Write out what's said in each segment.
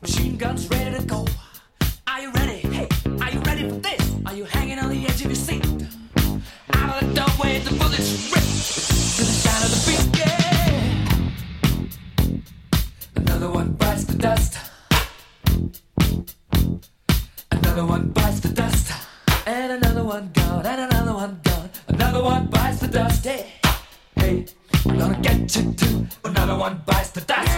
machine guns ready to go. Are you ready? Hey, are you ready for this? Are you hanging on the edge of your seat? Out of the doorway, the bullets rip to the sound of the beat. Yeah. Another one bites the dust. Another one bites the dust. And another one gone, and another one gone. Another one bites the dust. Hey, hey, I'm gonna get you too. Another one bites the dust.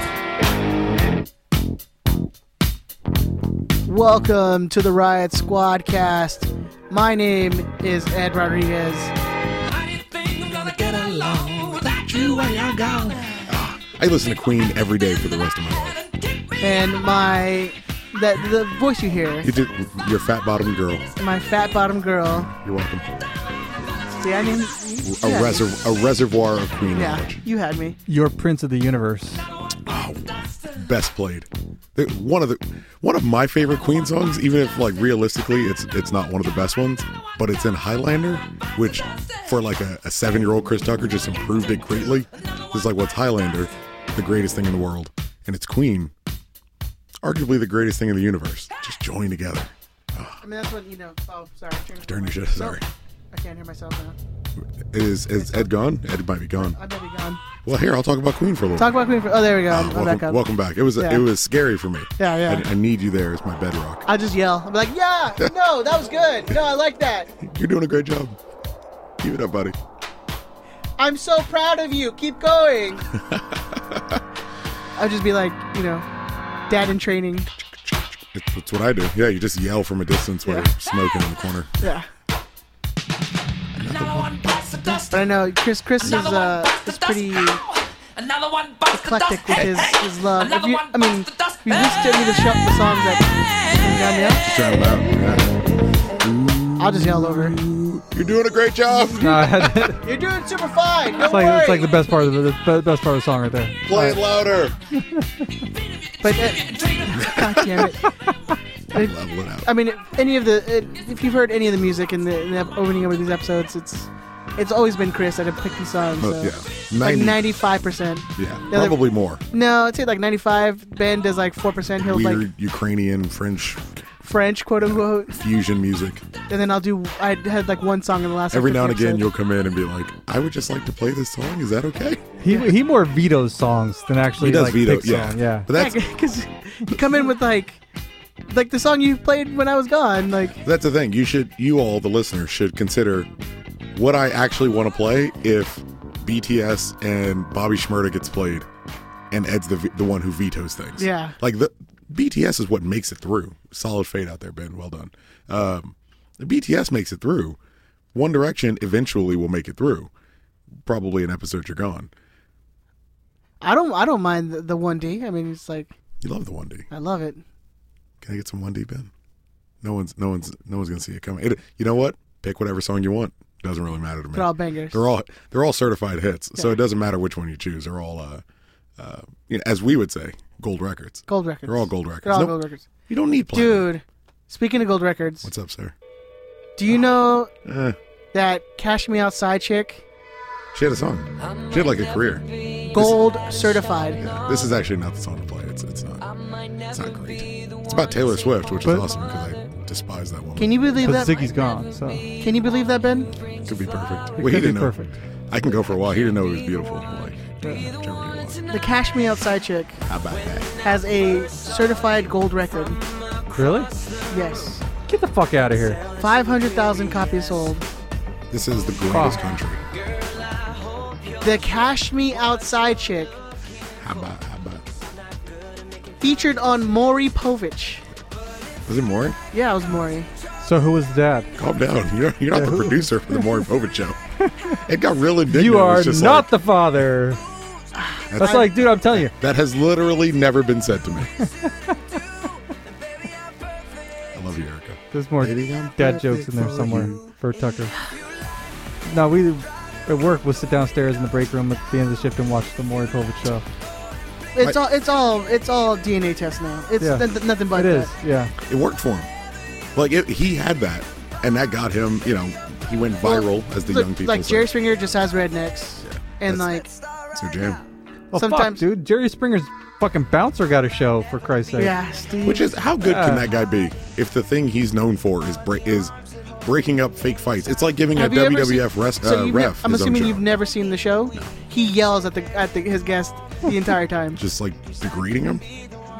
Welcome to the Riot Squadcast. My name is Ed Rodriguez. How do you think I'm gonna get along without you when you're gone? I listen to Queen every day for the rest of my life. and my that the voice you hear, You did, you're a fat bottom girl. my fat bottom girl. You're welcome. See, I mean, A, yeah, reser- a reservoir of Queen yeah, knowledge. you had me. Your Prince of the Universe. Best played. The- One of the one of my favorite Queen songs, even if like realistically it's it's not one of the best ones, but it's in Highlander, which for like a, a seven year old Chris Tucker just improved it greatly. It's like what's Highlander, the greatest thing in the world, and it's Queen, arguably the greatest thing in the universe. Just join together. I mean, that's what you know. Oh, sorry. Turn your- Darn your shit. Sorry. Nope, I can't hear myself now. Is is Ed gone? Ed might be gone. I may be gone. Well, here I'll talk about Queen for a little. Talk about Queen. For, oh, there we go. I'm, welcome, I'm back up. welcome back. It was Yeah. it was scary for me. Yeah, yeah. I, I need you there as my bedrock. I'll just yell. I'm like, yeah, no, that was good. No, I like that. You're doing a great job. Keep it up, buddy. I'm so proud of you. Keep going. I'll just be like, you know, dad in training. It's, it's what I do. Yeah, you just yell from a distance while Yeah. you're smoking in the corner. Yeah. Another one bites the dust. But I know Chris. Chris is Another one uh, bites the is dust. pretty Ow! Another one bites the dust. eclectic with Hey, his, hey! his love. If Another you, one I mean, bites the dust. if you listen to any of the, sho- the songs that Turn it out. Yeah. down, I'll just yell over. You're doing a great job. No, Uh, it's You're doing super fine. Don't like worry. it's like the best part of the, the best part of the song right there. Play it louder. But uh, God damn it. It- Level it out. I mean, if any of the it, if you've heard any of the music in the, in the opening of these episodes, it's it's always been Chris that have picked these songs. Oh, So. yeah. Like 90 ninety five percent. Yeah, they're- probably more. No, I'd say like ninety five. Ben does like four percent. He'll Weird like Ukrainian French French, quote unquote. fusion music. And then I'll do. I had like one song in the last. Every like, now and again, episode. you'll come in and be like, "I would just like to play this song. Is that okay?" He he more vetoes songs than actually He does like veto. picks Yeah, song. Yeah. But that's because you come in with like like the song you played when I was gone. Like That's the thing. You should, you all, the listeners, should consider what I actually want to play if BTS and Bobby Shmurda gets played, and Ed's the the one who vetoes things. Yeah. like the BTS is what makes it through. Solid fade out there, Ben. Well done. Um, the BTS makes it through. One Direction eventually will make it through. Probably an episode you're gone. I don't I don't mind the, the one D. I mean, it's like You love the one D. I love it. Can I get some one D, Ben? No one's, no one's, no one's gonna see it coming. It, you know what? Pick whatever song you want. Doesn't really matter to me. They're all bangers. They're all they're all certified hits, so Yeah. it doesn't matter which one you choose. They're all, uh, uh, you know, as we would say, gold records. gold records. They're all gold records. They're all Nope, gold records. You don't need platinum. Dude, speaking of gold records, What's up, sir? do you know Eh, that "Cash Me Outside" chick she had a song. She had like a career. gold certified? Yeah, this is actually not the song to play. It's it's not. It's not great. It's about Taylor Swift, which is But- awesome because I despise that woman. Can you believe that? But Ziggy's gone, so it Can you believe that, Ben? Could be perfect. Well, could he be didn't know. perfect. I can go for a while. He didn't know it was beautiful. Like, yeah, whichever way you want. The "Cash Me Outside" chick How about that? has a certified gold record. Really? Yes, Get the fuck out of here. five hundred thousand copies sold. This is the Fuck. greatest country. The "Cash Me Outside" chick How about how about? featured on Maury Povich. Was it more? Yeah, it was Maury. So who was that? Calm down. You're, you're not the producer for the Maury Povich show. It got real indignant. You It are was just not like, the father. That's That's- like, dude, I'm telling you. that has literally never been said to me. I love you, Erica. There's more Baby, I'm dad jokes in there perfect for somewhere you. for Tucker. No, we at work we'll sit downstairs in the break room at the end of the shift and watch the Maury Povich show. It's all it's all it's all DNA test now. It's Yeah. n- nothing but It is, that. yeah. It worked for him. Like it, he had that, and that got him. You know, he went viral as the Look, young people. like say. Jerry Springer just has rednecks, and like It's their jam. Well, fuck, Sometimes- dude, Jerry Springer's Fucking bouncer got a show for Christ's sake. Yeah, Steve. Which is how good can Uh. that guy be if the thing he's known for is bre- is breaking up fake fights? It's like giving Have a you ever seen- WWF rest, so uh, you've ne- ref. I'm his own assuming show. you've never seen the show. He yells at the at the, his guest the entire time, just like degrading him.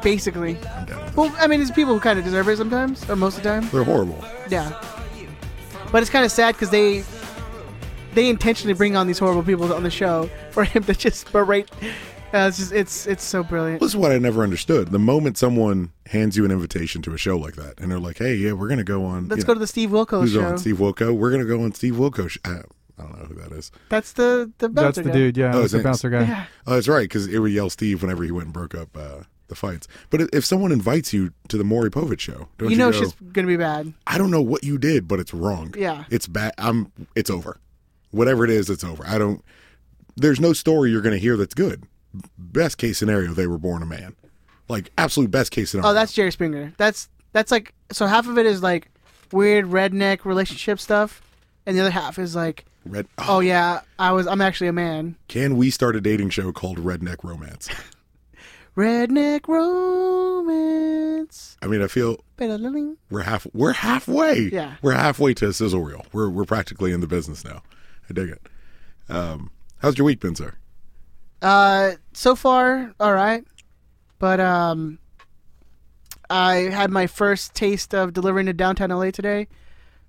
basically. I'm down with it. Well, I mean, it's people who kind of deserve it sometimes, or most of the time. They're horrible. Yeah. But it's kind of sad because they they intentionally bring on these horrible people on the show for him to just berate. Uh, it's, just, it's it's so brilliant. This is what I never understood. The moment someone hands you an invitation to a show like that, and they're like, "Hey, yeah, we're gonna go on." Let's you go know, to the Steve Wilco who's show. on Steve Wilco? We're gonna go on Steve Wilco. Sh- I, I don't know who that is. That's the the That's bouncer the guy. dude. Yeah, Oh, that's the thanks. bouncer guy. Yeah. Oh, that's right, because it would yell Steve whenever he went and broke up uh, the fights. But i- if someone invites you to the Maury Povich show, don't you, You know go, she's gonna be bad. I don't know what you did, but it's wrong. Yeah. It's bad. I'm it's over. Whatever it is, it's over. I don't there's no story you're going to hear that's good. Best case scenario they were born a man. Like absolute best case scenario. Oh, that's Jerry Springer. That's that's like so half of it is like weird redneck relationship stuff, and the other half is like, Red oh, oh yeah, I was I'm actually a man. Can we start a dating show called Redneck Romance? Redneck romance. I mean, I feel Ba-da-da-ding. we're half we're halfway. Yeah. We're halfway to a sizzle reel. We're we're practically in the business now. I dig it. Um how's your week been, sir? Uh, so far, all right, but um, I had my first taste of delivering to downtown LA today.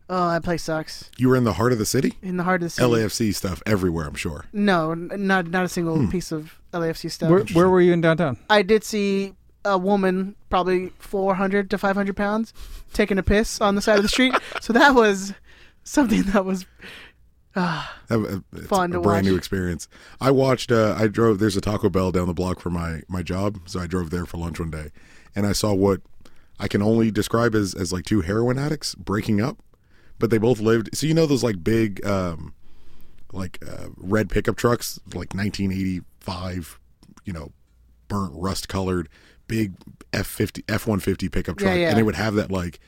Oh, that place sucks You were in the heart of the city? in the heart of the city. LAFC stuff everywhere, I'm sure. No, n- not not a single piece of LAFC stuff. Where, where were you in downtown? I did see a woman, probably 400 to 500 pounds, taking a piss on the side of the street. so that was something that was Have a- uh, it's Fun a to watch. brand new experience. I watched. Uh, I drove. There's a Taco Bell down the block for my my job, so I drove there for lunch one day, and I saw what I can only describe as as like two heroin addicts breaking up, but they both lived. So you know those like big, um, like uh, red pickup trucks, like 1985, you know, burnt rust colored, big F50 F150 pickup Yeah, truck, yeah. and they would have that like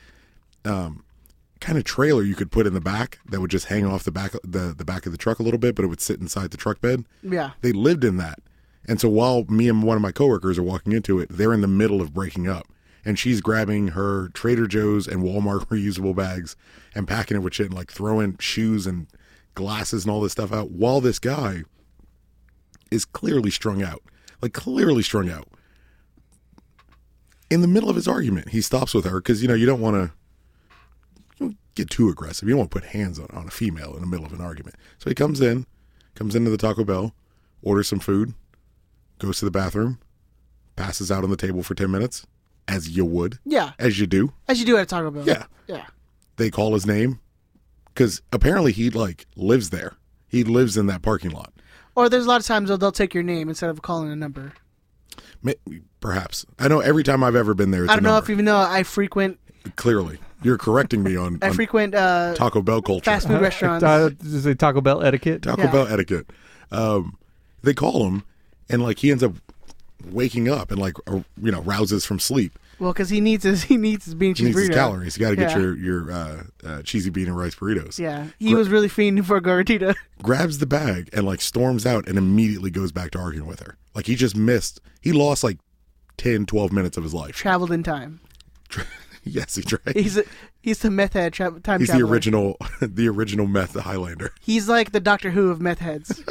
kind of trailer you could put in the back that would just hang off the back the, the back of the truck a little bit, but it would sit inside the truck bed. yeah. They lived in that. And so while me and one of my coworkers are walking into it, they're in the middle of breaking up. And she's grabbing her Trader Joe's and Walmart reusable bags and packing it with shit and like throwing shoes and glasses and all this stuff out while this guy is clearly strung out. Like clearly strung out. In the middle of his argument, he stops with her because you know you don't want to get too aggressive. You don't want to put hands on, on a female in the middle of an argument. So he comes in, comes into the Taco Bell, orders some food, goes to the bathroom, passes out on the table for 10 minutes, as you would, Yeah. as you do. As you do at a Taco Bell. Yeah. Yeah. They call his name because apparently he like lives there. He lives in that parking lot. Or there's a lot of times they'll, they'll take your name instead of calling a number. Ma- Perhaps. I know every time I've ever been there, it's I don't a know if number. even though I frequent Clearly. You're correcting me on, I on frequent uh, Taco Bell culture. fast food restaurants. Uh, is it Taco Bell etiquette? Taco Yeah. Bell etiquette. Um, they call him, and like he ends up waking up and like ar- you know rouses from sleep. well, because he needs his he needs his bean He cheese needs his burrito. calories. You got to get Yeah. your your uh, uh, cheesy bean and rice burritos. Yeah, he was really fiending for a gordita. Grabs the bag and like storms out and immediately goes back to arguing with her. Like he just missed. He lost like 10, 12 minutes of his life. Traveled in time. yes, he tried. He's a, he's the meth head tra- time He's the traveler. original, the original meth Highlander. He's like the Doctor Who of meth heads.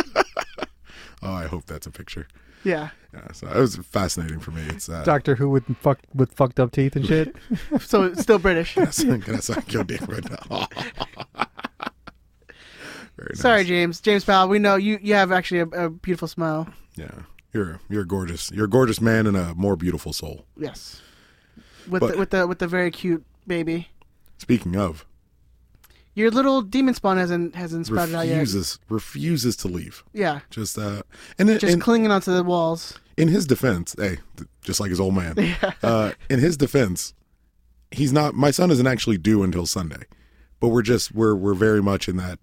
Oh, I hope that's a picture. yeah. Yeah, so it was fascinating for me. It's uh, Doctor Who with fuck with fucked up teeth and shit. So it's still British. Can I suck your dick right now? Very nice. Sorry, James. James Powell, we know you, you have actually a, a beautiful smile. Yeah, you're you're gorgeous. You're a gorgeous man and a more beautiful soul. Yes. With But- the, with the with the very cute baby. Speaking of, Your little demon spawn hasn't hasn't sprouted out refuses refuses to leave. yet. Yeah. Just uh, and it, Just and- clinging onto the walls. in his defense, hey, th- just like his old man. Uh, in his defense, he's not. My son isn't actually due until Sunday, but we're just we're we're very much in that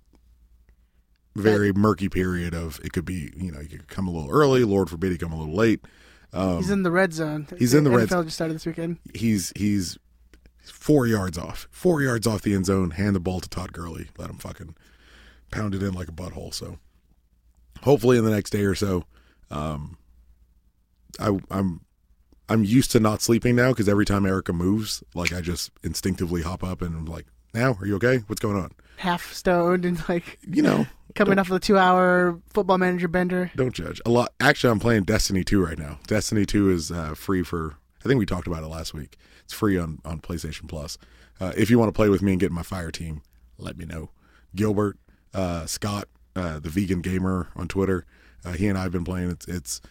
very murky period of it could be you know you could come a little early. Lord forbid he come a little late. he's in the red zone. he's in the red NFL just started this weekend. he's he's four yards off, four yards off the end zone. Hand the ball to Todd Gurley, let him fucking pound it in like a butthole. So, hopefully, in the next day or so, um, I I'm I'm used to not sleeping now because every time Erica moves, like I just instinctively hop up and I'm like, now, are you okay? What's going on? half stoned and like You know, coming off of the two-hour football manager bender. don't judge. A lot. Actually, I'm playing Destiny 2 right now. Destiny 2 is uh, free for, I think we talked about it last week. It's free on, on PlayStation Plus. Uh, if you want to play with me and get in my fire team, let me know. Gilbert, uh, Scott, uh, the vegan gamer on Twitter, uh, he and I have been playing. It's, it's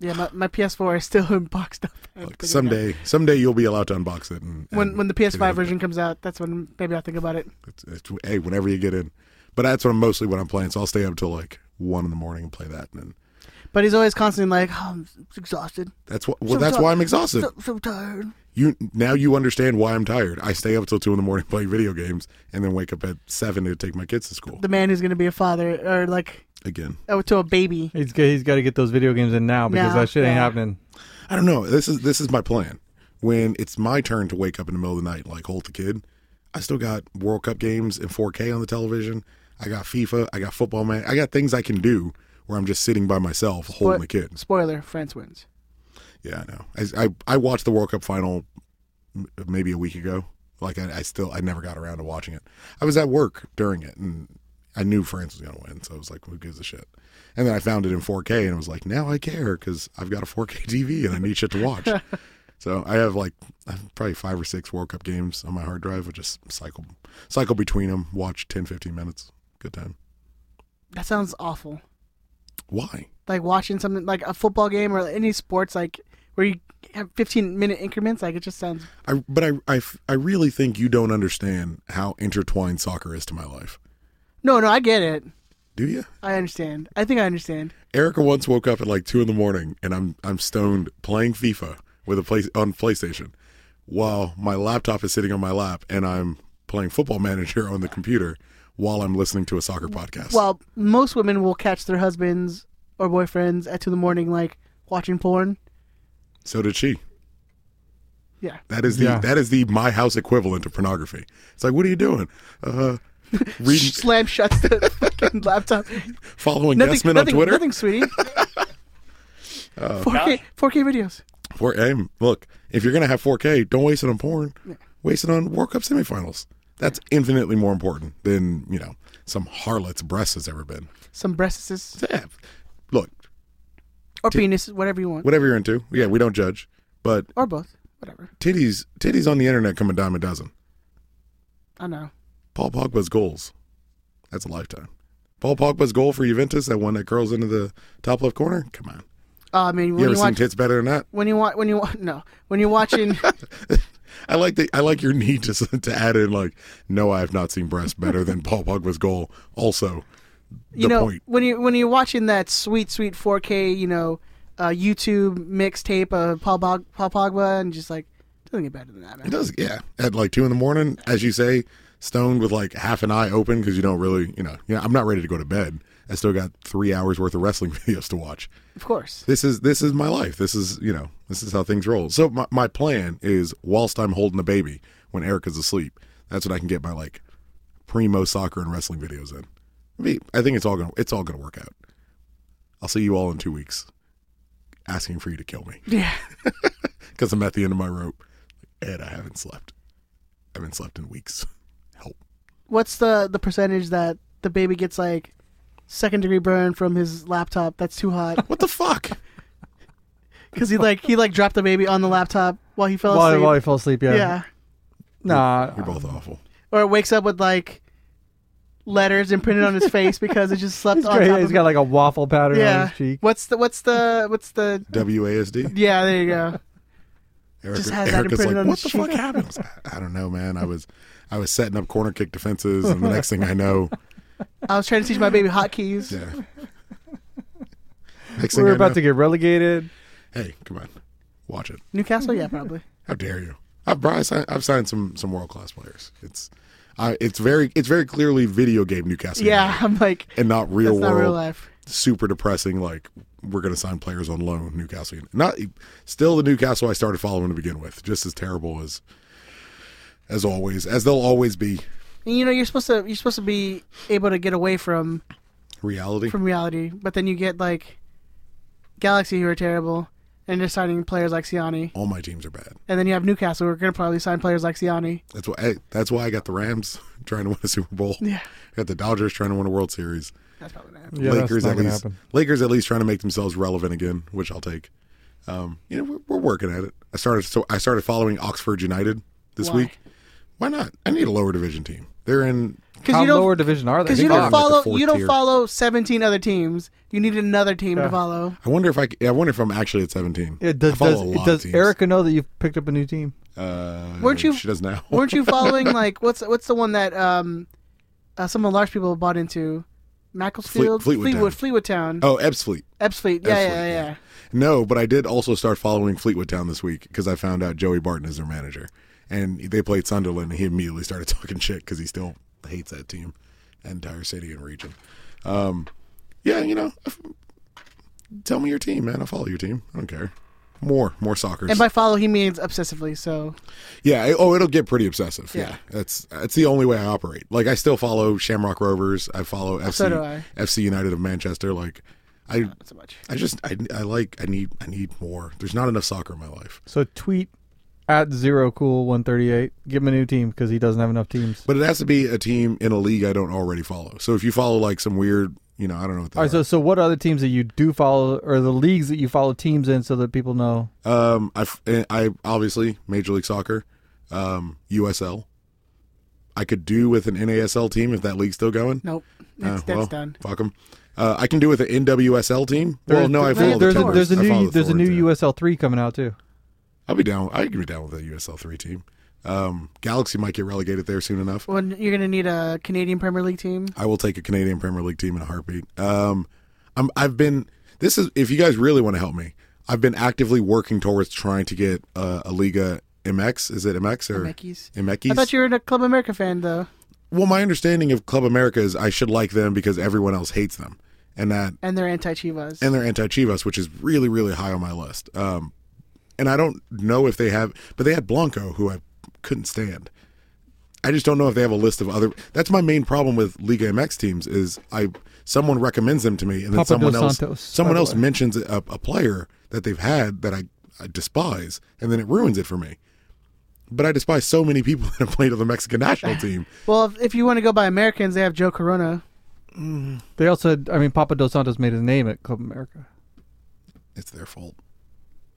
Yeah, my, my PS4 is still in boxed up. I have to Look, pick it up. someday, someday you'll be allowed to unbox it. And, when and when the get it PS5 out there. version comes out, that's when maybe I'll think about it. It's, it's, hey, whenever you get in, but that's what I'm mostly what I'm playing. So I'll stay up till like one in the morning and play that. And then But he's always constantly like, oh, I'm exhausted. that's what. Well, So that's tired. why I'm exhausted. So, so tired. you now you understand why I'm tired. I stay up till two in the morning playing video games, and then wake up at seven to take my kids to school The man who's gonna be a father, or like again. oh, to a baby. He's got, he's got to get those video games in now because Now, that shit ain't yeah. happening. I don't know. This is this is my plan. When it's my turn to wake up in the middle of the night, like hold the kid, I still got World Cup games in 4K on the television. I got FIFA. I got football man. I got things I can do where I'm just sitting by myself holding the But- kid. Spoiler: France wins. Yeah, I know. I, I I watched the World Cup final m- maybe a week ago. Like I, I still I never got around to watching it. I was at work during it, and I knew France was gonna win, so I was like, "Who gives a shit?" And then I found it in 4K, and I was like, "Now I care because I've got a 4K TV and I need shit to watch." so I have like I have probably five or six World Cup games on my hard drive. I just cycle cycle between them, watch 10, 15 minutes. Good time. That sounds awful. Why? Like watching something like a football game or any sports like where you have 15 minute increments. Like it just sounds. I, but I, I, I really think you don't understand how intertwined soccer is to my life. No, no, I get it. Do you? I understand. I think I understand. Erica once woke up at like two in the morning, and I'm I'm stoned playing FIFA with a place on PlayStation, while my laptop is sitting on my lap, and I'm playing Football Manager on the computer while I'm listening to a soccer podcast. Well, most women will catch their husbands or boyfriends at two in the morning, like watching porn. so did she. Yeah. That is the Yeah. that is the my house equivalent to pornography. It's like, what are you doing? Uh, reading, Slam shuts the fucking laptop. following Nothing, Yesman on nothing, Twitter. Oh. nothing, sweetie. 4K, 4K videos. Four, hey, look, if you're gonna have 4K, don't waste it on porn. Waste it on World Cup semifinals. That's infinitely more important than you know some harlot's breast has ever been. Some breasts Yeah. Look, or penis, whatever you want, whatever you're into, yeah, we don't judge. But or both, whatever. titties, titties on the internet come a dime a dozen. I know. Paul Pogba's goals, that's a lifetime. Paul Pogba's goal for Juventus, that one that curls into the top left corner. Come on, Uh, I mean, you when ever you, seen watch, tits better than that? when you watch, when you watch, no, when you're watching, I like the I like your need to s- to add in like, no, I have not seen breasts better than Paul Pogba's goal. Also, the you know, point. when you when you're watching that sweet, sweet 4K, you know, uh, YouTube mixtape of Paul, Bog- Paul Pogba, and just like doesn't get better than that, It man. does, yeah. At like two in the morning, as you say, stoned with like half an eye open because you don't really, you know, yeah. I'm not ready to go to bed. I still got three hours worth of wrestling videos to watch. Of course, This is this is my life. This is you know this is how things roll. So my my plan is whilst I'm holding the baby when Erica's asleep, that's when I can get my like primo soccer and wrestling videos in. I mean, I think it's all gonna it's all gonna work out. I'll see you all in two weeks, asking for you to kill me yeah. because I'm at the end of my rope. Ed, I haven't slept. I haven't slept in weeks. Help. What's the the percentage that the baby gets like second degree burn from his laptop? That's too hot What the fuck? because he like he like dropped the baby on the laptop while he fell While, asleep. while I fall asleep, yeah. yeah. Nah. You're both awful. or it wakes up with like letters imprinted on his face because it just slept He's, on great. top he's of got like a waffle pattern yeah. on his cheek. What's the what's the what's the WASD. yeah? There you go. Erica, had that Erica's imprinted like, on what his the cheek." fuck happened? I, was like, I don't know, man. I was, I was setting up corner kick defenses, and the next thing I know, I was trying to teach my baby hotkeys. yeah. Next thing We're I about know, to get relegated. hey, come on, watch it. Newcastle, yeah, probably. How dare you? I've brought, I've signed- I've signed some some world class players. It's, I, it's very it's very clearly video game Newcastle. Yeah, I'm like and not real that's world. not real life. super depressing. Like we're going to sign players on loan, Newcastle. Not still the Newcastle I started following to begin with. Just as terrible as as always, as they'll always be. And, you know, you're supposed to you're supposed to be able to get away from Reality. from reality, but then you get like Galaxy who are terrible, and they're signing players like Siani. All my teams are bad. And then you have Newcastle, who are going to probably sign players like Siani. That's why. I, that's why I got the Rams trying to win a Super Bowl. Yeah. I got the Dodgers trying to win a World Series. That's probably not happening. Yeah, Lakers that's at not gonna least. happen. Lakers at least trying to make themselves relevant again, which I'll take. Um, you know, we're, we're working at it. I started. So I started following Oxford United this Why? week. Why not? I need a lower division team. They're in. Because How you lower don't division are they? because I you think they're don't in, like, the follow fourth you don't tier. follow 17 other teams. You need another team to Yeah. follow. I wonder if I. c- I wonder if I'm actually at 17. Yeah, does I follow does, a lot of does teams. Erica know that you've picked up a new team? Uh, Weren't you- She does now. Weren't you following like what's what's the one that um uh, some of the large people bought into? Macclesfield, Fleetwood Town. Fleetwood, Fleetwood Town, Oh, Ebbsfleet. Ebbsfleet. Yeah, Ebbsfleet, yeah, yeah, yeah. No, but I did also start following Fleetwood Town this week because I found out Joey Barton is their manager, and they played Sunderland, and he immediately started talking shit because he still hates that team, entire city and region. Um, yeah, you know, if- tell me your team, man. I'll follow your team. I don't care. More, more soccer. And by follow, he means obsessively. So Yeah. it- Oh, it'll get pretty obsessive. Yeah. Yeah. That's that's the only way I operate. Like I still follow Shamrock Rovers. I follow FC do I. FC United of Manchester. Like I not so much. I just I, I like I need I need more. There's not enough soccer in my life. So tweet at zero cool one thirty eight. Give him a new team because he doesn't have enough teams. But it has to be a team in a league I don't already follow. So if you follow like some weird, you know, I don't know what they All right, are. so so what other teams that you do follow, or the leagues that you follow teams in, so that people know? um I f- I obviously Major League Soccer, um USL. I could do with an NASL team if that league's still going. Nope, Uh, that's, well, that's done. Fuck 'em. Uh, I can do with an NWSL team. well, There's- no, I there- follow there's the a, there's a Timbers. I follow new the there's a Thorns, new yeah. USL three coming out too. I'll be down. I can be down with a USL three team. Um, Galaxy might get relegated there soon enough. Well, you're gonna need a Canadian Premier League team. I will take a Canadian Premier League team in a heartbeat. Um, I'm, I've been. This is if you guys really want to help me. I've been actively working towards trying to get uh, a Liga MX. Is it MX or Mekis. MX? I thought you were a Club America fan though, well, my understanding of Club America is I should like them because everyone else hates them, and that and they're anti Chivas. and they're anti Chivas, which is really really high on my list. Um, and I don't know if they have, but they had Blanco, who I couldn't stand. I just don't know if they have a list of other. That's my main problem with Liga MX teams is I someone recommends them to me, and then Papa someone Dos else Santos, by someone the else way. mentions a, a player that they've had that I, I despise, and then it ruins it for me. But I despise so many people that have played on the Mexican national team. well, if, if you want to go by Americans, they have Joe Corona. They also, had, I mean, Papa Dos Santos made his name at Club America. It's their fault.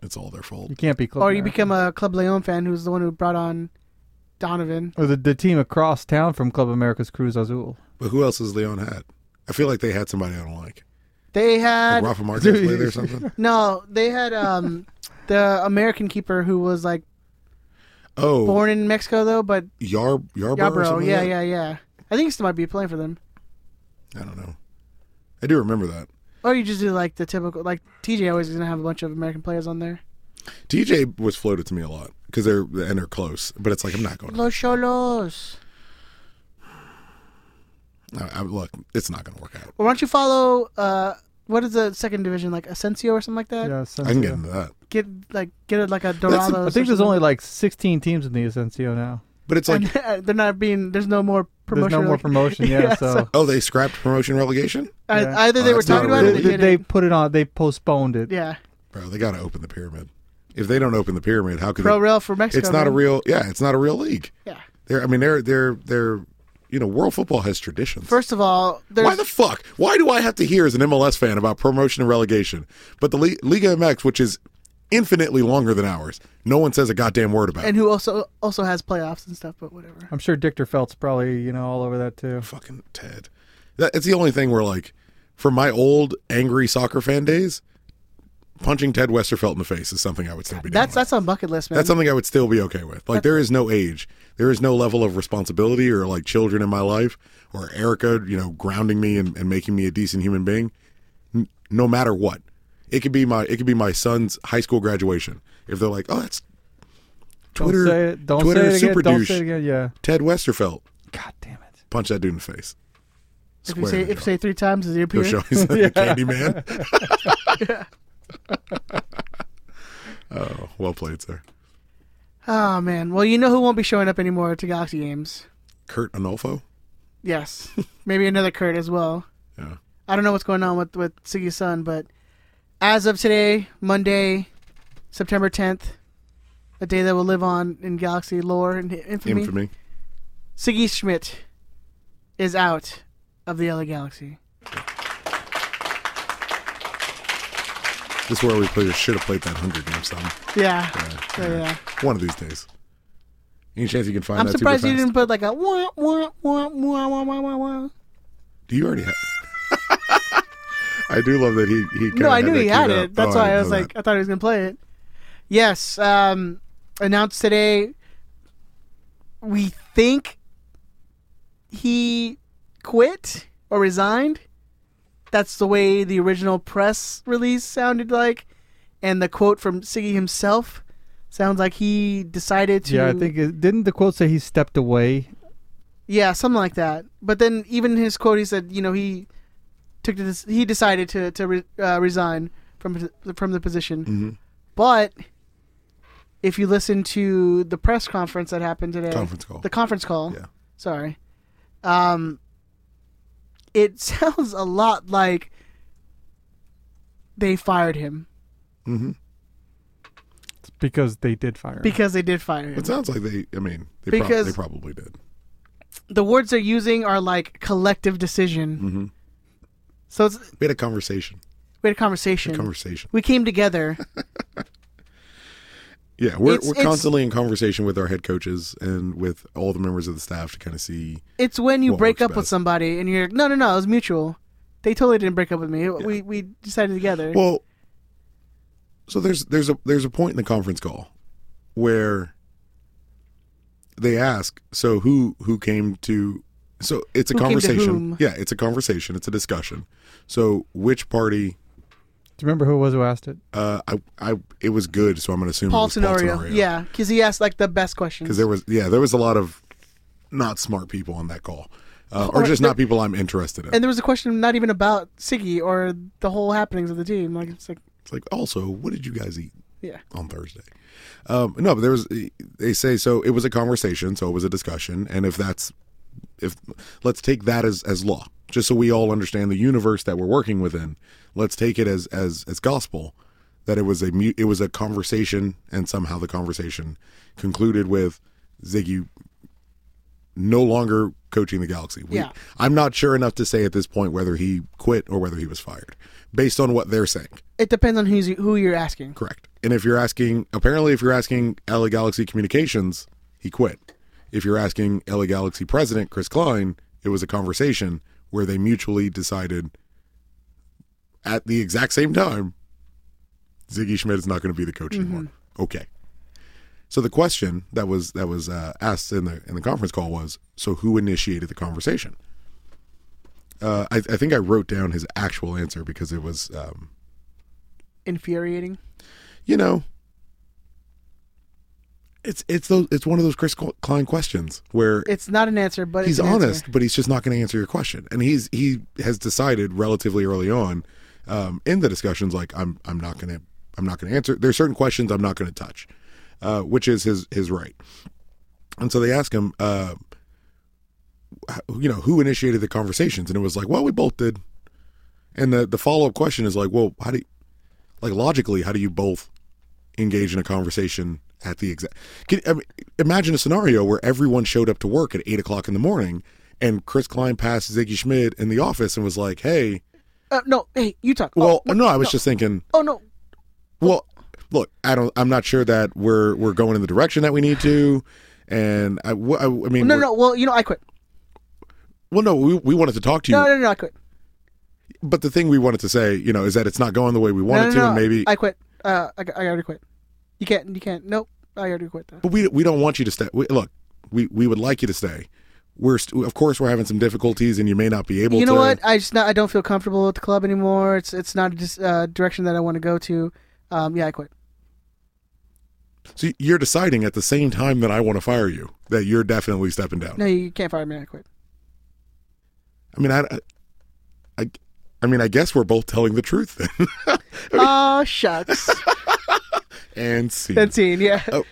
It's all their fault. Oh, You can't be Club. Or you America. become a Club Leon fan, who's the one who brought on Donovan. or the, the team across town from Club America's Cruz Azul. But who else has Leon had? I feel like they had somebody I don't like. They Like had Rafa Marquez play there or something. no, they had um the American keeper who was like Oh, born in Mexico though, but Yar Yarbrough. or Yarbrough, something yeah, like yeah, yeah. I think he still might be playing for them. that? I don't know. I do remember that. Or you just do like the typical, like TJ always is gonna have a bunch of American players on there. TJ was floated to me a lot because they're and they're close, but it's like I'm not going. to Los Cholos. I, I, look, it's not going to work out. Well, why don't you follow? uh What is the second division like Asensio or something like that? Yeah, I can Asensio. get into that, Get like get it like a That's- I Dorados. I think there's only like 16 teams in the Asensio now. but it's like and uh, they're not being. There's no more promotion. There's no more like- promotion. Yeah, Yeah, so, so- oh, they scrapped promotion relegation, I- yeah. Either they Oh, were that's not talking a about they, it, or really- they they, they didn't. put it on. They postponed it. Yeah, bro. They got to open the pyramid. If they don't open the pyramid, how could pro they, rail for Mexico. It's not a man. real. Yeah, it's not a real league. Yeah. They're. I mean, they're. They're. They're. You know, world football has traditions. First of all, there's Why the fuck? Why do I have to hear as an MLS fan about promotion and relegation? But the Le- Liga MX, which is infinitely longer than ours, no one says a goddamn word about. and who also also has playoffs and stuff, but whatever. I'm sure Dictor Felt's probably you know all over that too. fucking Ted. That, it's the only thing where, like, from my old angry soccer fan days, punching Ted Westerfeld in the face is something I would still be. down That's with. that's on bucket list, man. Um, That's something I would still be okay with. Like, there is no age, there is no level of responsibility or like children in my life or Erica, you know, grounding me and, and making me a decent human being. N- no matter what, it could be my it could be my son's high school graduation. If they're like, oh, that's Twitter, Don't say it. Don't Twitter say it again. super Don't douche, say it again. Yeah. Ted Westerfeld, God damn it. punch that dude in the face. if you Square say in the if you jaw. say three times, does it appear? Go show he's the candy man. oh, well played, sir. Oh man. Well, you know who won't be showing up anymore to Galaxy games? Kurt Anolfo. Yes, maybe another Kurt as well. Yeah. I don't know what's going on with with Siggy's son, but as of today, Monday, September 10th, a day that will live on in galaxy lore and infamy. Infamy. Siggy Schmidt is out of the LA Galaxy. This is where we play, should have played that Hunger Games song. Yeah. So, yeah. One of these days. Any chance you can find I'm that surprised super you fast? didn't put like a wah, wah, wah, wah, wah, wah, wah, wah. Do you already have? I do love that he he. kinda No, I knew that he had queued it. up. That's Oh, why I didn't was know like, that. I thought he was gonna play it. Yes, um, announced today. We think he quit or resigned. That's the way the original press release sounded like, and the quote from Siggy himself sounds like he decided to. Yeah, I think it, didn't the quote say he stepped away? Yeah, something like that. But then even in his quote, he said, you know, he took to this, he decided to to re, uh, resign from from the position. Mm-hmm. But if you listen to the press conference that happened today, Conference call. eh, the conference call, Yeah. sorry, um, it sounds a lot like they fired him Mm-hmm. It's because they did fire him. because they did fire him. It sounds like they. I mean, they, prob- Because- they probably did. The words they're using are like collective decision. Mm-hmm. So it's, We had a conversation. we had a conversation. Conversation. we came together. Yeah, we're It's- we're it's- constantly in conversation with our head coaches and with all the members of the staff to kind of see. It's when you What break works up with best. somebody and you're like, no, no, no, it was mutual. They totally didn't break up with me. We we decided together. Well, so there's there's a there's a point in the conference call where they ask, so who who came to so it's a Who came to conversation. whom? Yeah, it's a conversation, it's a discussion. So which party Do you remember who it was who asked it? uh I I it was good, so I'm going to assume it Paul was Paul Tenorio. Tenorio. Yeah, because he asked like the best questions. Cuz there was yeah, there was a lot of not smart people on that call. Oh, Uh, or just not people I'm interested in. and there was a question not even about Siggy or the whole happenings of the team. Like it's like It's like also, what did you guys eat? yeah, on Thursday. Um, no, but there was they say so it was a conversation, so it was a discussion, and if that's if let's take that as as law, just so we all understand the universe that we're working within. Let's take it as as as gospel that it was a mu- it was a conversation, and somehow the conversation concluded with Ziggy no longer coaching the Galaxy. We- Yeah. I'm not sure enough to say at this point whether he quit or whether he was fired, based on what they're saying. it depends on who's you, who you're asking. Correct. And if you're asking, apparently, if you're asking LA Galaxy Communications, he quit. If you're asking LA Galaxy president Chris Klein, it was a conversation where they mutually decided at the exact same time Ziggy Schmidt is not going to be the coach anymore. Okay. So the question that was that was uh, asked in the in the conference call was, so who initiated the conversation? Uh, I, I think I wrote down his actual answer because it was um, Infuriating. you know, it's it's those it's one of those Chris Klein questions where It's not an answer, but he's it's an answer. honest, but he's just not going to answer your question, and he's he has decided relatively early on um, in the discussions like I'm I'm not going to I'm not going to answer. There's certain questions I'm not going to touch, uh, which is his his right. And so they ask him, uh, you know, who initiated the conversations, and it was like, well, we both did. And the the follow up question is like, well, how do you, like logically, how do you both engage in a conversation at the exact? Can, I mean, imagine a scenario where everyone showed up to work at eight o'clock in the morning, and Chris Klein passed Ziggy Schmidt in the office and was like, "Hey, Uh, no, hey, you talk. well, oh, no, I was just thinking, oh no, well, look, I don't, I'm not sure that we're we're going in the direction that we need to." And I, w- I- I mean, no, we're- no. Well, you know, I quit. well, no, we, we wanted to talk to you, No, no, no, I quit. but the thing we wanted to say, you know, is that it's not going the way we No, wanted no, to, no, and maybe I quit. Uh, I, I already quit. You can't. You can't. Nope. I already quit. Though. But we we don't want you to stay. We, look, we we would like you to stay. We're st- of course we're having some difficulties, and you may not be able. you to, know what? I just not. I don't feel comfortable with the club anymore. It's it's not a dis, uh, direction that I want to go to. Um, yeah, I quit. So you're deciding at the same time that I want to fire you that you're definitely stepping down. No, you can't fire me. I quit. I mean, I, I, I mean, I guess we're both telling the truth then. Oh shucks. and see, Then scene. Yeah. Oh,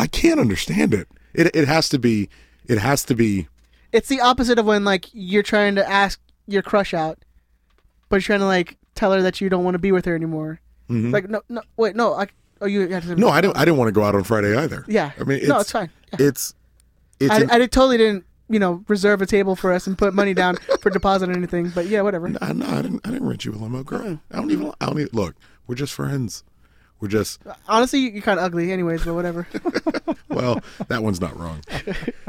I can't understand it. It it has to be. It has to be. It's the opposite of when like you're trying to ask your crush out, but you're trying to like tell her that you don't want to be with her anymore. It's like no, no, wait, no. I, oh, you had to. Mm-hmm. No, I didn't. I didn't want to go out on Friday either. Yeah. I mean, it's, No, it's fine. Yeah. It's it's I, an- I did- totally didn't, you know, reserve a table for us and put money down for deposit or anything. But yeah, whatever. I, no, I didn't. I didn't rent you a limo, girl. I don't even. I don't even. Look, we're just friends. We're just. Honestly, you- you're kind of ugly, anyways. But whatever. Well, that one's not wrong.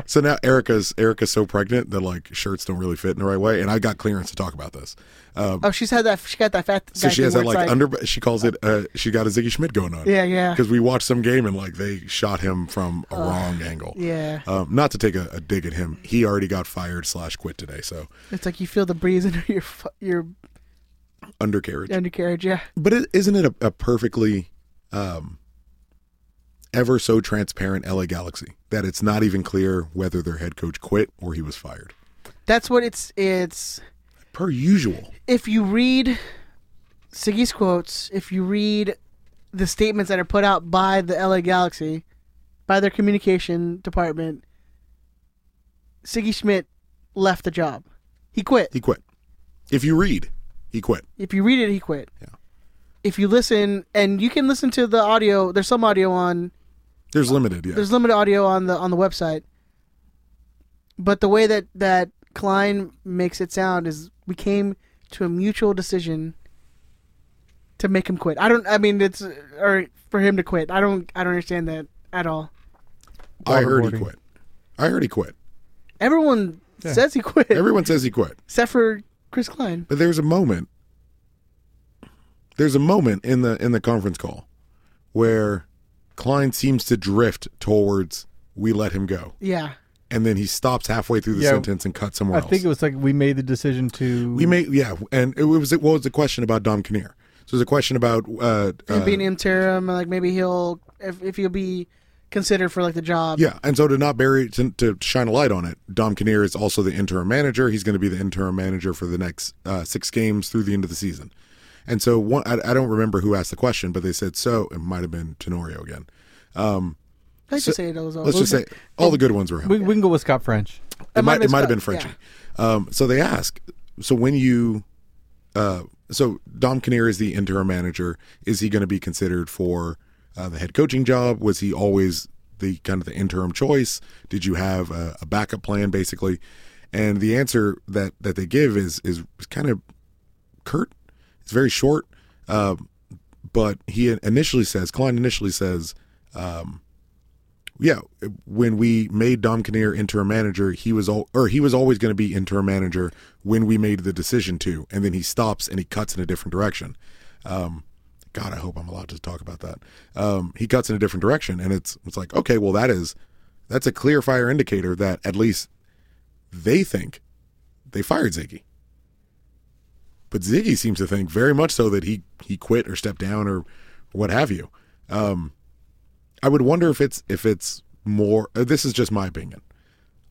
So now Erica's Erica's so pregnant that like shirts don't really fit in the right way, and I got clearance to talk about this. Um, oh, she's had that. She got that fat. so guy she has thing that where like, it's under. She calls it. Uh, she got a Ziggy Schmidt going on. Yeah, yeah. Because we watched some game and like they shot him from a wrong angle. yeah. Um, not to take a, a dig at him, he already got fired slash quit today. So It's like you feel the breeze under your fu- your undercarriage. undercarriage. Yeah. But is isn't it a, a perfectly um, ever so transparent LA Galaxy that it's not even clear whether their head coach quit or he was fired? That's what it's. It's Per usual. if you read Siggy's quotes, if you read the statements that are put out by the LA Galaxy, by their communication department, Siggy Schmidt left the job. He quit. He quit. If you read, he quit. If you read it, he quit. Yeah. If you listen, and you can listen to the audio. There's some audio on. There's limited, yeah. There's limited audio on the on the website. But the way that that Klein makes it sound is we came to a mutual decision to make him quit. I don't. I mean, it's uh, or for him to quit. I don't. I don't understand that at all. I heard he waterboarding. quit. I heard he quit. Everyone says he quit, Everyone says he quit. except for Chris Klein. But there's a moment. There's a moment in the in the conference call where Klein seems to drift towards we let him go. Yeah. And then he stops halfway through the Yeah. sentence and cuts somewhere I else. think it was like we made the decision to. We may, yeah, and it was what was the question about Dom Kinnear? So there's a question about uh, And uh, being interim, like maybe he'll if if he'll be considered for like the job. yeah, and so to not bury to, to shine a light on it, Dom Kinnear is also the interim manager. He's going to be the interim manager for the next uh, six games through the end of the season. And so one, I, I don't remember who asked the question, but they said so. It might have been Tenorio again. I us just say those. all. Let's just say all the good ones were him. we, we can go with Scott French. It might, it might have been Scott, Frenchie. Um, so they ask, so when you, uh, so Dom Kinnear is the interim manager. Is he going to be considered for uh, the head coaching job? Was he always the kind of the interim choice? Did you have a, a backup plan, basically? And the answer that that they give is is kind of curt. It's very short. Uh, but he initially says, Klein initially says, yeah, when we made Dom Kinnear interim manager, he was all or he was always going to be interim manager when we made the decision to, and then he stops and he cuts in a different direction. Um, God, I hope I'm allowed to talk about that. Um, he cuts in a different direction, and it's it's like okay, well that is that's a clear fire indicator that at least they think they fired Ziggy, but Ziggy seems to think very much so that he he quit or stepped down or what have you. Um, I would wonder if it's if it's more. uh, This is just my opinion.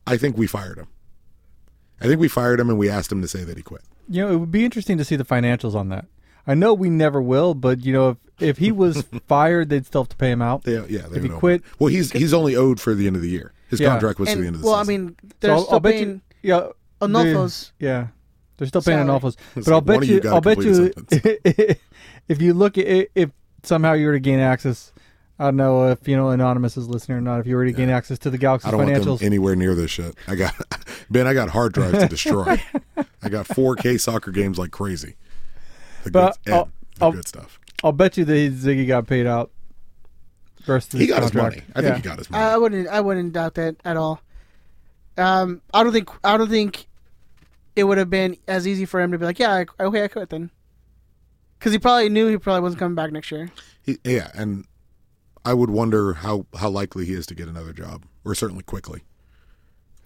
I think we fired him. I think we fired him and we asked him to say that he quit. You know, it would be interesting to see the financials on that. I know we never will, but you know, if if he was fired, they'd still have to pay him out. They, yeah, they If he don't- quit- well, he's he's only owed for the end of the year. His Yeah. contract was to the end of And, the well, I season. mean, they're still paying. Yeah, Onoffo's- they- Yeah, they're still paying Salary. Onofos. But It's I'll like one bet of you you. gotta I'll bet complete a you. if you look at it, if somehow you were to gain access, I don't know if you know anonymous is listening or not. If you were to gain access to the Galaxy I don't want financials, them anywhere near this shit. I got Ben. I got hard drives to destroy. I got 4K soccer games like crazy. The But oh, good, I'll- the I'll- good stuff. I'll bet you that Ziggy got paid out. Versus He got his contract. money. I think yeah. he got his money. I I wouldn't. I wouldn't doubt that at all. Um, I don't think. I don't think it would have been as easy for him to be like, "Yeah, I, okay, I quit then," because he probably knew he probably wasn't coming back next year. He, yeah, and I would wonder how how likely he is to get another job, or certainly quickly.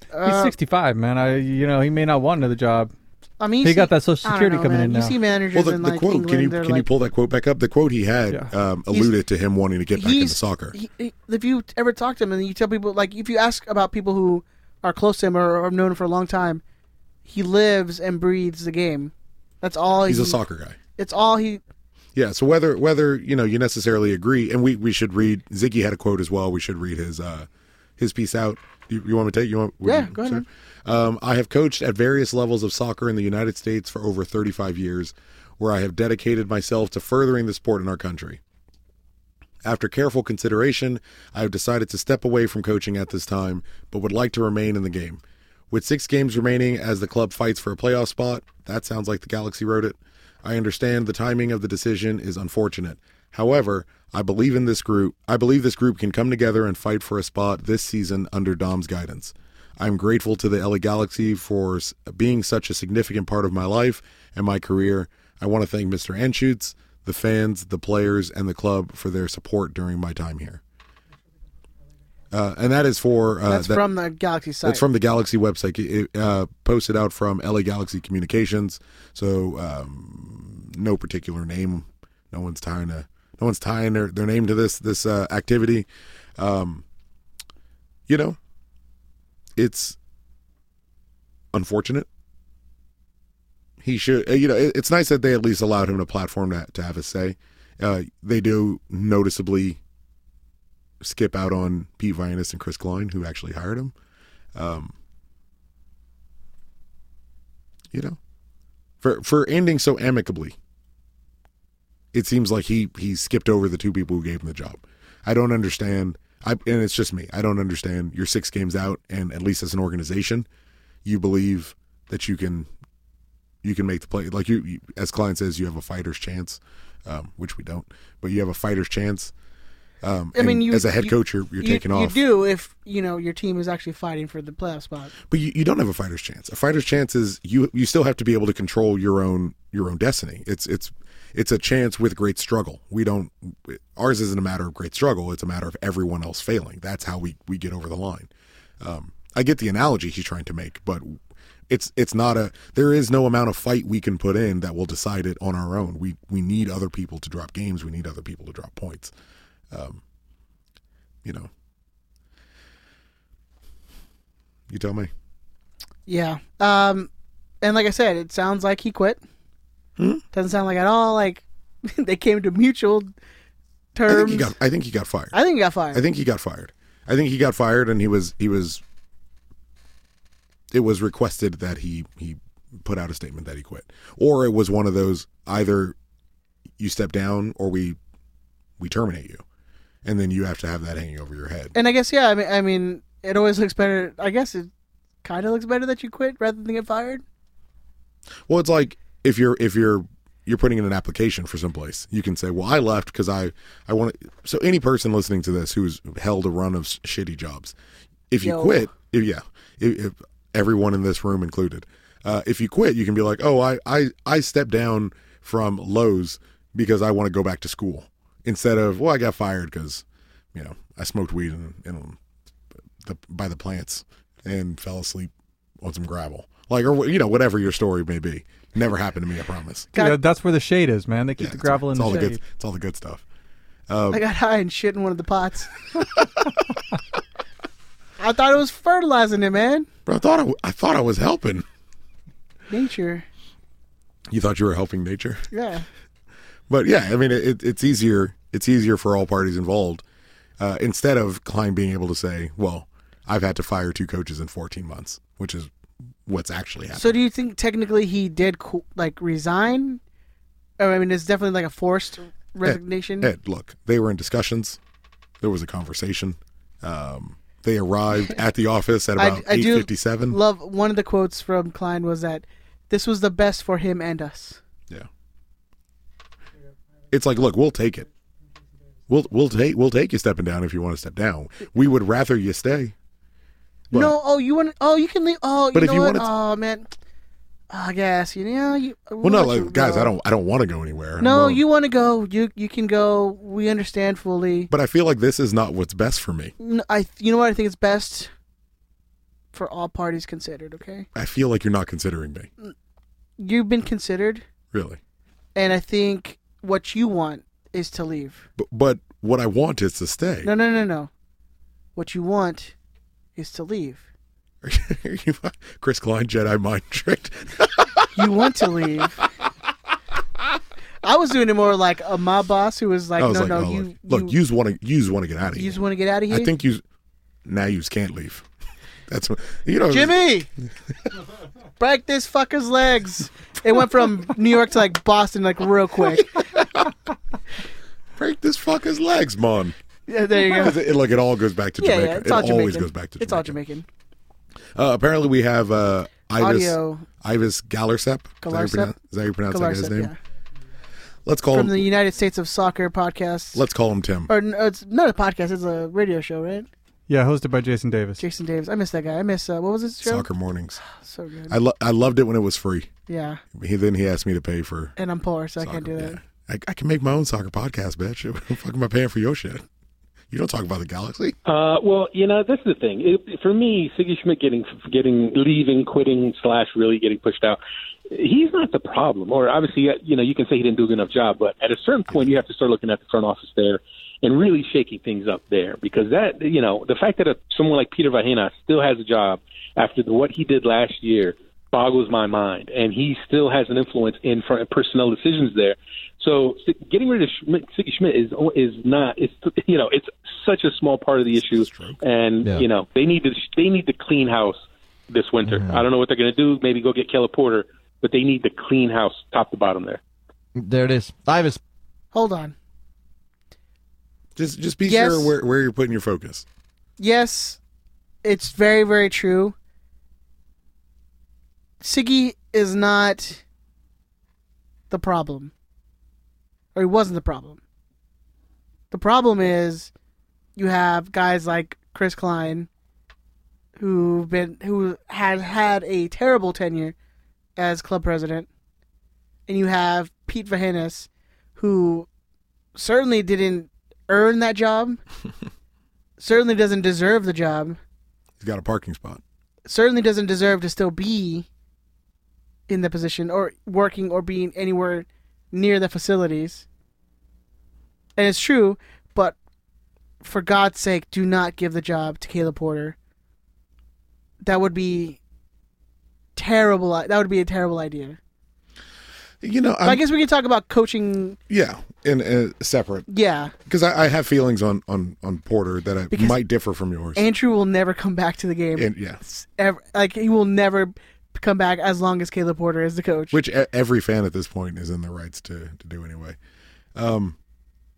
He's 65, man. I you know he may not want another job. I mean, you He see- got that Social I don't Security know, coming man. in You now. see managers Well, the, in the like quote. England, can you they're can you like, pull that quote back up? The quote he had Yeah. um, alluded to him wanting to get back into he's- soccer. he- he- if you ever talk to him and you tell people like if you ask about people who are close to him or, or have known him for a long time, he lives and breathes the game. That's all he's he, a soccer Uh, guy. It's all he. Yeah. So whether whether you know you necessarily agree, and we, we should read. Ziggy had a quote as well. We should read his uh, his piece out. You, you want me to take? You want? would Yeah, you- go ahead, sure? man. Um, I have coached at various levels of soccer in the United States for over 35 years. where I have dedicated myself to furthering the sport in our country. After careful consideration, I have decided to step away from coaching at this time, but would like to remain in the game. With six games remaining as the club fights for a playoff spot, that sounds like the Galaxy wrote it. I understand the timing of the decision is unfortunate. However, I believe in this group. I believe this group can come together and fight for a spot this season under Dom's guidance. I'm grateful to the LA Galaxy for s- being such a significant part of my life and my career. I want to thank Mr. Anschutz, the fans, the players, and the club for their support during my time here. Uh, and that is for uh, That's that- from the Galaxy site. that's from the Galaxy website, It, uh, posted out from LA Galaxy Communications. So um, no particular name. No one's tying a no one's tying their, their name to this this uh, activity. Um, you know, it's unfortunate. He should, uh, you know, it, it's nice that they at least allowed him a platform to, to have a say. Uh, they do noticeably skip out on Pete Vianis and Chris Klein, who actually hired him. you know for for ending so amicably it seems like he he skipped over the two people who gave him the job i don't understand i and it's just me i don't understand you're six games out and at least as an organization you believe that you can you can make the play like you, you as Klein says you have a fighter's chance um, which we don't but you have a fighter's chance um, I mean, and you, as a head you- coach you're, you're you- taking off You do if you know your team is actually fighting for the playoff spot. but you, you don't have a fighter's chance. A fighter's chance is you you still have to be able to control your own your own destiny. It's it's it's a chance with great struggle. We don't ours isn't a matter of great struggle. It's a matter of everyone else failing. That's how we we get over the line. Um, I get the analogy he's trying to make, but it's it's not a there is no amount of fight we can put in that will decide it on our own. We we need other people to drop games. We need other people to drop points. Um, you know. You tell me. Yeah. Um, and like I said, it sounds like he quit. Hmm? Doesn't sound like at all like they came to mutual I think terms. he got. I think he got fired. I think he got fired. I think he got fired. I think he got fired, and he was he was. It was requested that he he put out a statement that he quit, or it was one of those either you step down or we we terminate you, and then you have to have that hanging over your head. and I guess yeah. I mean, I mean, it always looks better. I guess it kind of looks better that you quit rather than get fired. Well, it's like if you're if you're you're putting in an application for someplace, you can say, "Well, I left because I I want." So any person listening to this who's held a run of s- shitty jobs, if you Yo. quit, if, yeah, if, if everyone in this room included, uh, if you quit, you can be like, "Oh, I I I stepped down from Lowe's because I want to go back to school," instead of, "Well, I got fired because you know I smoked weed and, and the, by the plants and fell asleep on some gravel. Like, or you know, whatever your story may be, never happened to me. I promise. Dude, Got- uh, that's where the shade is, man. They keep the it's- gravel in it's the all shade. the good. It's all the good stuff. Oh. I got high and shit in one of the pots. I thought it was fertilizing it, man. But I thought I, w- I thought I was helping. Nature. You thought you were helping nature, Yeah. but yeah, I mean, it, it's easier. It's easier for all parties involved. Uh, instead of Klein being able to say, "Well, I've had to fire two coaches in 14 months," which is what's actually happened. So do you think technically he did qu- like resign? Oh, I mean, it's definitely like a forced resignation. Ed, look, they were in discussions. There was a conversation. Um, they arrived at the office at about I do 8:57. love one of the quotes from Klein was that this was the best for him and us. Yeah. It's like, look, we'll take it. We'll we'll take we'll take you stepping down if you want to step down. We would rather you stay. But- no, oh, you want? Oh, you can leave. Oh, you But if know you what? wanted to- oh man, Ah, I guess you know you. Well, no, like, guys, I don't I don't want to go anywhere. No, Well, you want to go. You you can go. We understand fully. But I feel like this is not what's best for me. N- I you know what I think is best for all parties considered. Okay, I feel like you're not considering me. you've been considered, Really. and I think what you want is to leave. But but what I want is to stay. No, no, no, no. What you want is to leave. Chris Klein Jedi mind tricked. You want to leave. I was doing it more like uh, my boss, who was like, I was "No, like, no, oh, you, look, look, you, yous want to yous want to get out of you here. just want to get out of here." I think you now yous can't leave. That's what you know. Jimmy, break this fucker's legs. It went from New York to like Boston, like real quick. break this fucker's legs, man. Yeah, there you go. 'Cause It, it- like it all goes back to Yeah, Jamaica. yeah, it's it all always Jamaican. goes back to Jamaica. It's all Jamaican. Uh, apparently, we have uh, Ivis Audio. Ivis Gallersep. Is that how you Galersep? pronounce- Is that how you pronounce that guy's Galarsa, name? yeah. Let's call him. From the United States of Soccer podcast. let's call him Tim. or no, it's not a podcast. It's a radio show, right? Yeah, hosted by Jason Davis. Jason Davis. I miss that guy. I miss uh, what was his show? Soccer mornings. So good. I lo- I loved it when it was free. yeah, He then he asked me to pay for. and I'm poor, so I can't do soccer- that. yeah. I, I can make my own soccer podcast, bitch. What the fuck am I paying for your shit? You don't talk about the galaxy. Uh, well, you know, this is the thing. It, for me, Siggy Schmidt getting getting leaving, quitting, slash really getting pushed out. He's not the problem. Or obviously, uh, you know, you can say he didn't do a good enough job, but at a certain point, you have to start looking at the front office there and really shaking things up there because that, you know, the fact that a, someone like Peter Vahina still has a job after the, what he did last year boggles my mind, and he still has an influence in front personnel decisions there. So s- getting rid of Schmidt, Siggy Schmidt is is not it's you know it's such a small part of the issue, and Yeah. you know they need to they need to clean house this winter. I don't know what they're going to do. Maybe go get Keller Porter, but they need to clean house top to bottom there. There it is. Ivis. Hold on. Just just be Yes. sure where, where you're putting your focus. Yes, it's very very true. Siggy is not the problem, or he wasn't the problem. The problem is you have guys like Chris Klein, who've been who had had a terrible tenure as club president, and you have Pete Vahenis, who certainly didn't earn that job, certainly doesn't deserve the job, He's got a parking spot. certainly doesn't deserve to still be in the position or working or being anywhere near the facilities. And it's true, but for God's sake, do not give the job to Caleb Porter. That would be terrible. That would be a terrible idea. You know, But I I'm, guess we can talk about coaching. yeah, and uh, separate Yeah, because I, I have feelings on on on Porter that I, Because- might differ from yours. Andrew will never come back to the game. and yeah, s- ever, like he will never come back as long as Caleb Porter is the coach. which e- every fan at this point is in their rights to to do anyway. Um,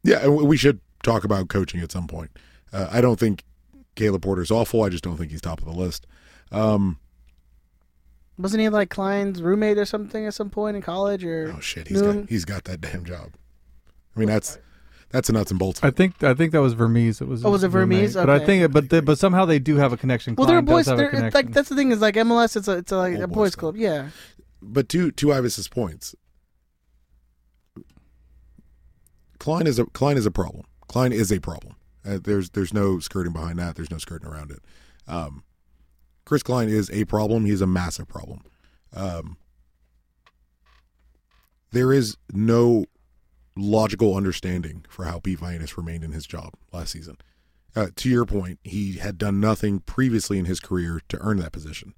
yeah, and we should talk about coaching at some point. Uh, I don't think Caleb Porter's awful. I just don't think he's top of the list. wasn't he like Klein's roommate or something at some point in college or Oh shit, he's No. got he's got that damn job. I mean, that's that's a nuts and bolts. I think I think that was Vermees. It was. Oh, was it his roommate. Vermees? But I Okay. think, but they, but somehow they do have a connection. well, they're Klein boys. does have a They're, it's connection. like that's the thing is like MLS. It's a it's a, like, Old a boys boys club. club. Yeah, But to to Ivis's points, Klein is a Klein is a problem. Klein is a problem. Uh, there's there's no skirting behind that. There's no skirting around it. Um, Chris Klein is a problem. He's a massive problem. Um, there is no logical understanding for how Pete Vianis remained in his job last season. Uh, to your point, he had done nothing previously in his career to earn that position.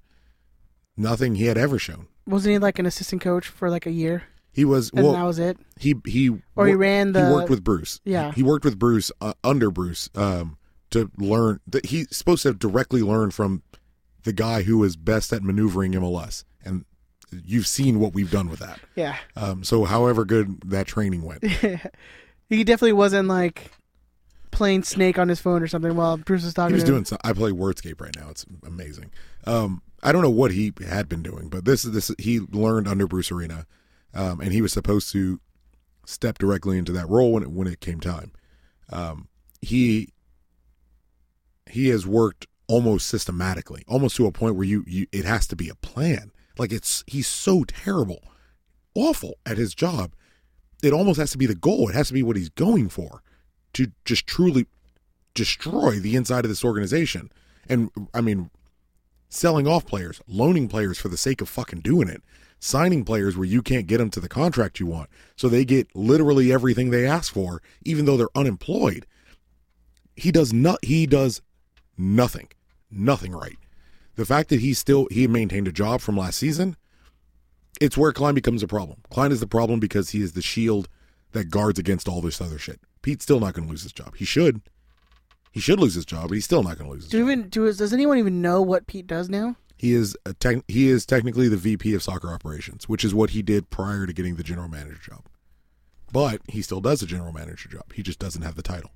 Nothing he had ever shown. wasn't he like an assistant coach for like a year He was and well. that was it? he he Or he wor- ran the- He worked with Bruce. Yeah. he worked with Bruce uh, under Bruce um, to learn that he's supposed to directly learn from the guy who is best at maneuvering MLS, and you've seen what we've done with that. Yeah, Um, so, however good that training went, he definitely wasn't like playing Snake on his phone or something while Bruce was talking. he was to him. doing. Some, I play Wordscape right now. It's amazing. Um, I don't know what he had been doing, but this is this he learned under Bruce Arena, um, and he was supposed to step directly into that role when it, when it came time. Um, he he has worked almost systematically, almost to a point where you, you it has to be a plan. Like it's he's so terrible, awful at his job. It almost has to be the goal. It has to be what he's going for to just truly destroy the inside of this organization. And I mean, selling off players, loaning players for the sake of fucking doing it, signing players where you can't get them to the contract you want. So they get literally everything they ask for, even though they're unemployed. He does not, he does nothing, nothing right. The fact that he still, he maintained a job from last season, it's where Klein becomes a problem. Klein is the problem because he is the shield that guards against all this other shit. Pete's still not going to lose his job. He should He should lose his job, but he's still not going to lose. His Do job. even do does anyone even know what Pete does now? He is a tech, he is technically the VP of soccer operations, which is what he did prior to getting the general manager job. But he still does the general manager job. He just doesn't have the title.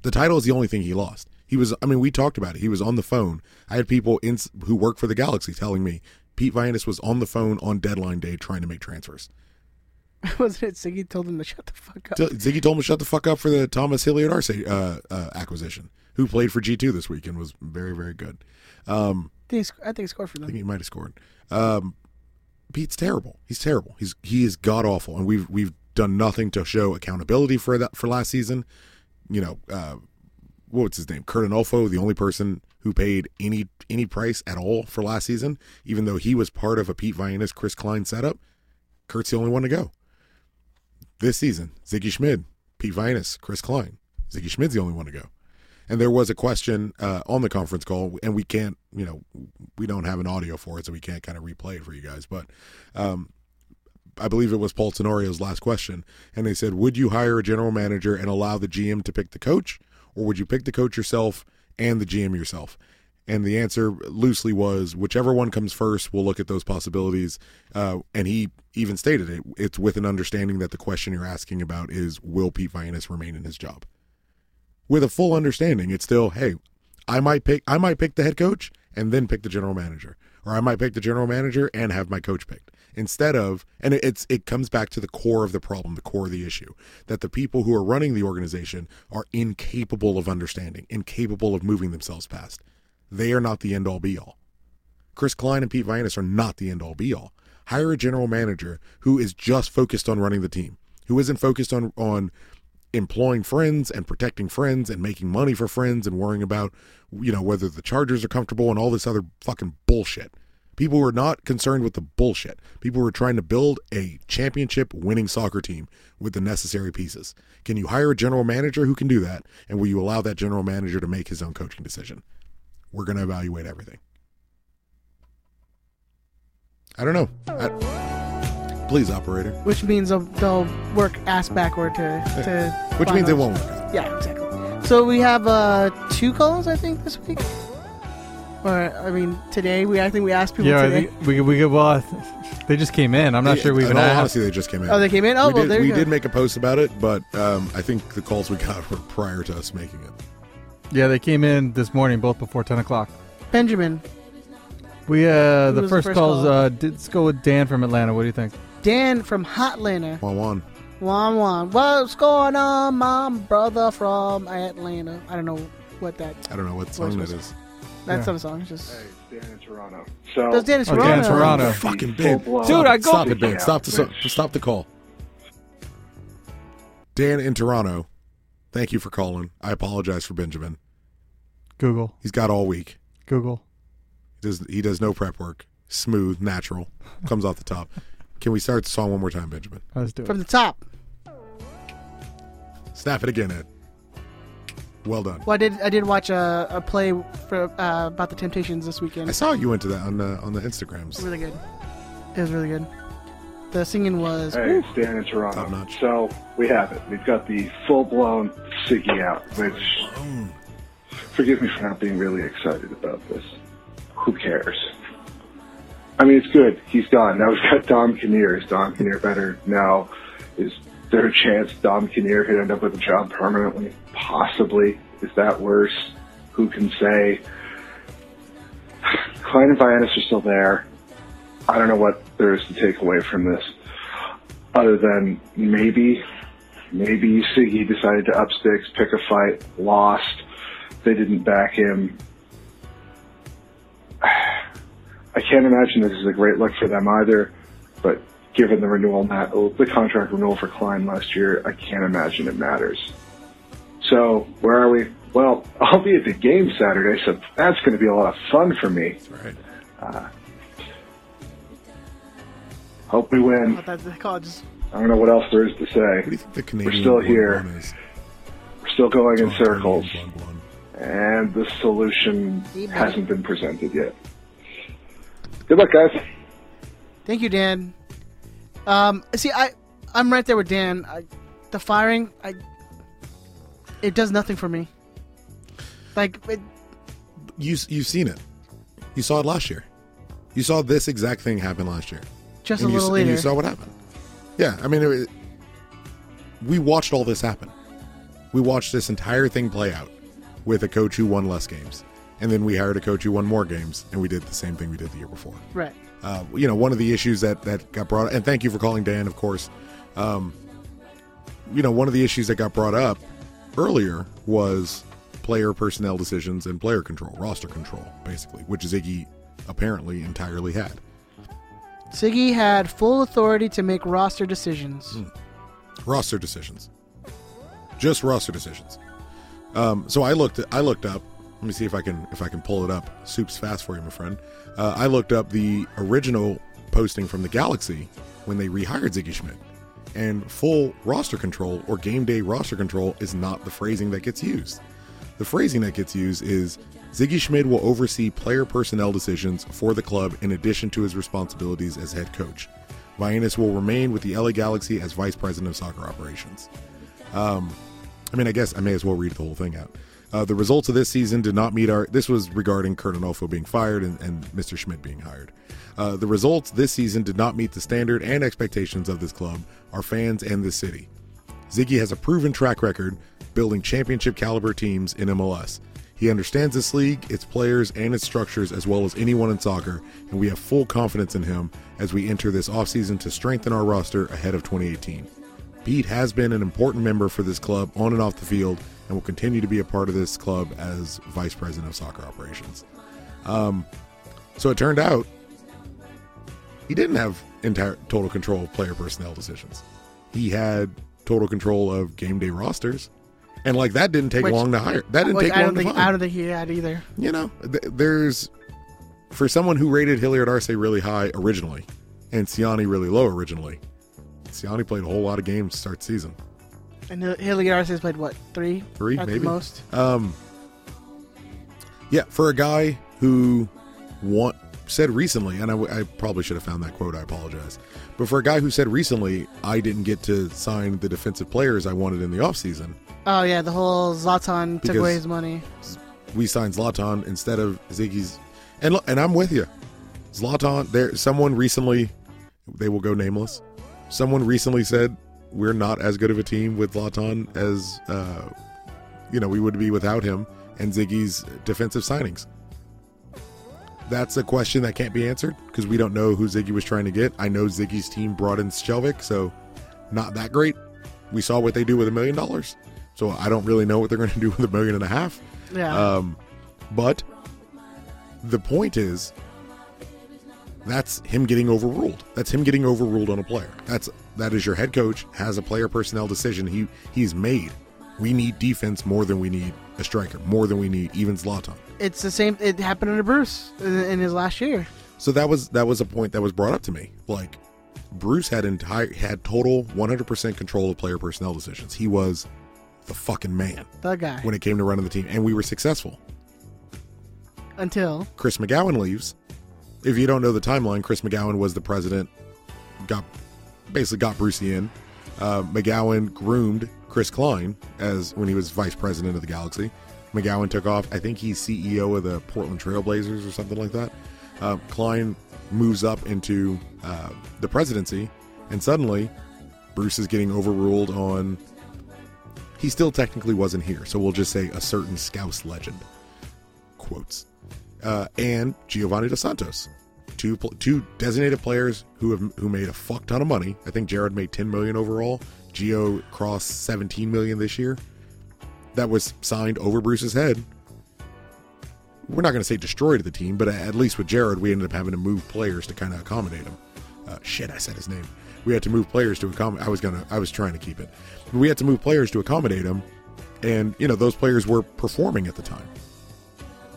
The title is the only thing he lost. He was I mean, we talked about it. He was on the phone. I had people in who work for the Galaxy telling me Pete Vianis was on the phone on deadline day trying to make transfers. Wasn't it Siggy told him to shut the fuck up? T- Ziggy told him to shut the fuck up for the Thomas Hilliard Arce uh, uh, acquisition, who played for G2 this week and was very, very good. Um, I think he, sc- I think he scored for I think them. he might have scored. Um, Pete's terrible. He's terrible. He's he is god awful, and we've we've done nothing to show accountability for that for last season. You know, uh, what's his name? Kurt Anolfo, the only person who paid any any price at all for last season, even though he was part of a Pete Vianis Chris Klein setup. Kurt's the only one to go. This season, Ziggy Schmid, Pete Vianis, Chris Klein. Ziggy Schmid's the only one to go. And there was a question uh, on the conference call, and we can't, you know, we don't have an audio for it, so we can't kind of replay it for you guys. But um, I believe it was Paul Tenorio's last question, and they said, "Would you hire a general manager and allow the GM to pick the coach, or would you pick the coach yourself and the GM yourself?" And the answer loosely was, "Whichever one comes first, we'll look at those possibilities." Uh, and he even stated it: "It's with an understanding that the question you're asking about is, will Pete Vianis remain in his job?" with a full understanding, it's still, hey, I might pick I might pick the head coach and then pick the general manager, or I might pick the general manager and have my coach picked instead of and it- it's it comes back to the core of the problem, the core of the issue that the people who are running the organization are incapable of understanding, incapable of moving themselves past. They are not the end all be all. Chris Klein and Pete Vianis are not the end all be all. Hire a general manager who is just focused on running the team, who isn't focused on on employing friends and protecting friends and making money for friends and worrying about you know whether the Chargers are comfortable and all this other fucking bullshit. People who are not concerned with the bullshit. People who are trying to build a championship winning soccer team with the necessary pieces. Can you hire a general manager who can do that? And will you allow that general manager to make his own coaching decision? We're going to evaluate everything. I don't know. I- please, operator. Which means they'll, they'll work ass backward to. to Which means it finals. won't work out. Yeah, exactly. So we have uh, two calls, I think, this week. Or I mean, today we I think we asked people Yeah, I today. think we we well, I th- they just came in. I'm not sure we In even all asked. honesty, they just came in. Oh, they came in? Oh, we well, did, there you we go. did make a post about it, but um, I think the calls we got were prior to us making it. yeah, they came in this morning, both before 10 o'clock. Benjamin, We uh, Who the was the first, first calls. call? Uh, did, let's go with Dan from Atlanta. What do you think? Dan from Hotlanta. Juan Juan. Wah, wah. What's going on, mom? Brother from Atlanta. I don't know what that. I don't know what song Voice that is. That's Yeah. not a song. It's just. Dan in Toronto. So That's Dan Oh, Dan Toronto. Toronto. Fucking Ben. Full-blown Dude, I go- Stop it, Ben. Stop the so- which- stop the call. Dan in Toronto, thank you for calling. I apologize for Benjamin. Google, He's got all week. Google. He does he does no prep work. Smooth, natural, comes off the top. Can we start the song one more time, Benjamin? Let's do From the it. top. Snap it again, Ed. Well done. Well, I did. I did watch a, a play for uh, about the Temptations this weekend. I saw you went to that on the on the Instagrams. really good. It was really good. The singing was. Hey, it's Dan in Toronto. Top notch. So we have it. We've got the full-blown Siggy out, which forgive me for not being really excited about this. Who cares? I mean, it's good. He's gone. Now we've got Dom Kinnear. Is Dom Kinnear better now? Is there a chance Dom Kinnear could end up with a job permanently? Possibly. Is that worse? Who can say? Klein and Vianis are still there. I don't know what there is to take away from this, other than maybe, maybe Siggy decided to up sticks, pick a fight, lost. They didn't back him. I can't imagine this is a great look for them either, but given the renewal, not, the contract renewal for Klein last year, I can't imagine it matters. So, where are we? Well, I'll be at the game Saturday, so that's going to be a lot of fun for me. Right. Hope we win. I thought they called just. I don't know what else there is to What do say. you think the Canadian still blonde here. one is? We're still going in Oh, circles, Blonde, blonde, blonde. and the solution hasn't been presented yet. Good luck, guys. Thank you, Dan. Um, see, I I'm right there with Dan. I, the firing, I it does nothing for me. Like, it, You you've seen it. You saw it last year. You saw this exact thing happen last year. just a and you, little s- and you later. saw what happened. Yeah, I mean, it, we watched all this happen. We watched this entire thing play out with a coach who won less games, and then we hired a coach who won more games, and we did the same thing we did the year before. right. Uh, you know, one of the issues that that got brought, and thank you for calling Dan, of course. Um, you know, one of the issues that got brought up earlier was player personnel decisions and player control, roster control, basically, which Ziggy apparently entirely had. Siggy had full authority to make roster decisions. Hmm. roster decisions. Just roster decisions. Um, so I looked. I looked up. Let me see if I can if I can pull it up. Soup's fast for you, my friend. Uh, I looked up the original posting from the Galaxy when they rehired Ziggy Schmidt, and full roster control or game day roster control is not the phrasing that gets used. The phrasing that gets used is Ziggy Schmidt will oversee player personnel decisions for the club in addition to his responsibilities as head coach. Vianis will remain with the LA Galaxy as vice president of soccer operations. I mean, I guess I may as well read the whole thing out. Uh, the results of this season did not meet our. This was regarding Kurt Onofo being fired and, and Mr. Schmidt being hired. Uh, the results this season did not meet the standard and expectations of this club, our fans, and this city. Ziggy has a proven track record building championship caliber teams in MLS. He understands this league, its players, and its structures as well as anyone in soccer, and we have full confidence in him as we enter this offseason to strengthen our roster ahead of 2018. Pete has been an important member for this club on and off the field and will continue to be a part of this club as vice president of soccer operations. Um, so it turned out he didn't have entire total control of player personnel decisions. He had total control of game day rosters, and like that didn't take Which- long to hire. That didn't Which take I long don't to think find I don't think he had either. you know, th- there's for someone who rated Hilliard Arce really high originally and Siani really low originally. Siani played a whole lot of games to start the season. And Hilliard has played what three, Three, at maybe. Uh, Um, the most. Yeah, for a guy who want, said recently, and I, w- I probably should have found that quote, I apologize. But for a guy who said recently, I didn't get to sign the defensive players I wanted in the offseason, Oh yeah, the whole Zlatan took Because- away his money. we signed Zlatan instead of Ziggy's. And look, and I'm with you. Zlatan, there someone recently, they will go nameless. Someone recently said we're not as good of a team with Zlatan as uh, you know we would be without him and Ziggy's defensive signings. That's a question that can't be answered because we don't know who Ziggy was trying to get. I know Ziggy's team brought in Shelvick, so not that great. We saw what they do with a million dollars, so I don't really know what they're going to do with a million and a half. Yeah, Um, but the point is, that's him getting overruled. That's him getting overruled on a player. That's that is your head coach has a player personnel decision he he's made. We need defense more than we need a striker, more than we need even Zlatan. it's the same. It happened under Bruce in, in his last year. So that was that was a point that was brought up to me. Like Bruce had entire had total 100% control of player personnel decisions. He was the fucking man The guy when it came to running the team, and we were successful. until Chris McGowan leaves. If you don't know the timeline, Chris McGowan was the president, got basically got Brucey in. Uh, McGowan groomed Chris Klein as when he was vice president of the Galaxy. McGowan took off. I think he's CEO of the Portland Trailblazers or something like that. Uh, Klein moves up into uh, the presidency, and suddenly Bruce is getting overruled on. He still technically wasn't here, so we'll just say a certain Scouse legend. Quotes uh, and Giovanni Dos Santos, two pl- two designated players who have who made a fuck ton of money. I think Jared made 10 million overall. Gio crossed 17 million this year. That was signed over Bruce's head. We're not going to say destroyed the team, but a- at least with Jared, we ended up having to move players to kind of accommodate him. Uh, shit, I said his name. We had to move players to accommodate. I was gonna, I was trying to keep it. We had to move players to accommodate him, and you know those players were performing at the time.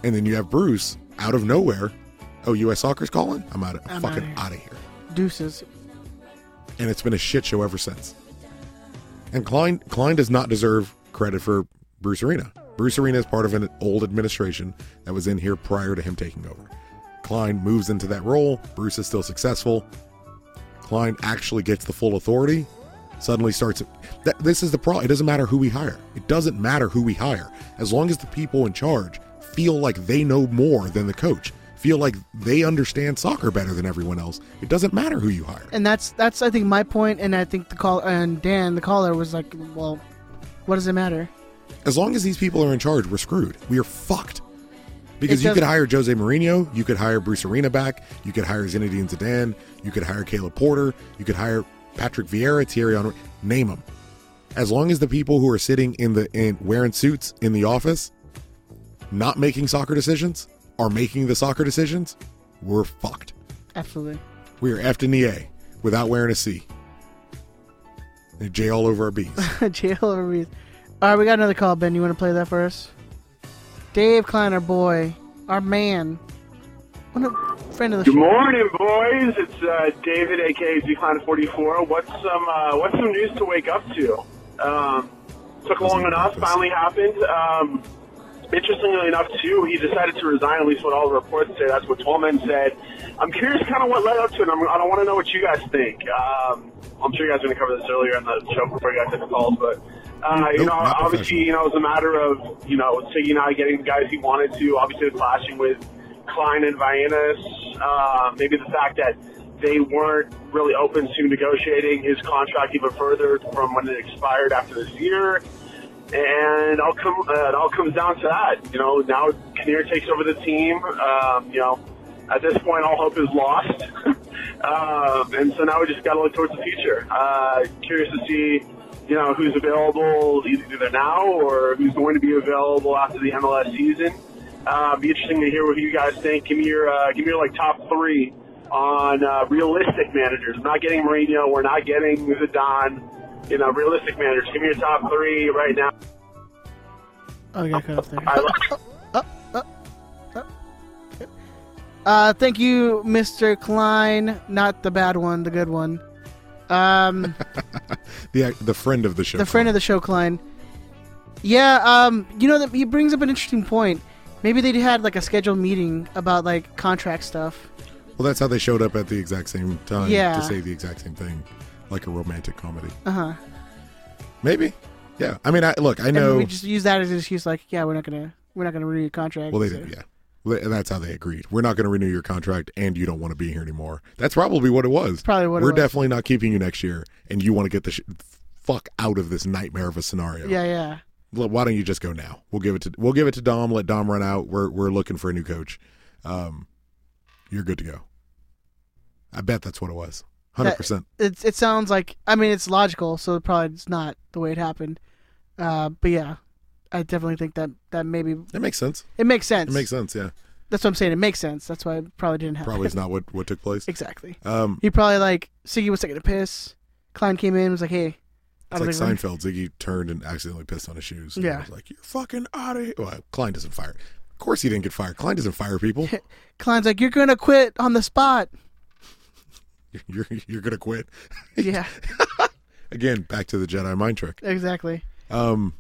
And then you have Bruce out of nowhere. Oh, U.S. Soccer's calling. I'm out. Of, I'm I'm fucking outta here." out of here. Deuces. And it's been a shit show ever since. And Klein Klein does not deserve credit for Bruce Arena. Bruce Arena is part of an old administration that was in here prior to him taking over. Klein moves into that role. Bruce is still successful. Klein actually gets the full authority. suddenly starts. That, this is the problem. It doesn't matter who we hire. It doesn't matter who we hire. As long as the people in charge feel like they know more than the coach, feel like they understand soccer better than everyone else, it doesn't matter who you hire. and that's that's I think my point, and I think the call and Dan, the caller, was like, well, what does it matter? As long as these people are in charge, we're screwed. We are fucked. Because It you could doesn't- hire Jose Mourinho, you could hire Bruce Arena back, you could hire Zinedine Zidane, you could hire Caleb Porter, you could hire Patrick Vieira, Thierry Henry, name them. As long as the people who are sitting in the in wearing suits in the office, not making soccer decisions, are making the soccer decisions, we're fucked. Absolutely. We are effed in the E A without wearing a C. And J all over our B's. Jail or Reese. All right, we got another call, Ben. You want to play that for us? Dave Klein, our boy, our man, one of, friend of the Good show. morning, boys. It's uh, David, aka Zcon44. What's some uh, What's some news to wake up to? Um, took long enough. Finally happened. Um, interestingly enough, too, he decided to resign. At least what all the reports say. That's what Tolman said. I'm curious, kind of what led up to it. I'm, I don't want to know what you guys think. Um, I'm sure you guys are going to cover this earlier in the show before you guys hit the calls, but. Uh, you Nope, know, not obviously, professional. you know, it was a matter of, you know, Siggy and I getting the guys he wanted to, obviously clashing with Klein and Vianis, uh, maybe the fact that they weren't really open to negotiating his contract even further from when it expired after this year. And all come, uh, it all comes down to that. You know, now Kinnear takes over the team. Um, you know, at this point, all hope is lost. um, and so now we just got to look towards the future. Uh, curious to see, you know, who's available either now or who's going to be available after the MLS season. Uh, be interesting to hear what you guys think. Give me your, uh, give me your like top three on uh, realistic managers. We're not getting Mourinho. We're not getting Zidane. You know, realistic managers. Give me your top three right now. Oh, you got cut off there. I love- Uh, thank you, Mr. Klein. Not the bad one, the good one. Um, The the friend of the show. the friend of the show, Klein. Yeah, um, you know that he brings up an interesting point. Maybe they had like a scheduled meeting about like contract stuff. Well, that's how they showed up at the exact same time Yeah. to say the exact same thing, like a romantic comedy. Uh huh. Maybe. Yeah. I mean, I look. I And know. we just use that as an excuse, like, yeah, we're not gonna, we're not gonna renew a contract. well, they so- did. Yeah. Well, And that's how they agreed. We're not going to renew your contract, and you don't want to be here anymore. That's probably what it was. Probably what it We're was. definitely not keeping you next year, and you want to get the sh- fuck out of this nightmare of a scenario. Yeah, yeah. Look, why don't you just go now? We'll give it to we'll give it to Dom. Let Dom run out. We're we're looking for a new coach. Um, you're good to go. I bet that's what it was. Hundred That- percent. It it sounds like I mean it's logical, so probably it's not the way it happened. Uh, but yeah, I definitely think that that maybe That makes sense. it makes sense. It makes sense. Yeah. That's what I'm saying. It makes sense. That's why it probably didn't happen. probably is not what what took place. exactly. Um, He probably like Siggy was taking a piss. Klein came in, was like, "Hey, I it's don't think like Seinfeld. Ziggy turned and accidentally pissed on his shoes. And Yeah. was like you're fucking out of here. Well, Klein doesn't fire. Of course he didn't get fired. Klein doesn't fire people. we're-" Klein's like, "You're gonna quit on the spot." you're you're gonna quit. yeah, Again, back to the Jedi mind trick. exactly. Um,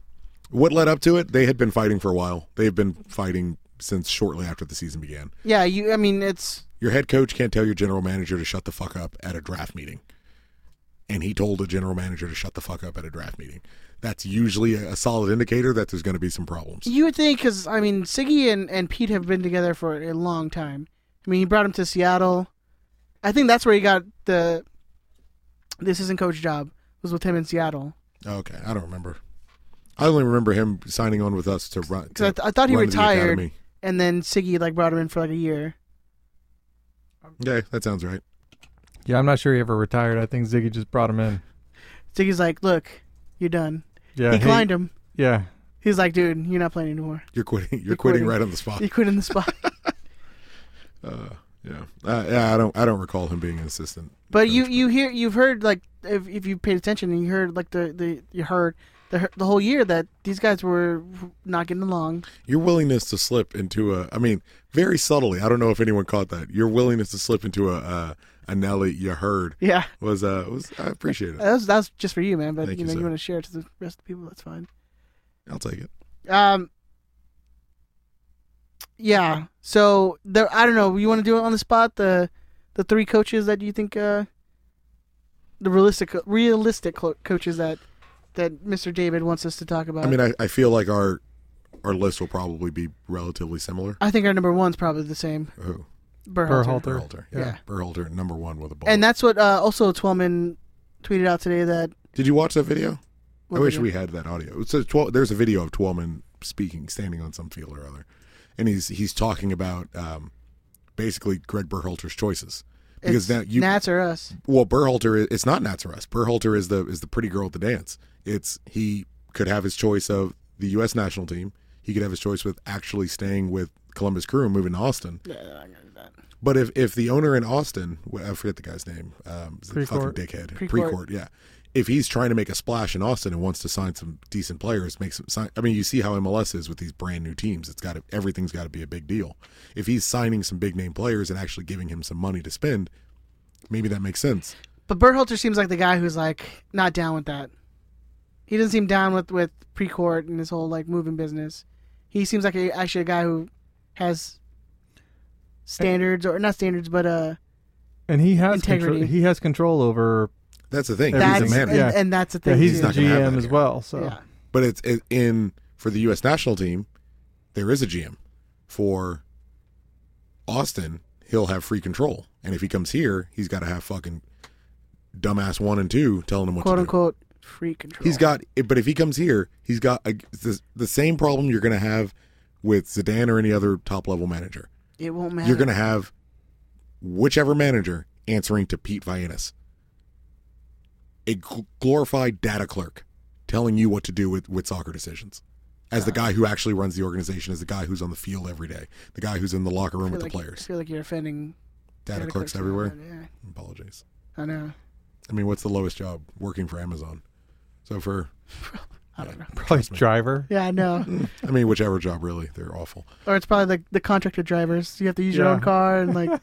what led up to it? They had been fighting for a while. They had been fighting since shortly after the season began. Yeah, you. I mean, it's Your head coach can't tell your general manager to shut the fuck up at a draft meeting. And he told a general manager to shut the fuck up at a draft meeting. That's usually a, a solid indicator that there's going to be some problems. You would think, because I mean, Siggy and, and Pete have been together for a long time. I mean, he brought him to Seattle. I think that's where he got the this isn't coach job was with him in Seattle. Okay, I don't remember. I only remember him signing on with us to run. Because I, to th- I thought he run the retired, academy. and then Siggy like brought him in for like a year. Yeah, that sounds right. Yeah, I'm not sure he ever retired. I think Ziggy just brought him in. Siggy's like, "Look, you're done." Yeah, he climbed him. Yeah, He's like, "Dude, you're not playing anymore. You're quitting. You're, You're quitting, quitting. right on the spot. You quit in the spot." Yeah, uh, yeah. I don't. I don't recall him being an assistant. But coach. you you hear you've heard like if if you paid attention and you heard like the the you heard the the whole year that these guys were not getting along. your willingness to slip into a. I mean, very subtly. I don't know if anyone caught that. Your willingness to slip into a a, a Nelly you heard Yeah. was uh was I appreciate it. That was, that was just for you, man. But Thank you you, know, you, sir. want to share it to the rest of the people. That's fine. I'll take it. Um, yeah. So there, I don't know. You want to do it on the spot? The the three coaches that you think uh, the realistic realistic co- coaches that that Mr. David wants us to talk about. I mean, I, I feel like our our list will probably be relatively similar. I think our number one's probably the same. Who? Berhalter. Berhalter. Berhalter. Yeah. Yeah. Berhalter, number one with a ball. And that's what uh, also Twelman tweeted out today that Did you watch that video? What I wish video? we had that audio. It's a twel- there's a video of Twelman speaking, standing on some field or other, and he's he's talking about um, basically Greg Berhalter's choices it's because now you Nats or us. well Berhalter is, it's not Nats or us. Berhalter is the is the pretty girl at the dance. It's he could have his choice of the U.S. national team. He could have his choice with actually staying with Columbus Crew and moving to Austin. But if if the owner in Austin, well, I forget the guy's name, um, is the fucking Precourt. dickhead, Precourt. Precourt, yeah. If he's trying to make a splash in Austin and wants to sign some decent players, make some sign. I mean, you see how MLS is with these brand new teams. It's got to, everything's got to be a big deal. If he's signing some big name players and actually giving him some money to spend, maybe that makes sense. But Berhalter seems like the guy who's like not down with that. He doesn't seem down with with pre-court and his whole like moving business. He seems like a, actually a guy who has standards or not standards, but uh, And he has control, Integrity. he has control over. That's the thing. That's- he's a and, manager, Yeah. and that's the Yeah, thing. he's too. the not gonna have that GM as here. well. So Yeah. but it's it, in for the U.S. national team. There is a GM for Austin. He'll have free control, and if he comes here, he's got to have fucking dumbass one and two telling him what quote to do. unquote free control. He's got, but if he comes here, he's got a, the, the same problem you're going to have with Zidane or any other top level manager. it won't matter. You're going to have whichever manager answering to Pete Vianis, a gl- glorified data clerk telling you what to do with, with soccer decisions. As the guy who actually runs the organization, as the guy who's on the field every day, the guy who's in the locker room I feel with like, the I players, feel like you're offending data, data clerks, clerks everywhere. everywhere, Apologies. Yeah, I know. I mean, what's the lowest job? Working for Amazon. So for, probably driver. Yeah, I know. I mean, whichever job really, they're awful. or it's probably like the contractor drivers. You have to use your Yeah. own car and like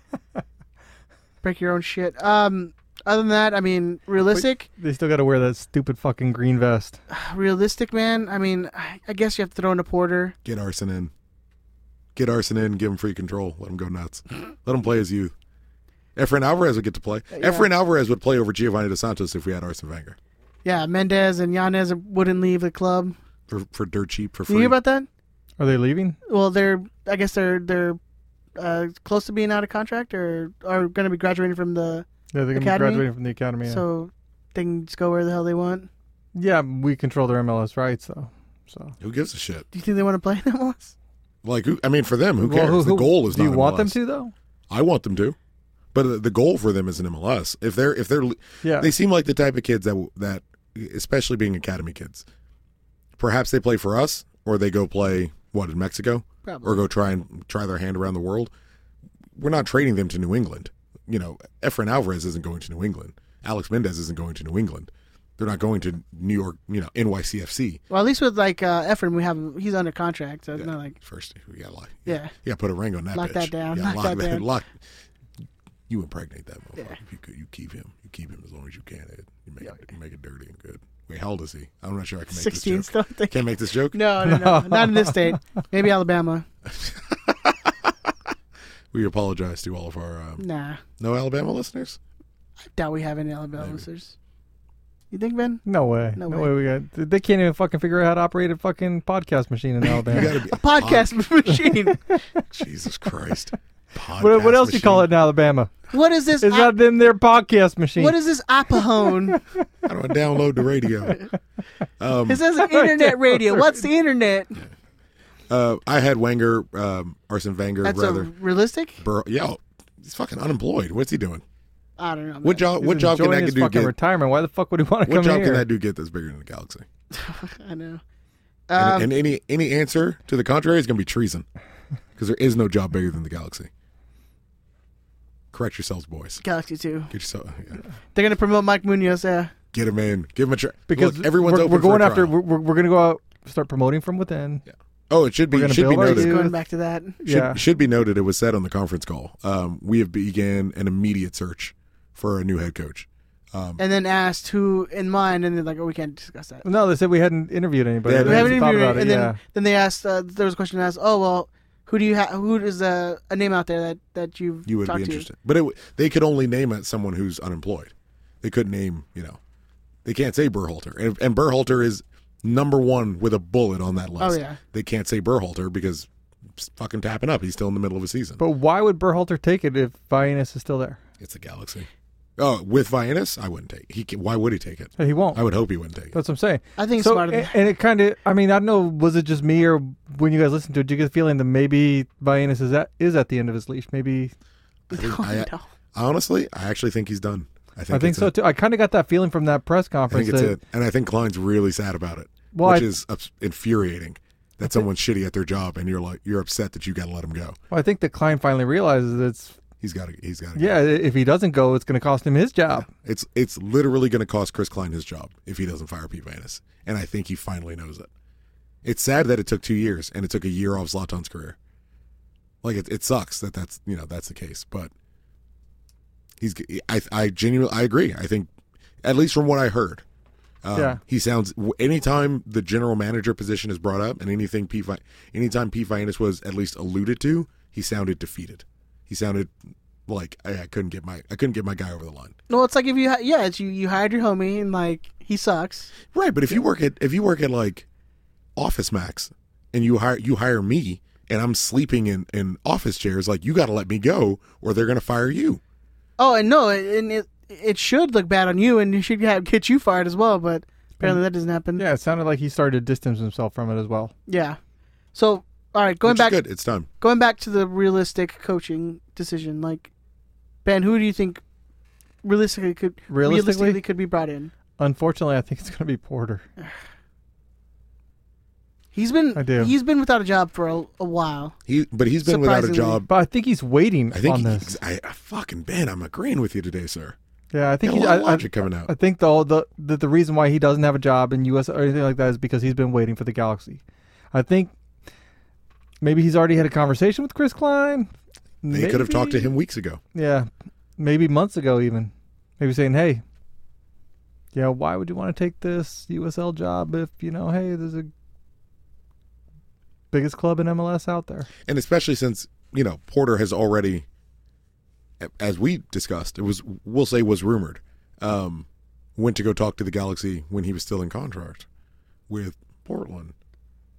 break your own shit. Um, other than that, I mean, realistic, They still got to wear that stupid fucking green vest. realistic, man. I mean, I I guess you have to throw in a porter. Get Arson in. Get Arson in. Give him free control. Let him go nuts. Let him play as youth. Efren Alvarez would get to play. Efren Alvarez would play over Giovanni Dos Santos if we had Arson Wenger Yeah, Mendez and Yanez wouldn't leave the club. for for dirt cheap for You free. hear about that? Are they leaving? Well, they're I guess they're they're uh, close to being out of contract or are going to be graduating from the Yeah, they're gonna Academy? be graduating from the academy. Yeah. so they can just go where the hell they want. yeah, we control their MLS rights though. So who gives a shit? Do you think they want to play in MLS? Like who? I mean, for them, who Well, cares? the goal is Do not. you want MLS. them to though? I want them to, but the- the goal for them is an MLS. If they're if they're Yeah. they seem like the type of kids that that especially being academy kids, perhaps they play for us or they go play what in Mexico Probably. or go try and try their hand around the world. We're not trading them to New England. You know, Efren Alvarez isn't going to New England. Alex Mendez isn't going to New England. They're not going to New York. You know, NYCFC Well, at least with like uh, Efren, we have him- he's under contract, so it's not like first. We got lock. Yeah. yeah. Put a ring on that. Lock bitch. that down, Yeah, lock that down. Lock. You impregnate that motherfucker. You, could- you keep him. You keep him as long as you can. Ed. You make it, you make it dirty and good. Wait, how old is he? I'm not sure I can make sixteen this joke. stuff. Thing. Can't make this joke. No, no, no, not in this state. Maybe Alabama. We apologize to all of our um, Nah, no Alabama listeners. I doubt we have any Alabama listeners. You think, Ben? no way. No No, way. way. We got. They can't even fucking figure out how to operate a fucking podcast machine in Alabama. You gotta be A podcast machine. Jesus Christ. what, what Podcast else do you call it machine? in Alabama? What is this? Is app- that them their podcast machine? what is this Apahone? How do I download the radio? Um, This is an internet radio. What's the internet? uh, I had Wenger, um, Arson Wenger, That's a rather. realistic. Bur- yeah, he's fucking unemployed. What's he doing? I don't know. What man. job? He's What job can enjoying that his dude fucking get? retirement? Why the fuck would he want to What come job here? can that dude get that's bigger than the galaxy? I know. And, Um, and any any answer to the contrary is going to be treason, because there is no job bigger than the galaxy. Correct yourselves, boys. Galaxy Two. Get yourself. Yeah. They're gonna promote Mike Munoz. uh, Yeah. Get him in. Give him a try. Because Look, everyone's we're, open we're for a going after. trial. We're, we're, we're going to go out, start promoting from within. oh, it Um, should be we're gonna should be build our noted. Just dude. going back to that. Should, Yeah. should be noted, it was said on the conference call. Um, we have began an immediate search for a new head coach. And then asked who in mind, and they're like, "Oh, we can't discuss that." No, they said we hadn't interviewed anybody. Yeah, They We haven't hadn't thought interviewed, about it, and yeah. then then they asked. Uh, there was a question asked. Oh well, who do you have? Who is a, a name out there that that you've You would talked be to? interested, but it, w- they could only name it someone who's unemployed. They couldn't name, you know, they can't say Burhalter, and, and Burhalter is number one with a bullet on that list. yeah. they can't say Burhalter because it's fucking tapping up. He's still in the middle of a season. But why would Berhalter take it if Vianis is still there? it's the Galaxy. Oh, with Vianis, I wouldn't take. He ca- why would he take it? He won't. I would hope he wouldn't take it. That's what I'm saying. I think it's so, smarter than- and, and it kind of. I mean, I don't know. Was it just me or when you guys listened to it, did you get the feeling that maybe Vianis is at is at the end of his leash? Maybe I think- I- Oh, no. Honestly, I actually think he's done. I think, I think it's so it. too. I kind of got that feeling from that press I think conference. it's that, it. And I think Klein's really sad about it, Well, which I- is ups- infuriating that someone's shitty at their job and you're like you're upset that you got to let him go. Well, I think that Klein finally realizes it's He's got to he's got to yeah. i- If he doesn't go, it's going to cost him his job. It's it's literally going to cost Chris Klein his job if he doesn't fire Pete Vanis. And I think he finally knows it. It's sad that it took 2 years and it took a year off Zlatan's career. Like it it sucks that that's, you know, that's the case, but he's g- I I genuinely I agree. I think at least from what I heard um, Yeah. He sounds w- anytime the general manager position is brought up, and anything Pete, Vi- anytime Pete Vianis was at least alluded to, he sounded defeated. He sounded like I, I couldn't get my I couldn't get my guy over the line. Well, it's like if you hi- yeah, it's you you hired your homie and like he sucks. Right, but if you work at if you work at like Office Max and you hire you hire me and I'm sleeping in in office chairs, like you got to let me go or they're gonna fire you. Oh, and no, and it it should look bad on you, and it should have, get you fired as well. But apparently that doesn't happen. Yeah, it sounded like he started to distance himself from it as well. Yeah. So all right, going Which is back good. It's time. going back to the realistic coaching decision. Like Ben, who do you think realistically could Realistically? could be brought in? Unfortunately, I think it's going to be Porter. He's been I do. he's been without a job for a, a while. He but he's been without a Surprisingly. job. But I think he's waiting I think on he- this. I, I fucking Ben, I'm agreeing with you today, sir. Yeah, I think Got a he, lot I, of I, logic coming out. I think though the, the the reason why he doesn't have a job in U.S. or anything like that is because he's been waiting for the Galaxy. I think maybe he's already had a conversation with Chris Klein. They could have talked to him weeks ago. Yeah, maybe months ago even. Maybe saying, "Hey, yeah, why would you want to take this USL job if you know, hey, there's a biggest club in MLS out there." and especially since you know Porter has already, as we discussed, it was we'll say was rumored, um, went to go talk to the Galaxy when he was still in contract with Portland.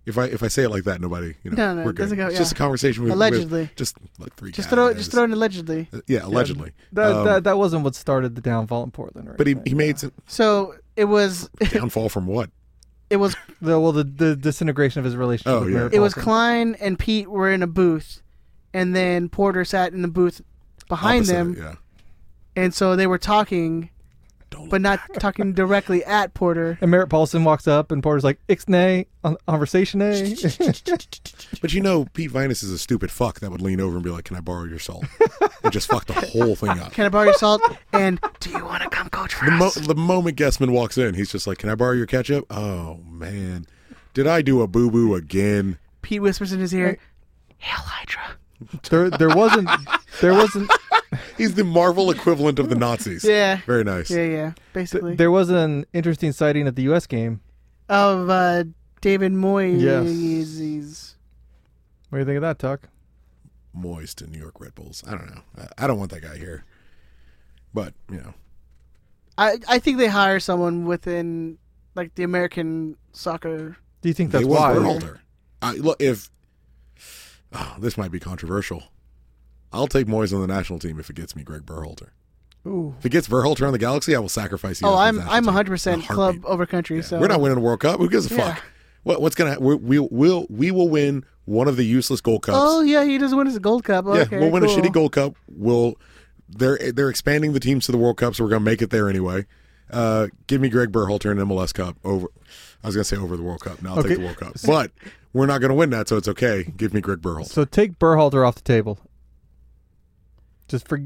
If I if I say it like that, nobody you know No, no, we're it doesn't good. go- it's just yeah. a conversation with with Allegedly. just like three Just guys. Uh, throw just throw in allegedly. yeah allegedly That, Um, that that wasn't what started the downfall in Portland, right? but he he made some So it was downfall from what it was The, well, the, the disintegration of his relationship. Oh, with yeah. Mary it was Paulson. Klein and Pete were in a booth, and then Porter sat in the booth behind Opposite, them, yeah and so they were talking, but not talking directly at Porter. And Merritt Paulson walks up, and Porter's like, "Ixnay, on conversation A." but you know Pete Vinas is a stupid fuck that would lean over and be like can I borrow your salt and just fuck the whole thing up Can I borrow your salt? and do you want to come coach for The, mo- us? the moment Guessman walks in, he's just like, "Can I borrow your ketchup?" Oh man, did I do a boo boo again? Pete whispers in his ear, "Hail Hydra." there, there wasn't, there wasn't, He's the Marvel equivalent of the Nazis. Yeah. very nice. Yeah, yeah, basically there was an interesting sighting at the U.S. game. of uh, David Moyes. What do you think of that, Tuck? Moist and New York Red Bulls. I don't know. I, I don't want that guy here. But you know, I I think they hire someone within like the American soccer. Do you think they that's want why? Berhalter. I look if oh, this might be controversial. I'll take Moyes on the national team if it gets me Greg Berhalter. Ooh. If it gets Berhalter on the Galaxy, I will sacrifice you. oh, I'm I'm 100 percent club over country. Yeah. So we're not winning the World Cup. Who gives a Yeah. fuck? What, what's gonna we we will we will win one of the useless Gold Cups. Oh yeah, he doesn't win his gold cup. yeah, Okay, we'll win cool. a shitty Gold Cup. We'll they're they're expanding the teams to the World Cup, so we're gonna make it there anyway. Uh, give me Greg Berhalter and MLS Cup over. I was gonna say over the World Cup. Now I'll Okay. take the World Cup, but we're not gonna win that, so it's okay. Give me Greg Berhalter. So take Burhalter off the table. Just for,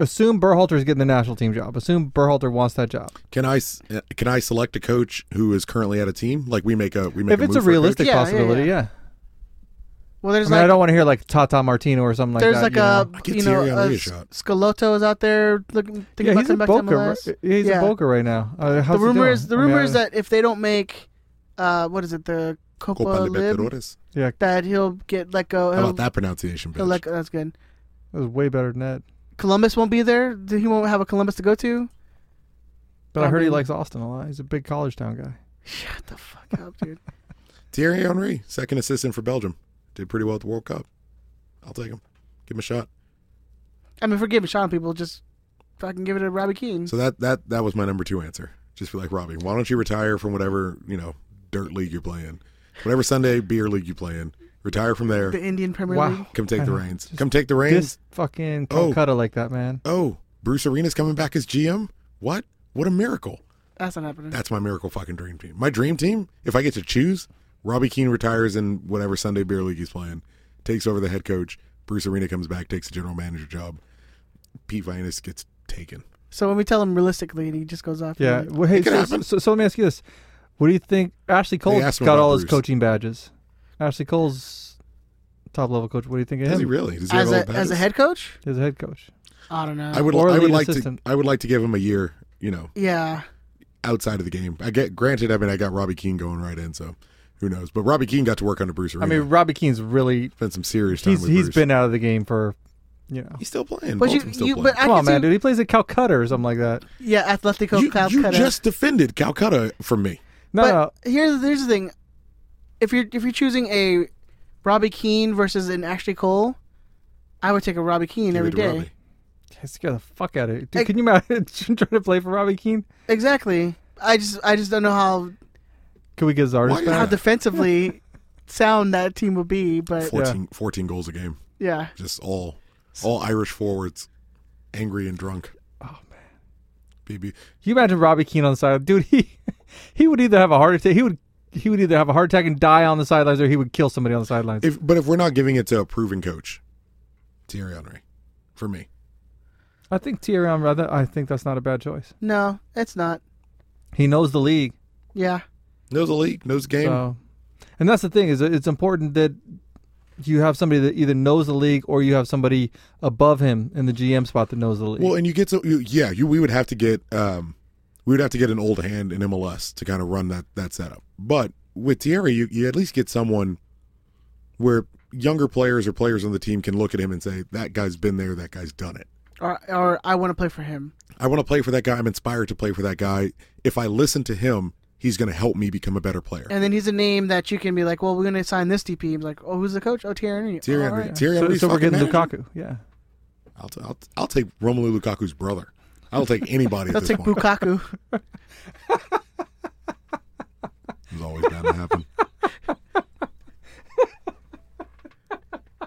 assume Burhalter's getting the national team job. Assume Burhalter wants that job. Can I s- uh, can I select a coach who is currently at a team? Like we make a we make if a it's move for a coach? realistic Yeah, yeah, possibility, yeah. yeah. Well, there's I mean, like I don't want to hear like Tata Martino or something like there's that. like you know? a I get you know Thierry Henry a a S- shot. Scalotto is out there looking thinking yeah, about he's a coming back to Boca. MLS. right? He's Yeah. a Boca right now. Uh, how's The he rumor doing? is the I mean, rumor I- is that if they don't make uh what is it the Copa, Copa Lib, Libertadores. yeah, that he'll get let go. How He'll, about that pronunciation, he'll bitch? let go. That's good. that was way better than that. Columbus won't be there. He won't have a Columbus to go to. But I heard he mean- likes Austin a lot. He's a big college town guy. Shut the fuck up, dude. Thierry Henry, second assistant for Belgium, did pretty well at the World Cup. I'll take him. Give him a shot. I mean, forgive me, Sean. People just fucking give it to Robbie Keane. So that that that was my number two answer. Just be like Robbie. Why don't you retire from whatever you know dirt league you're playing, whatever Sunday beer league you play in? Retire from there. the Indian Premier Wow. League. Come take the Kinda reins. just Come take the reins. This fucking Oh. Calcutta like that, man. Oh, Bruce Arena's coming back as GM. What? What a miracle! That's not happening. That's my miracle fucking dream team. My dream team, if I get to choose, Robbie Keane retires in whatever Sunday beer league he's playing, takes over the head coach. Bruce Arena comes back, takes the general manager job. Pete Vianis gets taken. so when we tell him realistically, and he just goes off. Yeah. and- Well, hey, could so, happen. so, so let me ask you this: What do you think? Ashley Cole asked him got about all his Bruce. coaching badges. Ashley Cole's top level coach. What do you think of Does him he really? Does he as have a all the as a badges? head coach, as a head coach? I don't know. I would, Or I would lead like assistant. to, I would like to give him a year, you know, yeah, outside of the game. I get granted. I mean, I got Robbie Keane going right in, so who knows? But Robbie Keane got to work under Bruce I Arena. mean, Robbie Keane's really spent some serious time. he's with he's Bruce. been out of the game for you know. He's still playing. but you, Bolton's still you playing. but I Come can on, man, see, dude. He plays at Calcutta or something like that. yeah, Atletico you, you Calcutta. just defended Calcutta from me. No, no. but here's here's the thing: if you're if you're choosing a Robbie Keane versus an Ashley Cole, I would take a Robbie Keane Give every it to day. Robbie. Just scare the fuck out of it. Dude, Hey. can you imagine trying to play for Robbie Keane? Exactly. I just I just don't know how Can we get Why Zardes not? back? how defensively sound that team would be, but 14, 14 goals a game. yeah. Just all all Irish forwards, angry and drunk. Oh, man, BB. Can you imagine Robbie Keane on the side? Dude, he he would either have a heart attack. He would he would either have a heart attack and die on the sidelines, or he would kill somebody on the sidelines. If but if we're not giving it to a proven coach, Thierry Henry, for me, I think Thierry Henry. I th- I think that's not a bad choice. No, it's not. He knows the league, Yeah. knows the league, knows the game. so and that's the thing is that it's important that you have somebody that either knows the league or you have somebody above him in the GM spot that knows the league. Well, and you get so you, yeah, you we would have to get um, we would have to get an old hand in MLS to kind of run that that setup. But with Thierry, you, you at least get someone where younger players or players on the team can look at him and say that guy's been there, that guy's done it. Or or I want to play for him. I want to play for that guy. I'm inspired to play for that guy. If I listen to him, he's going to help me become a better player. And then he's a name that you can be like, well, we're gonna sign this DP. He's like, oh, who's the coach? Oh, Thierry. Henry. Thierry All Henry. right. Thierry so, Henry's so we're fucking getting manager. Lukaku. Yeah, I'll, t- I'll, I'll take Romelu Lukaku's brother. I'll take anybody at Let's this take point. Bukaku. It's always bound to happen.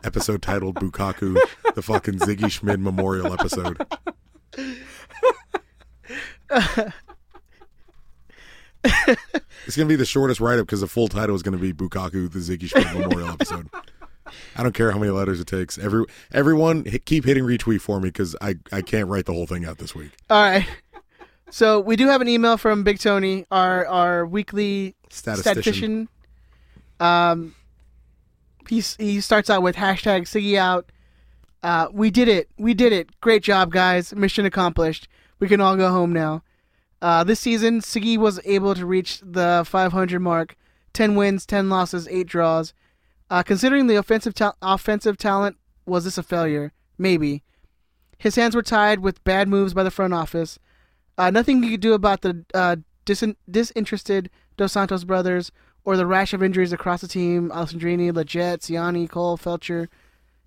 episode titled Bukaku, the fucking Ziggy Schmid Memorial episode. it's going to be the shortest write up because the full title is going to be Bukaku, the Ziggy Schmid Memorial episode. I don't care how many letters it takes. Every everyone hit, keep hitting retweet for me because I, I can't write the whole thing out this week. All right. So we do have an email from Big Tony, our our weekly Statistician. Um, he he starts out with hashtag Siggy out. Uh, we did it. We did it. Great job, guys. Mission accomplished. We can all go home now. Uh, this season, Siggy was able to reach the 500 mark: 10 wins, 10 losses, 8 draws. Uh, considering the offensive ta- offensive talent, was this a failure? Maybe. His hands were tied with bad moves by the front office. Uh, nothing you could do about the uh, disin- disinterested Dos Santos brothers or the rash of injuries across the team Alessandrini, Leggett, Siani, Cole, Felcher.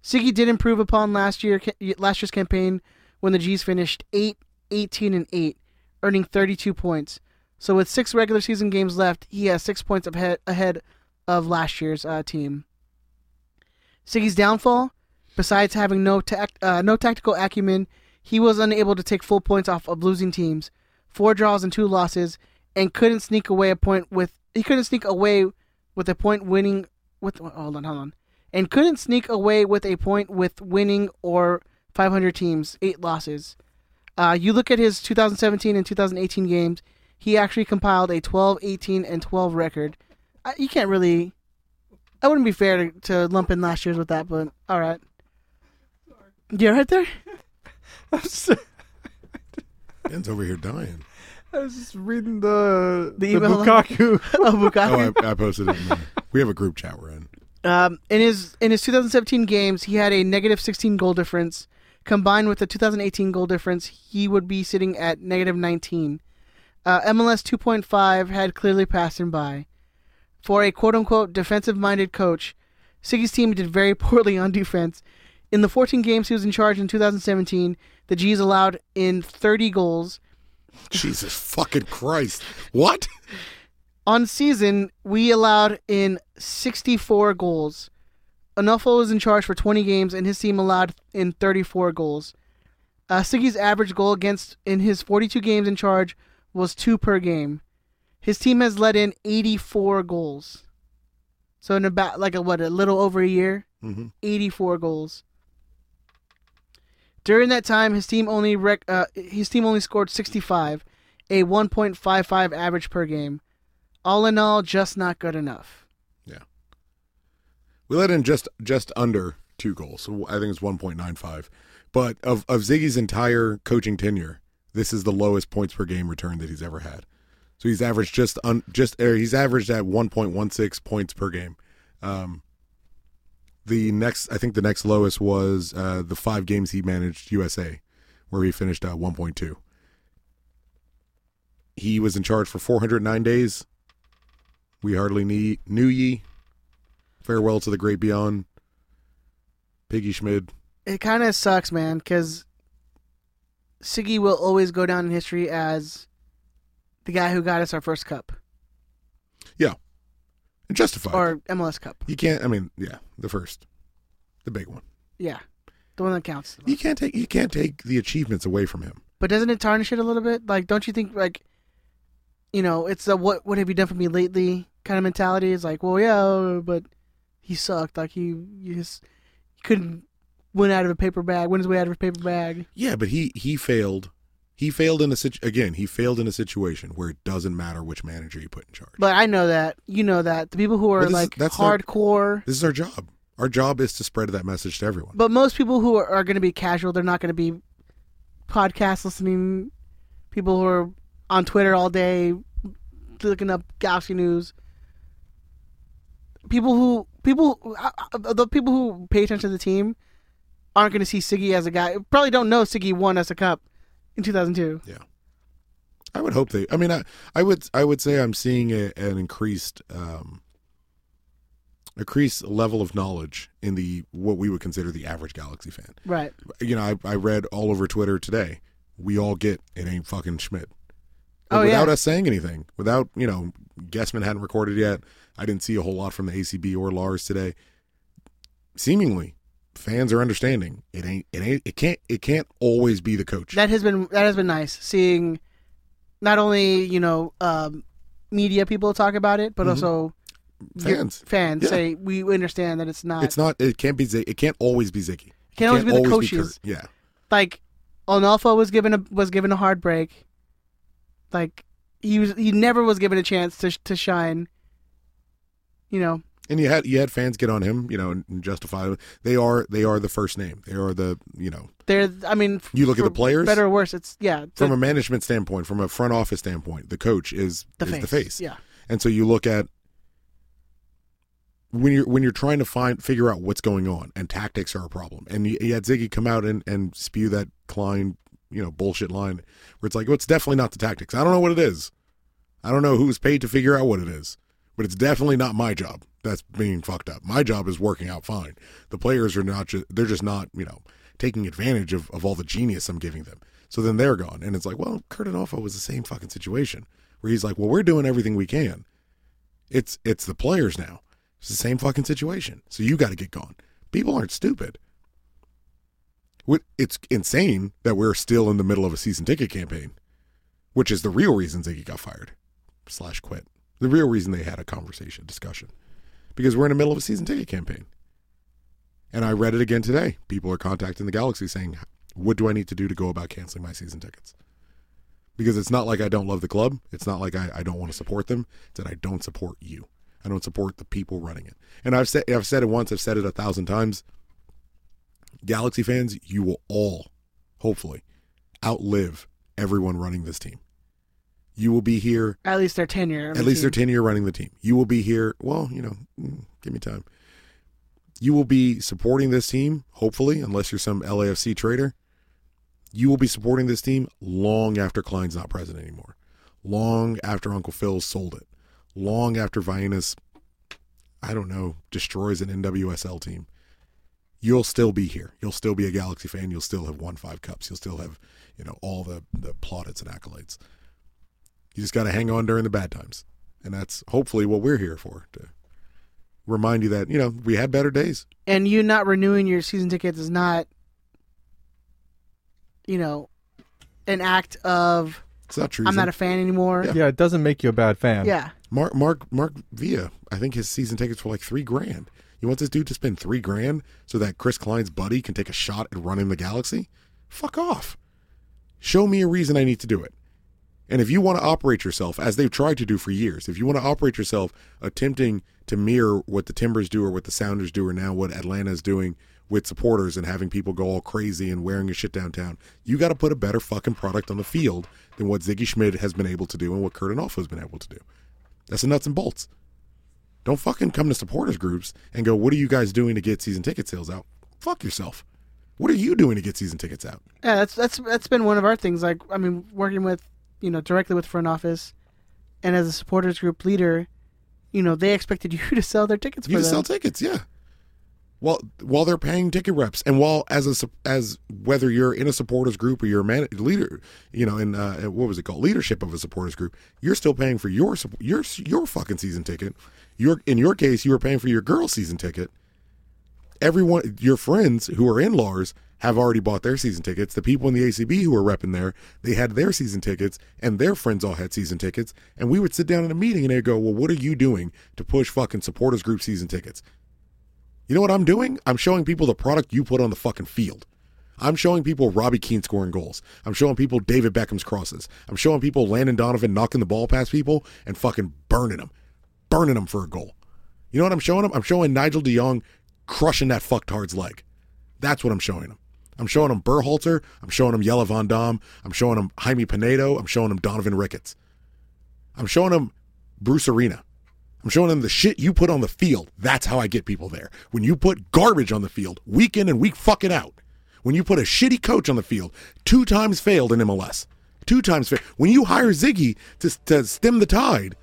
Siggy did improve upon last year last year's campaign when the G's finished 8, 18, and 8, earning 32 points. So with six regular season games left, he has six points ahead, ahead of last year's uh, team. Siggy's downfall, besides having no tac- uh, no tactical acumen, he was unable to take full points off of losing teams, four draws and two losses, and couldn't sneak away a point with he couldn't sneak away with a point winning with oh, hold on hold on and couldn't sneak away with a point with winning or 500 teams, eight losses. Uh, you look at his 2017 and 2018 games, he actually compiled a 12, 18, and 12 record. I, you can't really. I wouldn't be fair to, to lump in last year's with that, but all right. You're right there. Ben's over here dying. I was just reading the The email. Lukaku. Oh, Bukaki. Oh, I, I posted it. In there. We have a group chat we're in. Um, in his in his 2017 games, he had a negative 16 goal difference. Combined with the 2018 goal difference, he would be sitting at negative 19. uh, MLS 2.5 had clearly passed him by. For a quote unquote defensive minded coach, Siggy's team did very poorly on defense. In the 14 games he was in charge in 2017, the G's allowed in 30 goals. Jesus fucking Christ. What? On season, we allowed in 64 goals. Onofo was in charge for 20 games, and his team allowed in 34 goals. Uh, Siggy's average goal against in his 42 games in charge was two per game. His team has let in 84 goals. So in about like a what a little over a year, 84 goals. During that time, his team only rec- uh, his team only scored 65, a 1.55 average per game. All in all, just not good enough. Yeah. We let in just just under two goals. So I think it's 1.95. But of of Ziggy's entire coaching tenure, this is the lowest points per game return that he's ever had. So he's averaged just un, just er, he's averaged at 1.16 points per game. Um the next I think the next lowest was uh the 5 games he managed USA where he finished at 1.2. He was in charge for 409 days. We hardly need, knew ye. Farewell to the great beyond. Piggy Schmid. It kind of sucks, man, because Siggy will always go down in history as the guy who got us our first cup Yeah. And justified. or MLS Cup. you can't I mean, yeah, the first. The big one. Yeah, the one that counts. You can't take you can't take the achievements away from him. But doesn't it tarnish it a little bit? Like, don't you think like, you know, it's a what what have you done for me lately kind of mentality? Is like, well, yeah, but he sucked. Like he he just he couldn't win out of a paper bag. Win his way out of a paper bag. Yeah, but he he failed. He failed in a situ- again, he failed in a situation where it doesn't matter which manager you put in charge. But I know that you know that the people who are But this is- like that's not- hardcore. This is our job. Our job is to spread that message to everyone. But most people who are, are going to be casual, they're not going to be podcast listening people who are on Twitter all day looking up Galaxy news. People who people uh, uh, the people who pay attention to the team aren't going to see Siggy as a guy. Probably don't know Siggy won us a cup in 2002. I would hope they. I mean, I, I would I would say I'm seeing a, an increased um, increased level of knowledge in the what we would consider the average Galaxy fan. Right. You know, I, I read all over Twitter today. We all get it ain't fucking Schmidt. Oh, yeah. without us saying anything, without you know, Guessman hadn't recorded yet. I didn't see a whole lot from the ACB or Lars today. Seemingly, fans are understanding it ain't it ain't it can't it can't always be the coach. That has been that has been nice seeing not only, you know, um, media people talk about it, but also your Mm-hmm. fans fans Yeah. say we understand that it's not It's not. It can't be. Zig- It can't always be Ziggy. It Can't always be the coaches. Kurt. Yeah, like Onalfa was given a was given a hard break. Like he was he never was given a chance to to shine. You know, and you had you had fans get on him. You know, and, and justify. it. They are they are the first name. They are the you know they're I mean, f- You look at for the players? better or worse. It's yeah, the, from a management standpoint, from a front office standpoint, the coach is the is face. the face. Yeah, and so you look at when you're when you're trying to find figure out what's going on, and tactics are a problem. And you, you had Ziggy come out and and spew that Klein you know bullshit line where it's like, well, it's definitely not the tactics. I don't know what it is. I don't know who's paid to figure out what it is, but it's definitely not my job. That's being fucked up. My job is working out fine. The players are not just, they're just not, you know, taking advantage of, of all the genius I'm giving them. So then they're gone. And it's like, well, Kurt Adolfo was the same fucking situation where he's like, well, we're doing everything we can. It's, it's the players now. It's the same fucking situation. So you got to get gone. People aren't stupid. Wh- It's insane that we're still in the middle of a season ticket campaign, which is the real reason Ziggy got fired slash quit. The real reason they had a conversation, discussion, because we're in the middle of a season ticket campaign. And I read it again today. People are contacting the Galaxy saying, "What do I need to do to go about canceling my season tickets?" Because it's not like I don't love the club. It's not like I, I don't want to support them. It's that I don't support you. I don't support the people running it. And I've said I've said it once. I've said it a thousand times. Galaxy fans, you will all, hopefully, outlive everyone running this team. You will be here at least their tenure. at least they're 10 year running the team. You will be here. Well, you know, mm, give me time. You will be supporting this team, hopefully, unless you're some LAFC trader. You will be supporting this team long after Klein's not president anymore, long after Uncle Phil sold it, long after Vianis, I don't know, destroys an NWSL team. You'll still be here. You'll still be a Galaxy fan. You'll still have won five cups. You'll still have, you know, all the the plaudits and accolades. You just got to hang on during the bad times, and that's hopefully what we're here for to remind you that you know we had better days. and you not renewing your season tickets is not, you know, an act of It's not treason. I'm not a fan anymore. Yeah. Yeah, it doesn't make you a bad fan. Yeah. Mark Mark Mark Villa. I think his season tickets were like three grand. You want this dude to spend three grand so that Chris Klein's buddy can take a shot at running the galaxy? Fuck off. Show me a reason I need to do it. And if you want to operate yourself, as they've tried to do for years, if you want to operate yourself attempting to mirror what the Timbers do or what the Sounders do or now what Atlanta is doing with supporters and having people go all crazy and wearing your shit downtown, you got to put a better fucking product on the field than what Ziggy Schmidt has been able to do and what Kurtanoff has been able to do. That's the nuts and bolts. Don't fucking come to supporters groups and go, what are you guys doing to get season ticket sales out? Fuck yourself. What are you doing to get season tickets out? Yeah, that's that's that's been one of our things. Like, I mean, working with you know directly with front office, and as a supporters group leader, you know they expected you to sell their tickets You for just them. sell tickets, yeah. While while they're paying ticket reps, and while as a sup- as whether you're in a supporters group or you're a man leader, you know, in uh, what was it called, leadership of a supporters group, you're still paying for your sup- your your fucking season ticket. Your in your case, you were paying for your girl's season ticket. Everyone, your friends who are in Lars have already bought their season tickets. The people in the ACB who were repping there, they had their season tickets, and their friends all had season tickets. And we would sit down in a meeting, and they'd go, "Well, what are you doing to push fucking supporters group season tickets?" You know what I'm doing? I'm showing people the product you put on the fucking field. I'm showing people Robbie Keane scoring goals. I'm showing people David Beckham's crosses. I'm showing people Landon Donovan knocking the ball past people and fucking burning them, burning them for a goal. You know what I'm showing them? I'm showing Nigel De Jong crushing that fucktard's leg. That's what I'm showing them. I'm showing them Burhalter. I'm showing them Yella Von Dam. I'm showing them Jaime Pinedo. I'm showing them Donovan Ricketts. I'm showing them Bruce Arena. I'm showing them the shit you put on the field. That's how I get people there. When you put garbage on the field, week in and week fucking out. When you put a shitty coach on the field, two times failed in MLS. Two times failed. When you hire Ziggy to, to stem the tide,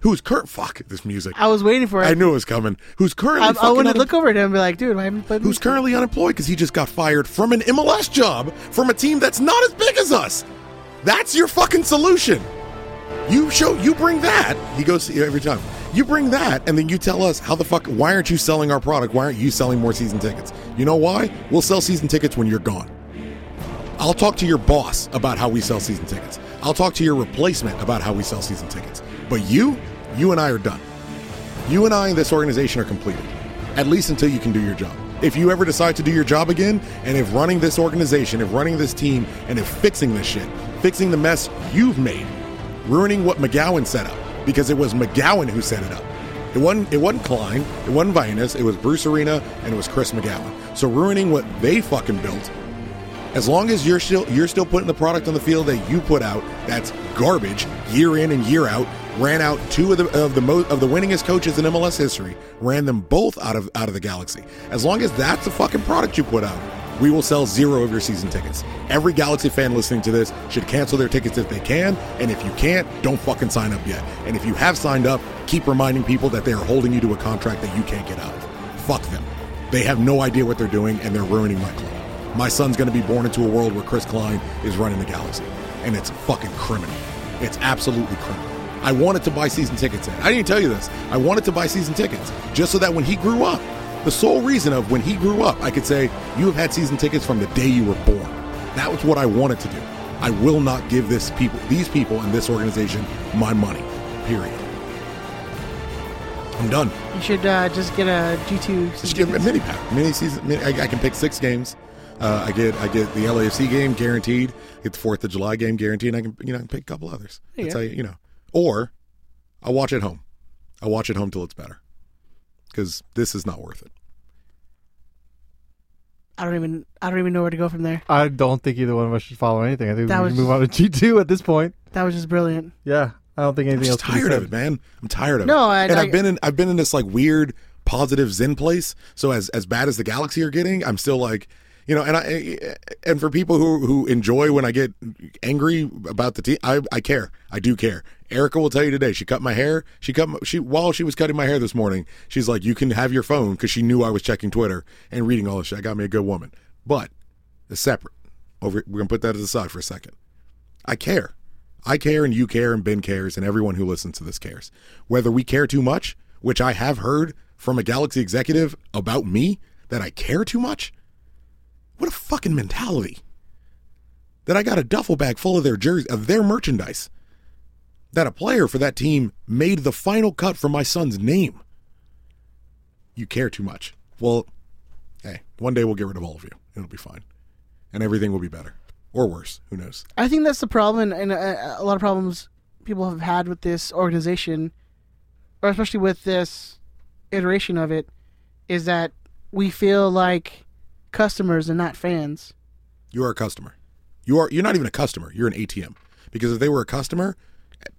who's current? Fuck this music. I was waiting for it. I knew it was coming. Who's currently I, I fucking wanted unem- to look over at him and be like, dude, why haven't you played? who's currently unemployed because he just got fired from an MLS job from a team that's not as big as us. That's your fucking solution. You show you bring that. He goes every time. You bring that, and then you tell us how the fuck. Why aren't you selling our product? Why aren't you selling more season tickets? You know why? We'll sell season tickets when you're gone. I'll talk to your boss about how we sell season tickets. I'll talk to your replacement about how we sell season tickets. But you, you and I are done. You and I and this organization are completed, at least until you can do your job. If you ever decide to do your job again, and if running this organization, if running this team, and if fixing this shit, fixing the mess you've made, ruining what McGowan set up, because it was McGowan who set it up. It wasn't it wasn't Klein, it wasn't Vianis, it was Bruce Arena, and it was Chris McGowan. So ruining what they fucking built as long as you're still you're still putting the product on the field that you put out, that's garbage year in and year out. Ran out two of the of the mo- of the winningest coaches in MLS history. Ran them both out of out of the galaxy. As long as that's the fucking product you put out, we will sell zero of your season tickets. Every Galaxy fan listening to this should cancel their tickets if they can, and if you can't, don't fucking sign up yet. And if you have signed up, keep reminding people that they are holding you to a contract that you can't get out of. Fuck them. They have no idea what they're doing, and they're ruining my club. My son's going to be born into a world where Chris Klein is running the galaxy. And it's fucking criminal. It's absolutely criminal. I wanted to buy season tickets in. I didn't tell you this. I wanted to buy season tickets just so that when he grew up, the sole reason of when he grew up, I could say, you have had season tickets from the day you were born. That was what I wanted to do. I will not give this people, these people and this organization my money. Period. I'm done. You should uh, just get a G two. Just give them a mini pack. Mini season. Mini, I, I can pick six games. Uh, I get I get the LAFC game guaranteed. Get the Fourth of July game guaranteed. And I can you know I can pick a couple others. There you That's go. how you, you know. Or I watch at home. I watch at home till it's better. Because this is not worth it. I don't even I don't even know where to go from there. I don't think either one of us should follow anything. I think That we was should move on to G two at this point. That was just brilliant. Yeah, I don't think I'm anything just else. can be tired of it, said. man. I'm tired of it. No, I- and I- I've been in I've been in this like weird positive zen place. So as as bad as the galaxy are getting, I'm still like, You know, and I and for people who who enjoy when I get angry about the team, I I care. I do care. Erica will tell you today. She cut my hair. She cut my, she while she was cutting my hair this morning. She's like, "You can have your phone" because she knew I was checking Twitter and reading all this shit. I got me a good woman, but it's separate. Over, we're gonna put that to the side for a second. I care. I care and you care and Ben cares and everyone who listens to this cares. Whether we care too much, which I have heard from a Galaxy executive about me that I care too much, what a fucking mentality. That I got a duffel bag full of their jersey of their merchandise. That a player for that team made the final cut for my son's name. You care too much. Well, hey, one day we'll get rid of all of you. It'll be fine. And everything will be better or worse. Who knows? I think that's the problem, and uh, a, a lot of problems people have had with this organization, or especially with this iteration of it, is that we feel like customers and not fans. You are a customer. You are you're not even a customer. You're an ATM. Because if they were a customer,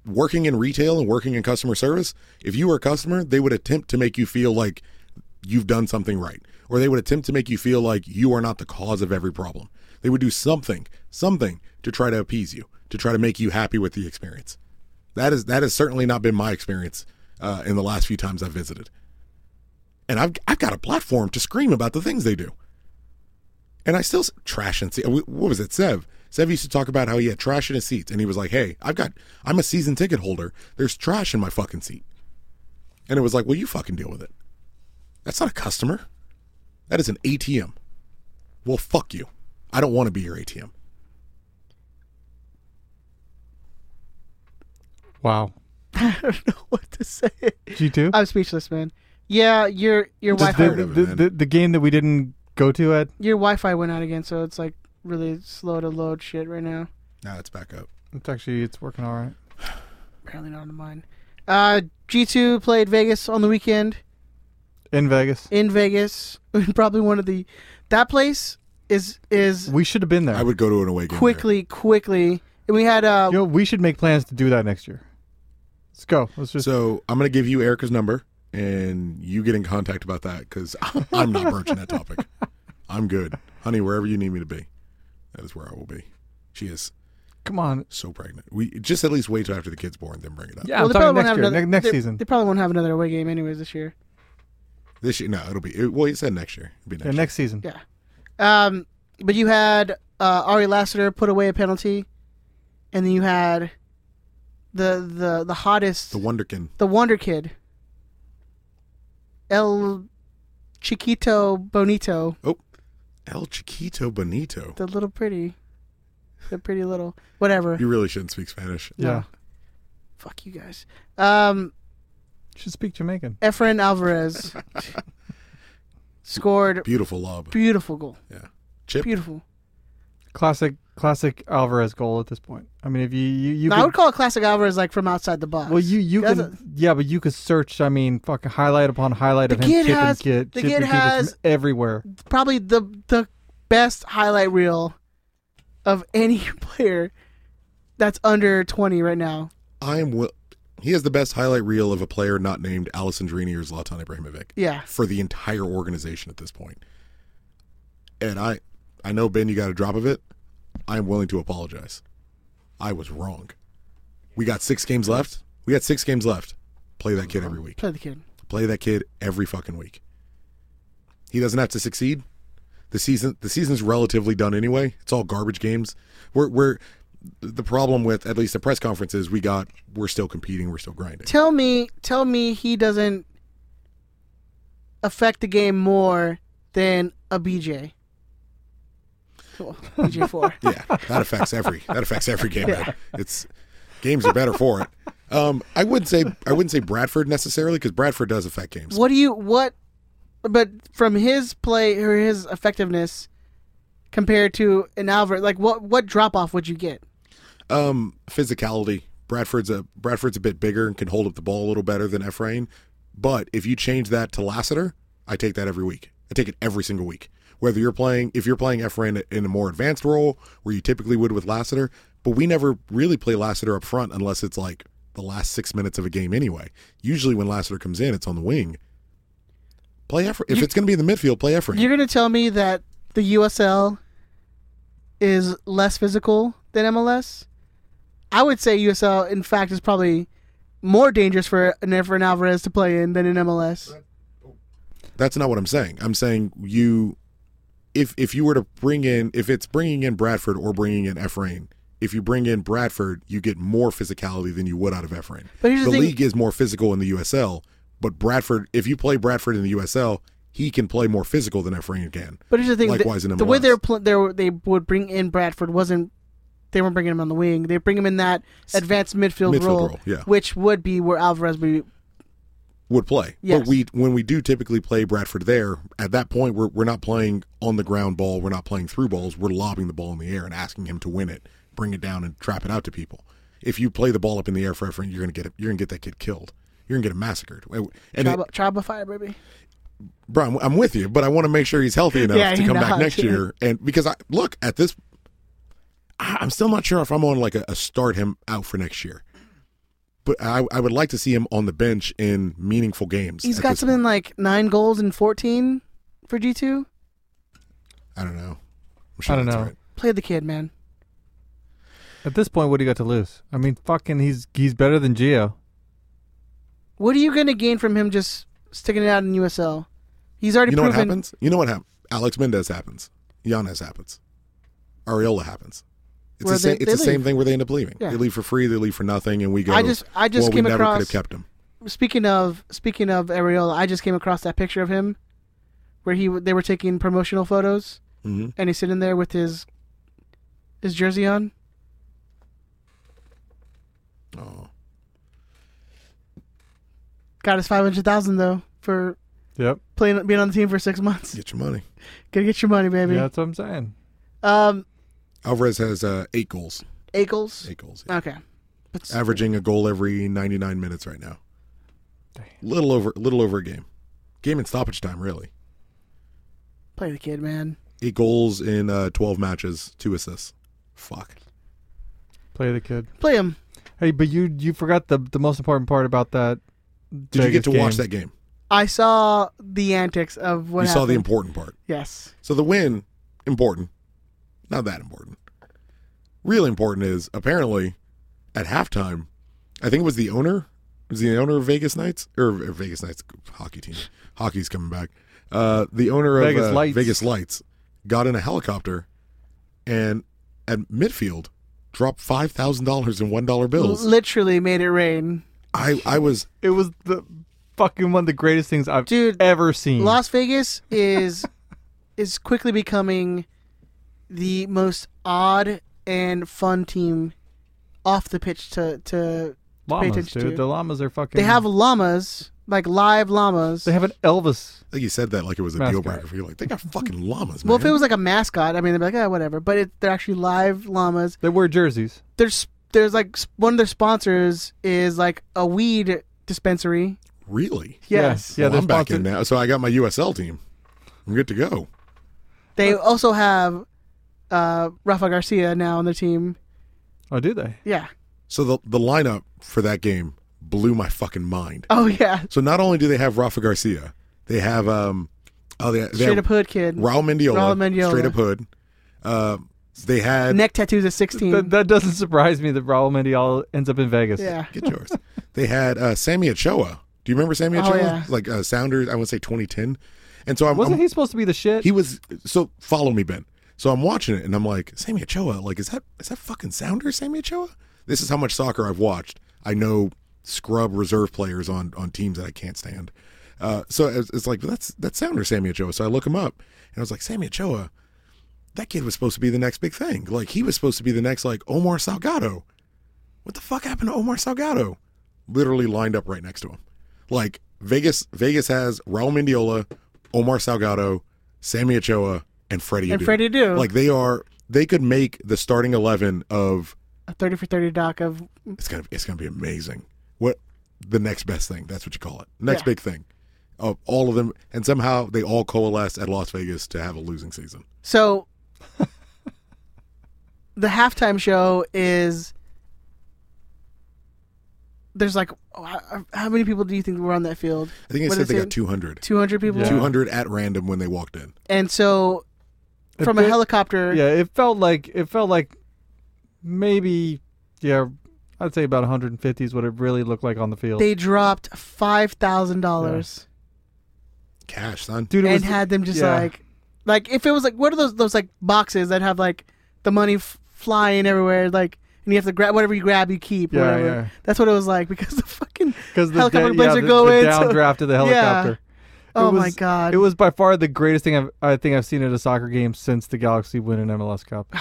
working in retail and working in customer service, if you were a customer, they would attempt to make you feel like you've done something right, or they would attempt to make you feel like you are not the cause of every problem. They would do something, something to try to appease you, to try to make you happy with the experience. That is that has certainly not been my experience uh, in the last few times I've visited. And I've I've got a platform to scream about the things they do. And I still s- trash and see. What was it, Sev? Sev used to talk about how he had trash in his seats, and he was like, "Hey, I've got I'm a season ticket holder. There's trash in my fucking seat." And it was like, "Well, you fucking deal with it." That's not a customer. That is an ATM. Well, fuck you. I don't want to be your ATM. Wow. I don't know what to say. G two. I'm speechless, man. Yeah, your your Just Wi-Fi do it. The, the, the, the game that we didn't go to at. your Wi-Fi went out again, so it's like really slow to load shit right now. Now it's back up. It's actually it's working all right. Apparently not on mine. Uh, G2 played Vegas on the weekend In Vegas, in Vegas. Probably one of the that place is is we should have been there. I would go to an away game. quickly quickly. And we had uh you know, we should make plans to do that next year. Let's go. Let's there. just. So I'm going to give you Erica's number and you get in contact about that because I'm not broaching that topic. I'm good. Honey, wherever you need me to be, that is where I will be. She is come on. so pregnant. We just at least wait till after the kid's born, then bring it up. Yeah, they I'm talking probably won't next have year, another- ne- next they- season. They probably won't have another away game anyways this year. This year, no, it'll be it, well. You said next year. It'll be next. yeah, year. next season. Yeah. Um, but you had uh, Ari Lassiter put away a penalty, and then you had the the the hottest The Wonderkin. the Wonder Kid, El Chiquito Bonito, Oh, El Chiquito Bonito. the little pretty, the pretty little whatever. You really shouldn't speak Spanish. Yeah. Fuck you guys. Um, Should speak Jamaican. Efren Alvarez scored Beautiful lob. beautiful goal, Yeah. Chip. beautiful. Classic, classic Alvarez goal at this point. I mean, if you you, you Now, I could- would call it classic Alvarez like from outside the box. well, you you That's can yeah, but you could search. I mean, fucking highlight upon highlight The of him kid chipping, has- kid, the chipping kid kid just has- from everywhere. probably the the best highlight reel of any player that's under 20 right now. I am. Will- he has the best highlight reel of a player not named Alessandrini or Zlatan Ibrahimovic Yeah. for the entire organization at this point. And I, I know Ben, you got a drop of it. I am willing to apologize. I was wrong. We got six games left. We got six games left. Play that Uh-huh. kid every week. Play the kid. Play that kid every fucking week. He doesn't have to succeed. The season the season's relatively done anyway. It's all garbage games. We're we're the problem with at least the press conferences we got we're still competing, we're still grinding. Tell me, tell me he doesn't affect the game more than a BJ. Cool. BJ4. Yeah, that affects every that affects every game. man. It's games are better for it. Um, I wouldn't say I wouldn't say Bradford necessarily because Bradford does affect games. what do you what but from his play or his effectiveness compared to an Alvarez, like what what drop off would you get? Um, physicality. Bradford's a Bradford's a bit bigger and can hold up the ball a little better than Efrain. But if you change that to Lassiter, I take that every week. I take it every single week. Whether you're playing, if you're playing Efrain in a more advanced role where you typically would with Lassiter, but we never really play Lassiter up front unless it's like the last six minutes of a game anyway. Usually when Lassiter comes in, it's on the wing. Play Efrain. If it's going to be in the midfield, play Efrain. You're gonna tell me that the USL is less physical than MLS. I would say USL, in fact, is probably more dangerous for an for an Alvarez to play in than in MLS. That's not what I'm saying. I'm saying you, if if you were to bring in, if it's bringing in Bradford or bringing in Efrain, if you bring in Bradford, you get more physicality than you would out of Efrain. But here's the the thing- league is more physical in the USL, but Bradford, if you play Bradford in the USL, he can play more physical than Efrain can. But here's the thing: Likewise the, in the way MLS. they're pl- they were- they would bring in Bradford wasn't they weren't bringing him on the wing. They bring him in that advanced midfield, Midfield role, role, yeah. which would be where Alvarez would. be. would play. Yes. But we when we do typically play Bradford there, at that point we're we're not playing on the ground ball, we're not playing through balls, we're lobbing the ball in the air and asking him to win it, bring it down and trap it out to people. If you play the ball up in the air for effort, you're gonna get you're gonna get that kid killed. You're gonna get him massacred. And it, Tribe, tribe of fire, baby. bro, I'm, I'm with you, but I want to make sure he's healthy enough Yeah, to come not. back next year. And because I look at this, I- I'm still not sure if I'm on like a, a start him out for next year. But I, I would like to see him on the bench in meaningful games. He's at got this something point. like nine goals and fourteen for G two. I don't know. I'm I don't that's know. right. Play the kid, man. At this point, what do you got to lose? I mean, fucking, he's he's better than Gio. What are you going to gain from him just sticking it out in USL? He's already You know what proven. happens? You know what happens? Alex Mendez happens. Giannis happens. Ariola happens. It's Where the same. they- it's the they same leave. thing where they end up leaving. Yeah. They leave for free. They leave for nothing, and we go. I just- I just well, came we never across- could have kept him. Speaking of speaking of Ariola, I just came across that picture of him where he they were taking promotional photos Mhm. and he's sitting there with his his jersey on. Oh, Got his 500,000 though for Yep. playing being on the team for 6 months. get your money. Got to get your money, baby. Yeah, that's what I'm saying. Um Alvarez has uh, eight goals. eight goals. Eight goals. Okay. That's- Averaging a goal every 99 minutes right now. Little over. Little over a game. Game in stoppage time, really. play the kid, man. Eight goals in uh, 12 matches. Two assists. Fuck. Play the kid. Play him. Hey, but you you forgot the the most important part about that. Did you get to watch game. that game? I saw the antics of what you saw the happened. important part. Yes. So the win, important. Not that important. Really important is apparently at halftime, I think it was the owner, it was the owner of Vegas Knights or or Vegas Knights hockey team. Hockey's coming back. Uh, the owner of Vegas uh, Lights. Vegas Lights got in a helicopter and at midfield dropped five thousand dollars in one dollar bills. Literally made it rain. I I was It was the fucking one of the greatest things I've Dude, ever Mm. seen. Las Vegas is is quickly becoming the most odd and fun team off the pitch to to pay llamas, attention dude. to. The llamas are fucking. they have llamas, like live llamas. They have an Elvis. like you said that like it was a deal Mascot. breaker for you. Like they got fucking llamas, man. well, if it was like a mascot, I mean, they'd be like, ah, whatever. But it, they're actually live llamas. They wear jerseys. There's there's like s- one of their sponsors is like a weed dispensary. really? Yes. Yeah, well, they're I'm back in sponsored- now. So I got my USL team. I'm good to go. They also have uh, Rafa Garcia now on their team. Oh, do they? Yeah. So the the lineup for that game blew my fucking mind. Oh yeah. So not only do they have Rafa Garcia, they have um oh they, they Straight have up hood kid. Raul Mendiola, Raul Mendiola. straight up hood. Uh, they had Neck tattoos at 16. That, that doesn't surprise me that Raul Mendial ends up in Vegas. yeah. get yours. they had uh, Sammy Ochoa. Do you remember Sammy Oh, Ochoa? yeah. Like uh, Sounders, I would say 2010. And so I'm, Wasn't I'm- he supposed to be the shit? he was so follow me ben so i'm watching it and i'm like sammy ochoa like is that is that fucking sounder sammy ochoa this is how much soccer i've watched i know scrub reserve players on on teams that i can't stand uh, so it's, it's like that's that's sounder sammy ochoa so i look him up and i was like sammy ochoa that kid was supposed to be the next big thing like he was supposed to be the next like omar salgado what the fuck happened to omar salgado literally lined up right next to him like Vegas, Vegas has Raul Mendiola, Omar Salgado, Sammy Ochoa, and Freddie. And Adu. Freddie Adu. Like they are, they could make the starting eleven of. a 30 for 30 doc of It's gonna, it's gonna be amazing. What the next best thing? That's what you call it. Next Yeah. big thing. Of all of them, and somehow they all coalesce at Las Vegas to have a losing season. so the halftime show is there's like oh, how, how many people do you think were on that field I think they What said is they it? got 200. 200 people Yeah. 200 at random when they walked in. and so from a felt- helicopter. Yeah, it felt like it felt like maybe yeah, I'd say about 150 is what it really looked like on the field. They dropped five thousand dollars Cash, son. Dude, it and was, had them just yeah. like, like if it was like what are those those like boxes that have like the money f- flying everywhere like. And you have to grab whatever you grab, you keep. Yeah, whatever. yeah. That's what it was like because the fucking because the, helicopter da- blades yeah, are the, going. the so- downdraft of the Yeah. helicopter. It Oh my was- God. It was by far the greatest thing I've, I think I've seen at a soccer game since the Galaxy win an MLS Cup.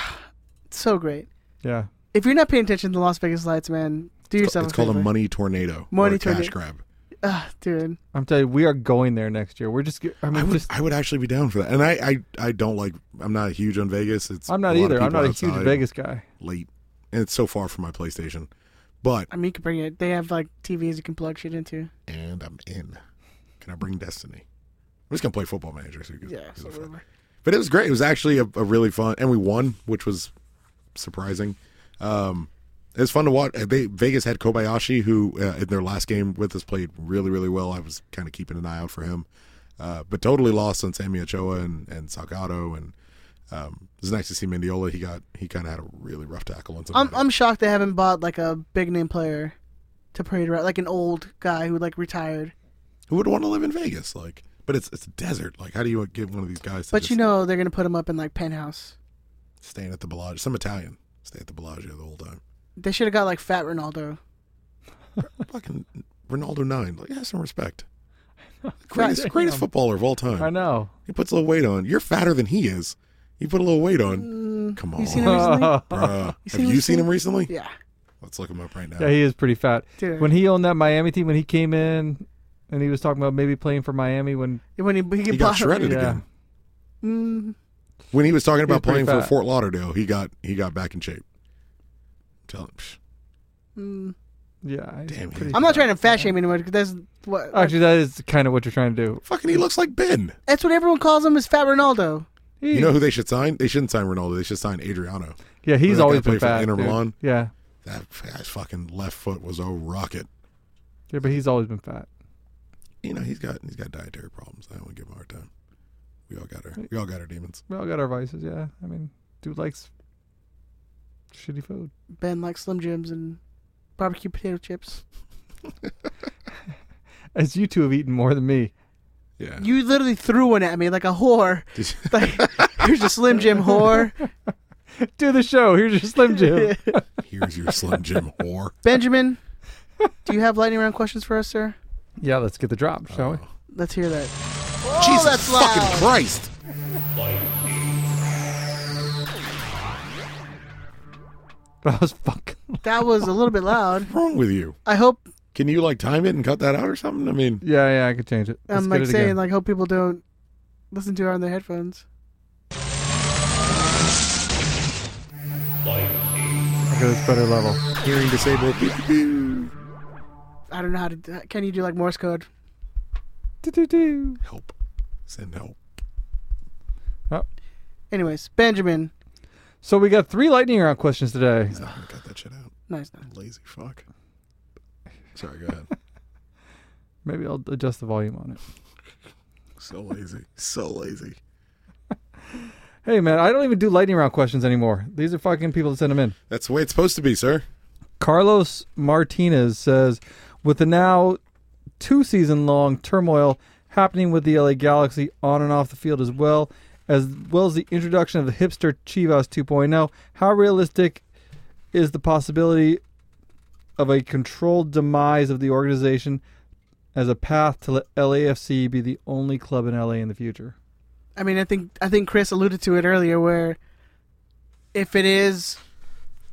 so great. Yeah, If you're not paying attention to the Las Vegas lights, man, do yourself It's a called favor. a money tornado. Money or a tornado. Cash grab. Ah, dude. I'm telling you, we are going there next year. We're just, ge- I mean, I would, just, I would actually be down for that. And I, I, I don't like. I'm not huge on Vegas. It's. I'm not a lot of either. I'm people not a outside huge Vegas guy. Late, and it's so far from my PlayStation. But I mean, you can bring it. They have like TVs you can plug shit into. and I'm in. Can I bring Destiny? I'm just gonna play Football Manager. So you can, Yeah, so it's fun. whatever. but it was great. It was actually a, a really fun, and we won, which was surprising. Um, it was fun to watch. They, Vegas had Kobayashi, who uh, in their last game with us played really, really well. I was kind of keeping an eye out for him, uh, but totally lost on Sammy Ochoa and and Salgado. And um, it was nice to see Mendiola. He got he kind of had a really rough tackle on some. I'm I'm shocked they haven't bought like a big name player to parade around, like an old guy who like retired. who would want to live in Vegas? Like, but it's it's a desert. Like, how do you get one of these guys? To But just- you know they're gonna put him up in like penthouse. staying at the Bellagio. Some Italian stay at the Bellagio the whole time. They should have got like Fat Ronaldo. Fucking Ronaldo nine. Like, have some respect. God Greatest, greatest damn. footballer of all I time. know. He puts a little weight on. You're fatter than he is. You put a little weight on. Come on, You seen him recently? bruh. seen Have him you seen recently? him recently? Yeah. Let's look him up right now. Yeah, he is pretty fat. Dude. When he owned that Miami team, when he came in and he was talking about maybe playing for Miami when When he, he, He got bought- shredded Yeah. again. Mm, When he was talking about pretty playing for fat. Fort Lauderdale, he got he got back in shape. Tell him, psh, mm. yeah, he's Damn, he pretty is I'm not trying to fat shame anyone because that's what Actually, that is kind of what you're trying to do. fucking, he looks like Ben. that's what everyone calls him is Fat Ronaldo. You know who they should sign? They shouldn't sign Ronaldo. They should sign Adriano. yeah, he's that always guy play been for fat. Inter dude. Milan? Yeah, That guy's fucking left foot was a rocket. yeah, but he's always been fat. you know he's got he's got dietary problems. I don't want to give him a hard time. We all got our we all got our demons. We all got our vices. Yeah, I mean, dude likes shitty food. Ben likes Slim Jims and barbecue potato chips. As you two have eaten more than me. Yeah. You literally threw one at me like a whore. Like, here's your Slim Jim whore. Do the show. Here's your Slim Jim. Here's your Slim Jim whore. Benjamin, do you have lightning round questions for us, sir? yeah, let's get the drop, shall Uh, we? Let's hear that. Jesus that's fucking loud. Christ! That was fucking. That was a little bit loud. What's wrong with you? I hope Can you like time it and cut that out or something? I mean, Yeah, yeah, I could change it. Let's I'm get um, like it saying again. like hope people don't listen to her on their headphones. Okay, it's better level. hearing disabled. Beep, beep, beep. I don't know how to. do- Can you do like Morse code? Do-do-do. Help! Send help. Anyways, Benjamin. So we got three lightning round questions today. He's not gonna cut that shit out. Nice. nice. Lazy fuck. Sorry, go ahead. Maybe I'll adjust the volume on it. So lazy. So lazy. Hey man, I don't even do lightning round questions anymore. These are fucking people that send them in. That's the way it's supposed to be, sir. Carlos Martinez says, with the now two season long turmoil happening with the LA Galaxy on and off the field as well, as well as the introduction of the hipster Chivas 2.0, how realistic is the possibility of a controlled demise of the organization as a path to let LAFC be the only club in LA in the future? I mean, I think I think Chris alluded to it earlier, where if it is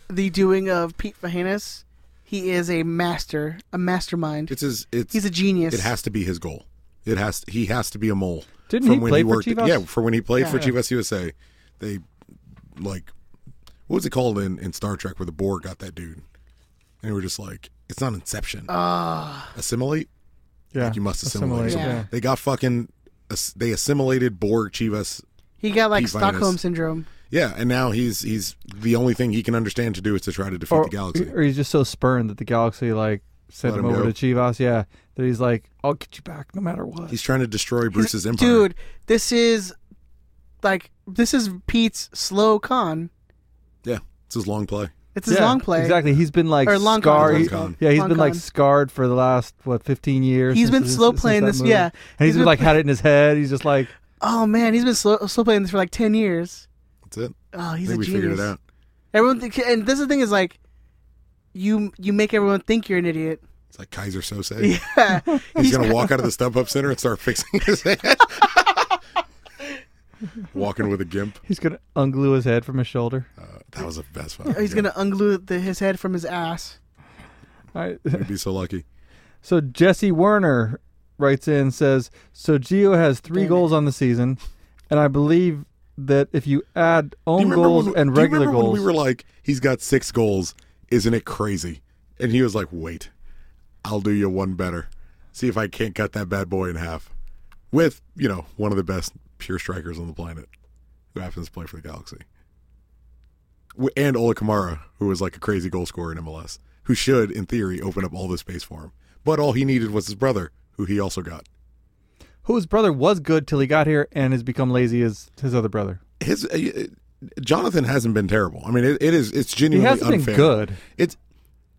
the doing of Pete Fahanis, he is a master, a mastermind. It's his. It's He's a genius. It has to be his goal. It has. To, he has to be a mole. Didn't he play for Chivas? Yeah, for when he played Yeah. for Chivas USA, they like what was it called in, in Star Trek where the Borg got that dude, and they were just like, it's not Inception. Ah. assimilate. Yeah, Like you must assimilate. Assimilate, Yeah. yeah. They got fucking. ass- They assimilated Borg Chivas. he got like Pete Fahanis. Stockholm syndrome. Yeah, and now he's he's the only thing he can understand to do is to try to defeat or, the galaxy. or he's just so spurned that the galaxy like sent Let him, him over go. to Chivas. Yeah, that he's like, I'll get you back no matter what. He's trying to destroy Bruce's empire. Dude, this is like this is Pete's slow con. Yeah, it's his long play. It's his long play. Exactly. He's been like Or long con, scarred. long con. Yeah, he's Long been like con. scarred for the last what 15 years. He's since been slow since playing that this- movie. yeah. and He's he's been been- like had it in his head. He's just like Oh man, he's been slow, slow playing this for like ten years. That's it. Oh, I he's think a we genius. figured it out. Everyone, think, and this is the thing is like, you you make everyone think you're an idiot. It's like Kaiser Sose. Yeah, He's gonna walk out of the stump up center and start fixing his head. Walking with a gimp. he's gonna unglue his head from his shoulder. Uh, that was the best one. he's gonna unglue the, his head from his ass. All right. be so lucky. So Jesse Werner writes in says, "So Gio has three Damn it. goals on the season, and I believe that if you add Do you own remember goals when- and do you regular remember goals, When we were like, he's got six goals. Isn't it crazy? And he was like, wait, I'll do you one better. See if I can't cut that bad boy in half. With, you know, one of the best pure strikers on the planet who happens to play for the Galaxy. W- And Ola Kamara, who was like a crazy goal scorer in MLS, who should, in theory, open up all the space for him. But all he needed was his brother, who he also got. whose brother was good till he got here and has become lazy as his other brother. his uh, uh, Jonathan hasn't been terrible. I mean, it, it is it's genuinely hasn't been unfair. good. It's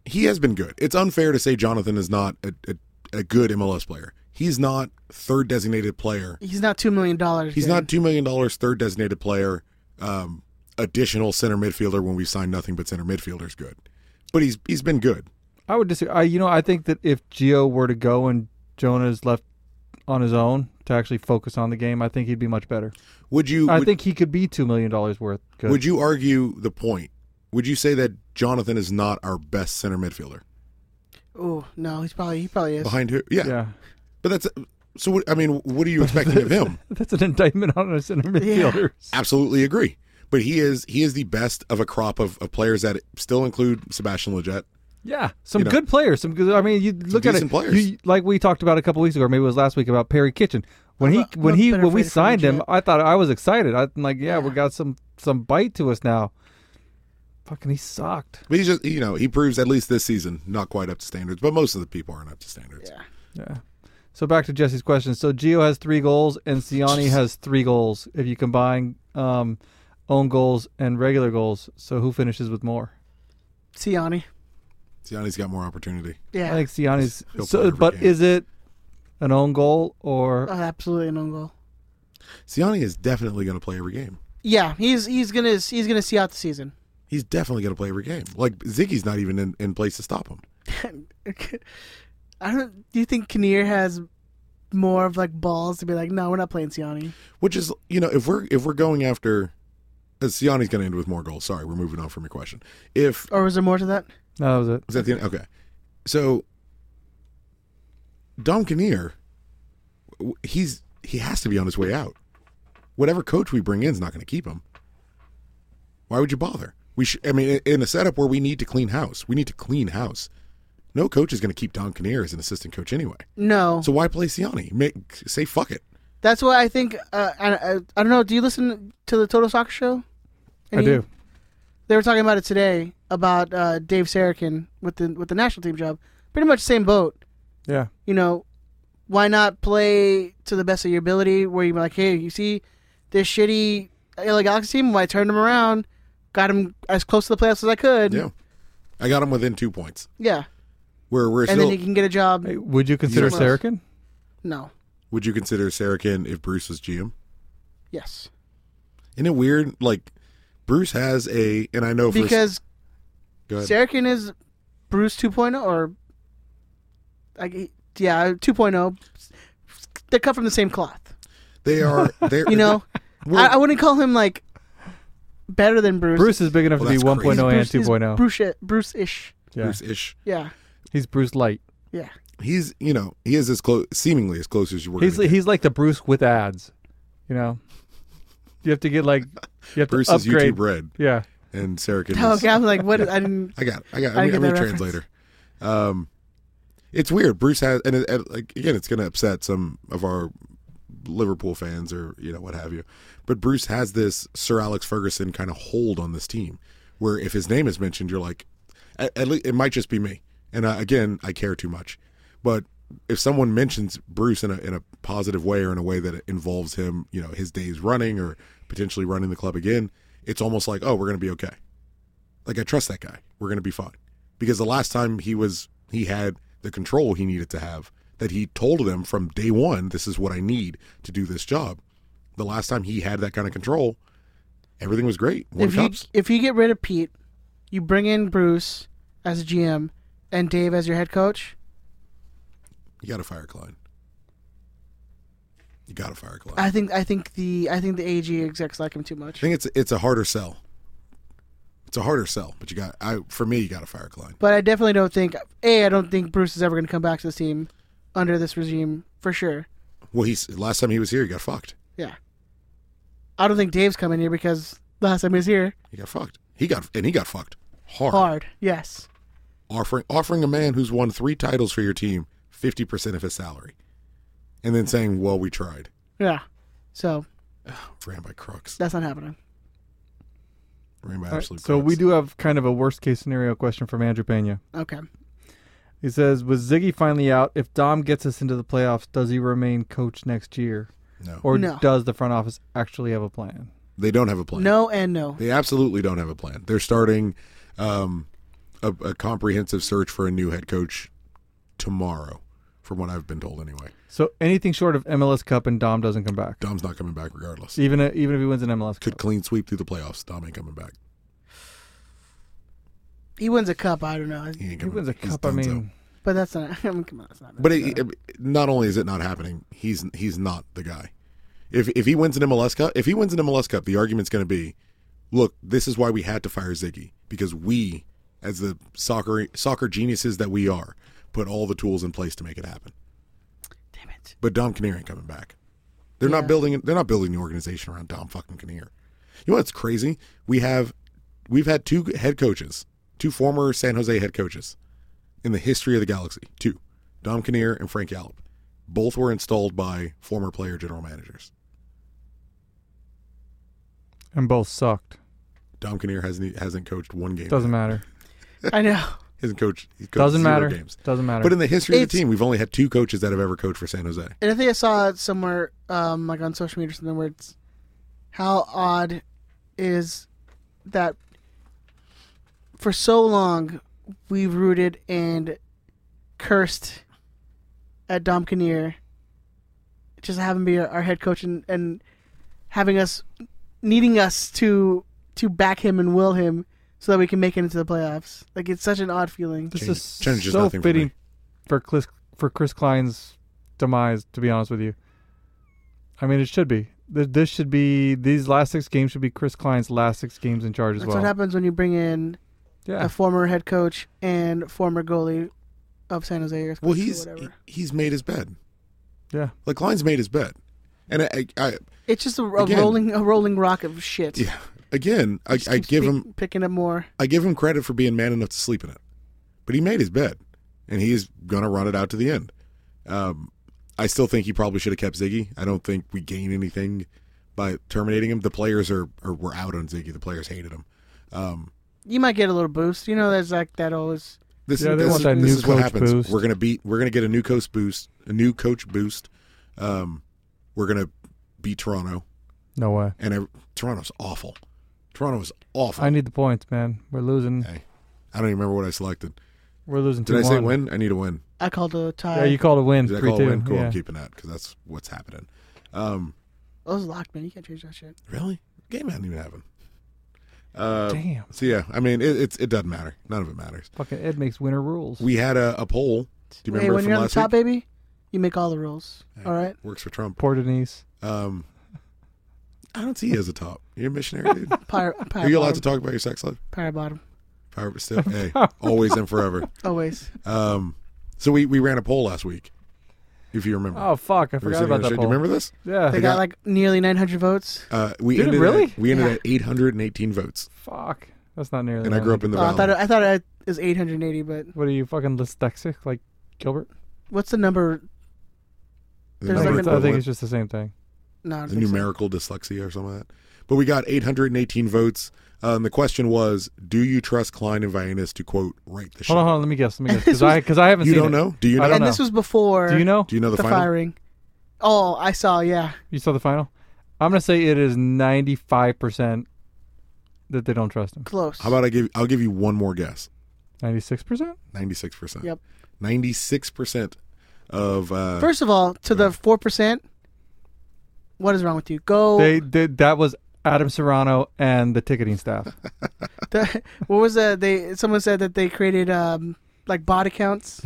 he has been good. It's unfair to say Jonathan is not a, a, a good MLS player. He's not third designated player. He's not two million dollars. He's not two million dollars third designated player. Um, additional center midfielder when we sign nothing but center midfielders good, but he's he's been good. I would disagree. I, you know, I think that if Gio were to go and Jonah is left on his own to actually focus on the game, I think he'd be much better. Would you? I would, think he could be two million dollars worth. Good. Would you argue the point? Would you say that Jonathan is not our best center midfielder? Oh no, he's probably he probably is. Behind who? Yeah, yeah, but that's so. What, I mean, what are you expecting of him? that's an indictment on our center midfielders. absolutely agree. But he is he is the best of a crop of, of players that still include Sebastian Leggett. Yeah, some You know. good players. Some good. I mean, you look at it. decent players. You, like we talked about a couple weeks ago, or maybe it was last week about Perry Kitchen. When he not- when not he better when we afraid of Perry signed him, Kitchen. I thought I was excited. I'm like, yeah, we got some some bite to us now. Fucking, he sucked. But he's just you know he proves at least this season not quite up to standards. But most of the people aren't up to standards. Yeah. Yeah. So back to Jesse's question. So Gio has three goals and Siani has three goals. If you combine um, own goals and regular goals, so who finishes with more? Siani. Siani's got more opportunity. Yeah. I think Siani's. He'll play So, every but game. is it an own goal or? oh, absolutely an own goal. Siani is definitely going to play every game. Yeah, he's he's gonna he's gonna see out the season. He's definitely going to play every game. Like Ziggy's not even in, in place to stop him. I don't. Do you think Kinnear has more of like balls to be like, no, we're not playing Siani? Which is you know if we're if we're going after. uh, Siani's going to end with more goals. Sorry, we're moving on from your question. If Or was there more to that? No, that was it. Was that the end? Okay. So Dom Kinnear, w- he's he has to be on his way out. Whatever coach we bring in is not going to keep him. Why would you bother? We should. I mean, in a setup where we need to clean house, we need to clean house. No coach is going to keep Don Kinnear as an assistant coach anyway. No. So why play Siani? Make say fuck it. That's why I think uh, I, I I don't know. Do you listen to the Total Soccer Show? I Any- do. They were talking about it today about uh, Dave Sarakin with the with the national team job. Pretty much same boat. Yeah. You know, why not play to the best of your ability? Where you're like, hey, you see this shitty LA Galaxy team? Well, I turned them around, got them as close to the playoffs as I could. Yeah, I got him within two points. Yeah. We're we're And still. then you can get a job. Hey, would you consider Yes. Sarakin? No. would you consider Sarakin if Bruce was GM? Yes. Isn't it weird? Like Bruce has a, and I know for Because Go ahead. Sarakin is Bruce 2.0 or like yeah, 2.0. They're cut from the same cloth. They are. They're, You know, Well- I, I wouldn't call him like better than Bruce. Bruce is big enough Well, to be that's 1.0 crazy. and oh. Bruce, 2.0. Bruce, Bruce-ish. yeah. Bruce ish. Yeah, He's Bruce Light. yeah. He's you know he is as close, seemingly as close as you were. He's gonna get. he's like the Bruce with ads. You know, you have to get like you have Bruce to is upgrade. YouTube Red Yeah. and Sarah Kid. Okay, I'm like, what? I didn't. I got. It. I got. I I, get am a that reference. translator. Um, it's weird. Bruce has, and it, and, like again, it's going to upset some of our Liverpool fans or you know what have you. But Bruce has this Sir Alex Ferguson kind of hold on this team, where if his name is mentioned, you're like, at, at least it might just be me. And uh, again, I care too much. But if someone mentions Bruce in a in a positive way or in a way that involves him, you know, his days running or potentially running the club again, it's almost like, oh, we're going to be okay. Like I trust that guy. We're going to be fine. Because the last time he was he had the control he needed to have that he told them from day 1, this is what I need to do this job. The last time he had that kind of control, everything was great. Won if you cups. if you get rid of Pete, you bring in Bruce as a GM and Dave as your head coach. You got to fire Klein. You got to fire Klein. I I think I think the I think the AG execs like him too much. think it's it's a harder sell. It's a harder sell, but you got I for me you got to fire Klein. But I definitely don't think a I don't think Bruce is ever going to come back to this team under this regime for sure. Well, he's last time he was here, he got fucked. Yeah, I don't think Dave's coming here because last time he was here, He got fucked. He got and he got fucked hard. hard. Yes, Offering offering a man who's won three titles for your team fifty percent of his salary, and then saying, "Well, we tried." yeah. So Ran by crooks. that's not happening. Ran by All right, absolute. so crooks. we do have kind of a worst case scenario question from Andrew Pena. Okay. He says, "With Ziggy finally out, if Dom gets us into the playoffs, does he remain coach next year, no. or No. does the front office actually have a plan?" they don't have a plan. No and no. They absolutely don't have a plan. They're starting um, a, a comprehensive search for a new head coach tomorrow, from what I've been told anyway. So anything short of MLS Cup and Dom doesn't come back, Dom's not coming back regardless. even even if he wins an MLS Could Cup. clean sweep through the playoffs. Dom ain't coming back. He wins a cup. I don't know, He ain't He coming wins a back. He's cup. I donezo. mean, but that's not. I mean, come on, that's not. but it, it- not only is it not happening, he's he's not the guy. If if he wins an MLS Cup, if he wins an MLS Cup, the argument's going to be, look, this is why we had to fire Ziggy because we, as the soccer soccer geniuses that we are, put all the tools in place to make it happen. Damn it. But Dom Kinnear ain't coming back. They're Yeah. not building. They're not building the organization around Dom fucking Kinnear. You know what's crazy? We have, we've had two head coaches, two former San Jose head coaches, in the history of the Galaxy. Two, Dom Kinnear and Frank Gallup. Both were installed by former player general managers. and both sucked. Dom Kinnear hasn't hasn't coached one game. Doesn't matter. I know. Hasn't coached. He's coached Doesn't zero matter. Games. Doesn't matter. But in the history of the It's- team, we've only had two coaches that have ever coached for San Jose. And I think I saw it somewhere, um, like on social media or something, where it's how odd is that for so long we've rooted and cursed at Dom Kinnear, just having him be our, our head coach and, and having us needing us to to back him and will him so that we can make it into the playoffs. Like it's such an odd feeling. this Change- is changes so nothing for me. fitting for Chris for Chris Klein's demise. To be honest with you, I mean it should be. Th- This should be these last six games should be Chris Klein's last six games in charge as That's well. what happens when you bring in Yeah, a former head coach and former goalie of San Jose. Earthquakes Well, or he's whatever. he- he's made his bed. yeah. Like Klein's made his bed, and I, I, I it's just a, a again- rolling a rolling rock of shit. Yeah. Again, I, Just I keeps give pick- him picking up more. I give him credit for being man enough to sleep in it, but he made his bed, and he is gonna run it out to the end. Um, I still think he probably should have kept Ziggy. I don't think we gain anything by terminating him. The players are, are were out on Ziggy. The players hated him. Um, You might get a little boost. You know, there's like that always. this Yeah, is, they this, want is- that this new is what coach happens. boost. We're gonna beat. We're gonna get a new coach boost. A new coach boost. Um, we're gonna beat Toronto, No way. and I, Toronto's awful. Toronto is awful. I need the points, man. We're losing. Hey, I don't even remember what I selected. We're losing two Did I say one. win? I need a win. I called a tie. Yeah, you called a win. Did I three call two. a win? Cool. Yeah. I'm keeping that because that's what's happening. Um, Those Oh, locked, man. You can't change that shit. really? Game hadn't even happened. Uh, Damn. So yeah, I mean, it, it's it doesn't matter. None of it matters. Fucking Ed makes winner rules. We had a, a poll. Do you hey, remember when from you're on the last top, week? baby, you make all the rules. All right. Works for Trump. Poor Denise. Um, I don't see you as a top. You're a missionary, dude. Power, power Are you allowed bottom. to talk about your sex life? power bottom. Power still. Hey, always and forever. Always. Um, so we we ran a poll last week, if you remember. Oh fuck! I We were forgot sitting there, about that. Do you poll. remember this? Yeah. They I got got- like nearly 900 votes. Uh, we Did it ended really? At, we ended Yeah. at 818 votes, Fuck. That's not nearly. and I that. grew up in the Oh, I valley. thought it, I thought it was 880, but What are you fucking dyslexic like Gilbert? what's the number? The There's I number think, like it's, I think equivalent. it's just the same thing. No, I don't It's a think so. numerical dyslexia or something like that. But we got 818 votes. Um, the question was, do you trust Klein and Vianis to quote write the Hold on, show? hold on. Let me guess. Let me guess. Because I because I haven't You seen don't it. know? Do you know? I don't and know. this was before Do you know? Do you know the, the final? firing. Oh, I saw. Yeah. You saw the final? I'm gonna say it is 95 percent that they don't trust him. Close. How about I give? I'll give you one more guess. 96 percent. Ninety-six percent. Yep. Ninety-six percent of uh, First of all, to the four percent, what is wrong with you? Go. They, they that was Adam Serrano and the ticketing staff. the- what was that? They someone said that they created um like bot accounts,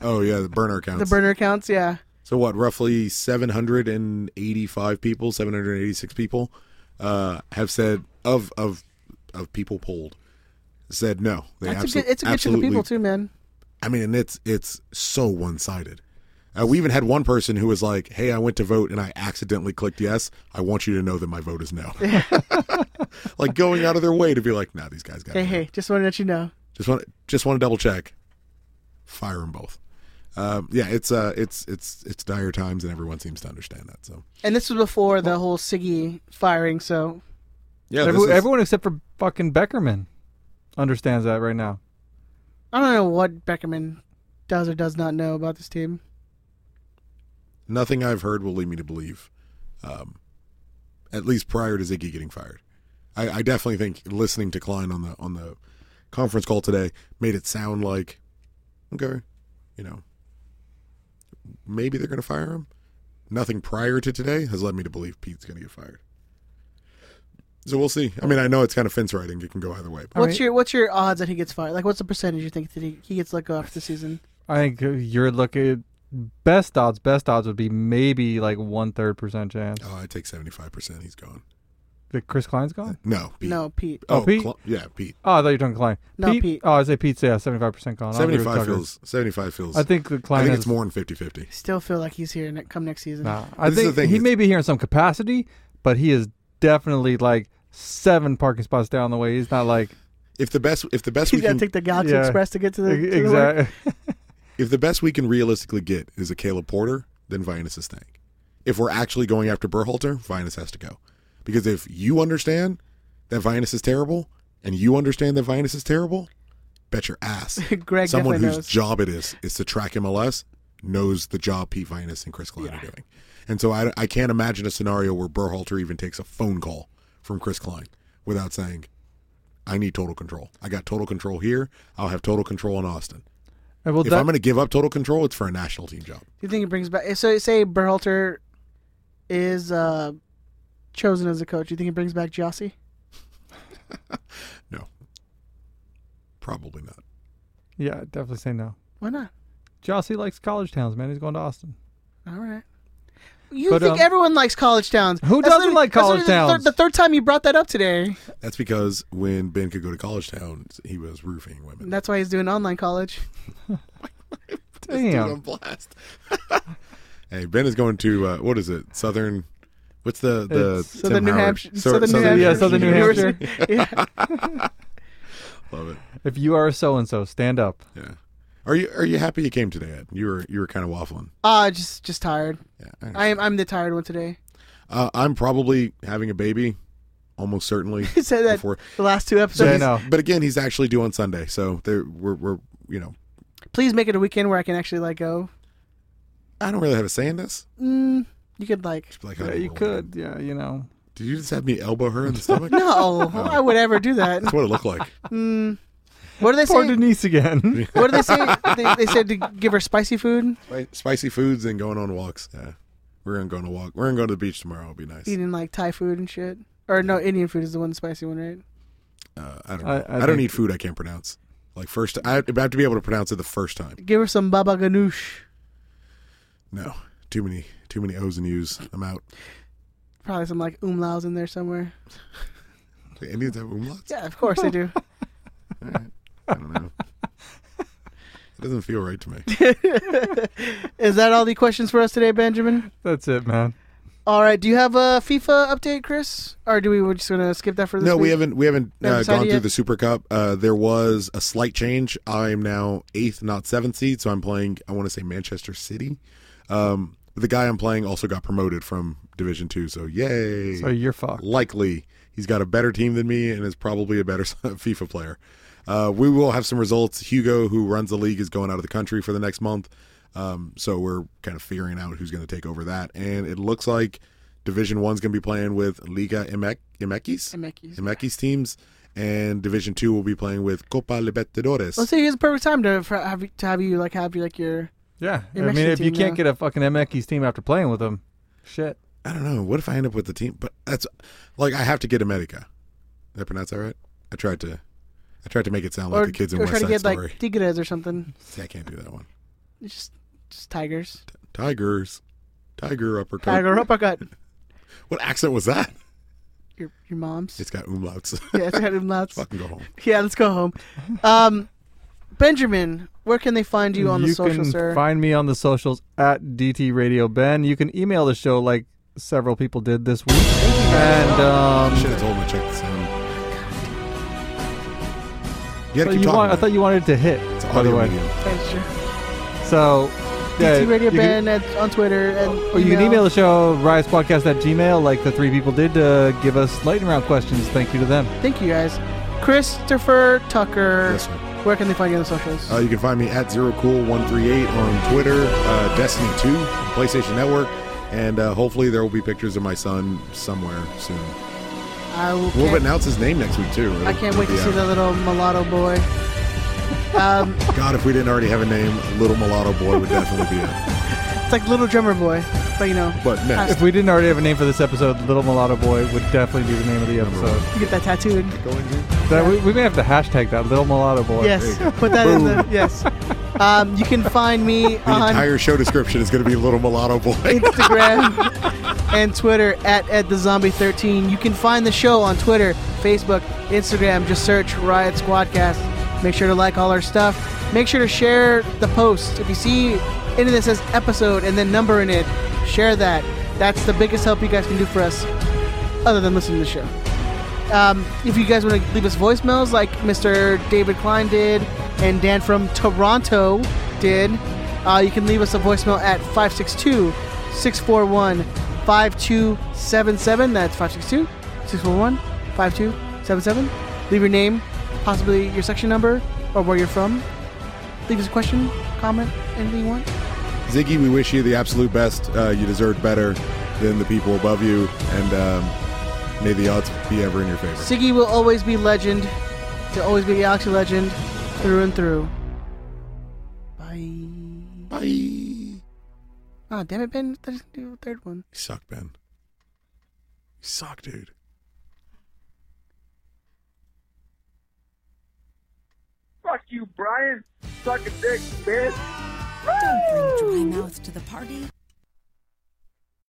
Oh yeah, the burner accounts. the burner accounts. Yeah, So what? Roughly seven hundred and eighty-five people, seven hundred eighty-six people, uh, have said of of of people polled said no. They that's absolu- a good. It's a good chunk of absolutely- people too, man. I mean, and it's it's so one-sided. Uh, we even had one person who was like, "Hey, I went to vote and I accidentally clicked yes. I want you to know that my vote is no." like going out of their way to be like, "Nah, these guys got Hey, it." hey, just want to let you know. Just want just want to double check. Fire them both. Um, yeah, it's uh, it's it's it's dire times, and everyone seems to understand that. So And this was before the whole Siggy firing, so yeah, this Every, is- Everyone except for fucking Beckerman understands that right now. I don't know what Beckerman does or does not know about this team. nothing I've heard will lead me to believe, um, at least prior to Ziggy getting fired. I, I definitely think listening to Klein on the on the conference call today made it sound like, okay, you know, maybe they're going to fire him. Nothing prior to today has led me to believe Pete's going to get fired. So we'll see. I mean, I know it's kind of fence riding; it can go either way. But What's right. your what's your odds that he gets fired? Like, what's the percentage you think that he, he gets let go after the season? I think you're looking best odds. Best odds would be maybe like one third percent chance oh, I take seventy five percent. He's gone. that Chris Klein's gone. No, Pete. No, Pete. Oh, Oh, Pete? Kle- yeah, Pete. Oh, I thought you were talking Klein. No, Pete. Oh, I say Pete's yeah, seventy five percent gone. I'll agree Seventy with five Tucker. feels. Seventy five feels. I think the I Klein think is it's more than 50-50. Still feel like he's here ne- come next season. Nah, I This is the think thing, he it's- may be here in some capacity, but he is definitely like seven parking spots down the way. He's not like If the best, if the best we He's got can, to take the Galaxy Yeah. Express to get to the to the work. exactly. if the best we can realistically get is a Caleb Porter, then Vianis is staying. If we're actually going after Burhalter, Vianis has to go. Because if you understand that Vianis is terrible, and you understand that Vianis is terrible, bet your ass. Greg Someone definitely whose knows. job it is is to track MLS knows the job Pete Vianis and Chris Klein are doing. And so I, I can't imagine a scenario where Burhalter even takes a phone call from Chris Klein without saying, I need total control. I got total control here. I'll have total control in Austin. And well, if that- I'm going to give up total control, it's for a national team job. Do you think it brings back? eh, So say Berhalter is uh, chosen as a coach. Do you think it brings back Jossie? No, probably not. yeah, I'd definitely say no. Why not? Jossie likes college towns, man. He's going to Austin. All right. You But, think um, everyone likes college towns? Who That's doesn't literally- like that's college literally the third- towns? the third time you brought that up today. That's because when Ben could go to college town, he was roofing women. That's why he's doing online college. This dude Damn. on blast. hey, Ben is going to uh, what is it? Southern. What's the the It's Southern Tim New Howard- Hampshire. Sor- Southern, New yeah, Hampshire. Southern New University. yeah. Love it. If you are a so and so, stand up. Yeah. Are you are you happy you came today, Ed? You were you were kind of waffling. Ah, just just tired. Yeah. I am I'm the tired one today. uh, I'm probably having a baby, almost certainly. He said that Before- the last two So Yeah, I episodes. he's- know. But again, he's actually due on Sunday, so there we're we're you know Please make it a weekend where I can actually like go. I don't really have a say in this. Mm, you could like Just be like, Yeah, "Oh, you well, could. Yeah, you know. Did you just have me elbow her in the stomach? no. I would ever do that. That's what it looked like. Mm. What do they Poor say? Denise again. What do they say? They, they said to give her spicy food, Spi- Spicy foods and going on walks. Yeah. We're gonna go on a walk. We're gonna go to the beach tomorrow. It'll be nice. eating like Thai food and shit. Or no, Indian food is the one spicy one, right? Uh, I don't. Know. I- I, I don't think- eat food I can't pronounce. Like first, I I have to be able to pronounce it the first time. Give her some baba ganoush. No, too many, too many O's and U's. I'm out. Probably some like umlaus in there somewhere. The Indians have umlauts. Yeah, of course they do. I don't know. It doesn't feel right to me. Is that all the questions for us today, Benjamin? That's it, man. All right. Do you have a FIFA update, Chris? Or do we we're just gonna skip that for this? No, we week? haven't. We haven't Haven't uh, decided gone through yet? the Super Cup. Uh, there was a slight change. I am now eighth, not seventh seed. So I'm playing. I want to say Manchester City. Um, but the guy I'm playing also got promoted from Division Two. So yay! So you're fucked. likely he's got a better team than me and is probably a better FIFA player. Uh, we will have some results. Hugo, who runs the league, is going out of the country for the next month, um, so we're kind of figuring out who's going to take over that. And it looks like Division One's going to be playing with Liga Imek- Imekis, Emekis. Imekis teams, and Division Two will be playing with Copa Libertadores. Let's say here's a perfect time to for, have you- to have you like have you like your Yeah. Your I mean, Mexican if you team, can't yeah. get a fucking Emekis team after playing with them, shit. I don't know. What if I end up with the team? But that's like I have to get America. Did I pronounce that right? I tried to. I tried to make it sound like or, the kids in or West try Side to get Story. like Tigres or something. See, I can't do that one. It's Just just tigers. Tigers, tiger uppercut. Tiger uppercut. What accent was that? Your your mom's. It's got umlauts. yeah, it's got him lots. Fucking go home. Yeah, let's go home. Um, Benjamin, where can they find you on the social, can sir? find me on the socials at DT Radio Ben. You can email the show like several people did this week. And um, Should have told me to check the sound. You gotta but keep you talking. want, um, I thought you wanted it to hit, it's by the audio way. medium. Thanks, sir. So, yeah, DT Radio you can- Ben at, on Twitter and Oh, Or you can email the show, risepodcast at gmail, like the three people did to give us lightning round questions. Thank you to them. Thank you guys. Christopher Tucker. Yes, sir. Where can they find you on the socials? Uh, you can find me at ZeroCool138 on Twitter, uh, Destiny 2, PlayStation Network, and uh, hopefully there will be pictures of my son somewhere soon. I will. We'll can't- announce his name next week, too. I can't wait to see Yeah. the little mulatto boy. Um, God, if we didn't already have a name, Little Mulatto Boy would definitely be it. it's like little drummer boy, but you know, But next. If we didn't already have a name for this episode, Little Mulatto Boy would definitely be the name of the episode. you get that tattooed. Going to- That, we, we may have to hashtag that, Little Mulatto Boy. Yes, put that in the yes. Um, you can find me The on entire show description is going to be Little Mulatto Boy. Instagram and Twitter at at the zombie thirteen. You can find the show on Twitter, Facebook, Instagram. Just search Riot Squadcast. Make sure to like all our stuff. Make sure to share the post. If you see any that says episode and then number in it, share that. That's the biggest help you guys can do for us, other than listening to the show. um, if you guys want to leave us voicemails like Mr. David Klein did and Dan from Toronto did, uh, you can leave us a voicemail at 562 641 5277. That's 562 641 5277. Leave your name, possibly your section number, or where you're from. Leave us a question, comment, anything you want. Ziggy, we wish you the absolute best. Uh, you deserve better than the people above you, and um, may the odds be ever in your favor. Siggy will always be legend. To always be a Galaxy legend through and through. Bye. Bye. You Oh, damn it, Ben. Let's do a third one. suck, Ben. You suck, dude. Fuck you, Brian. Suck a dick, bitch. Don't bring dry mouth to the party.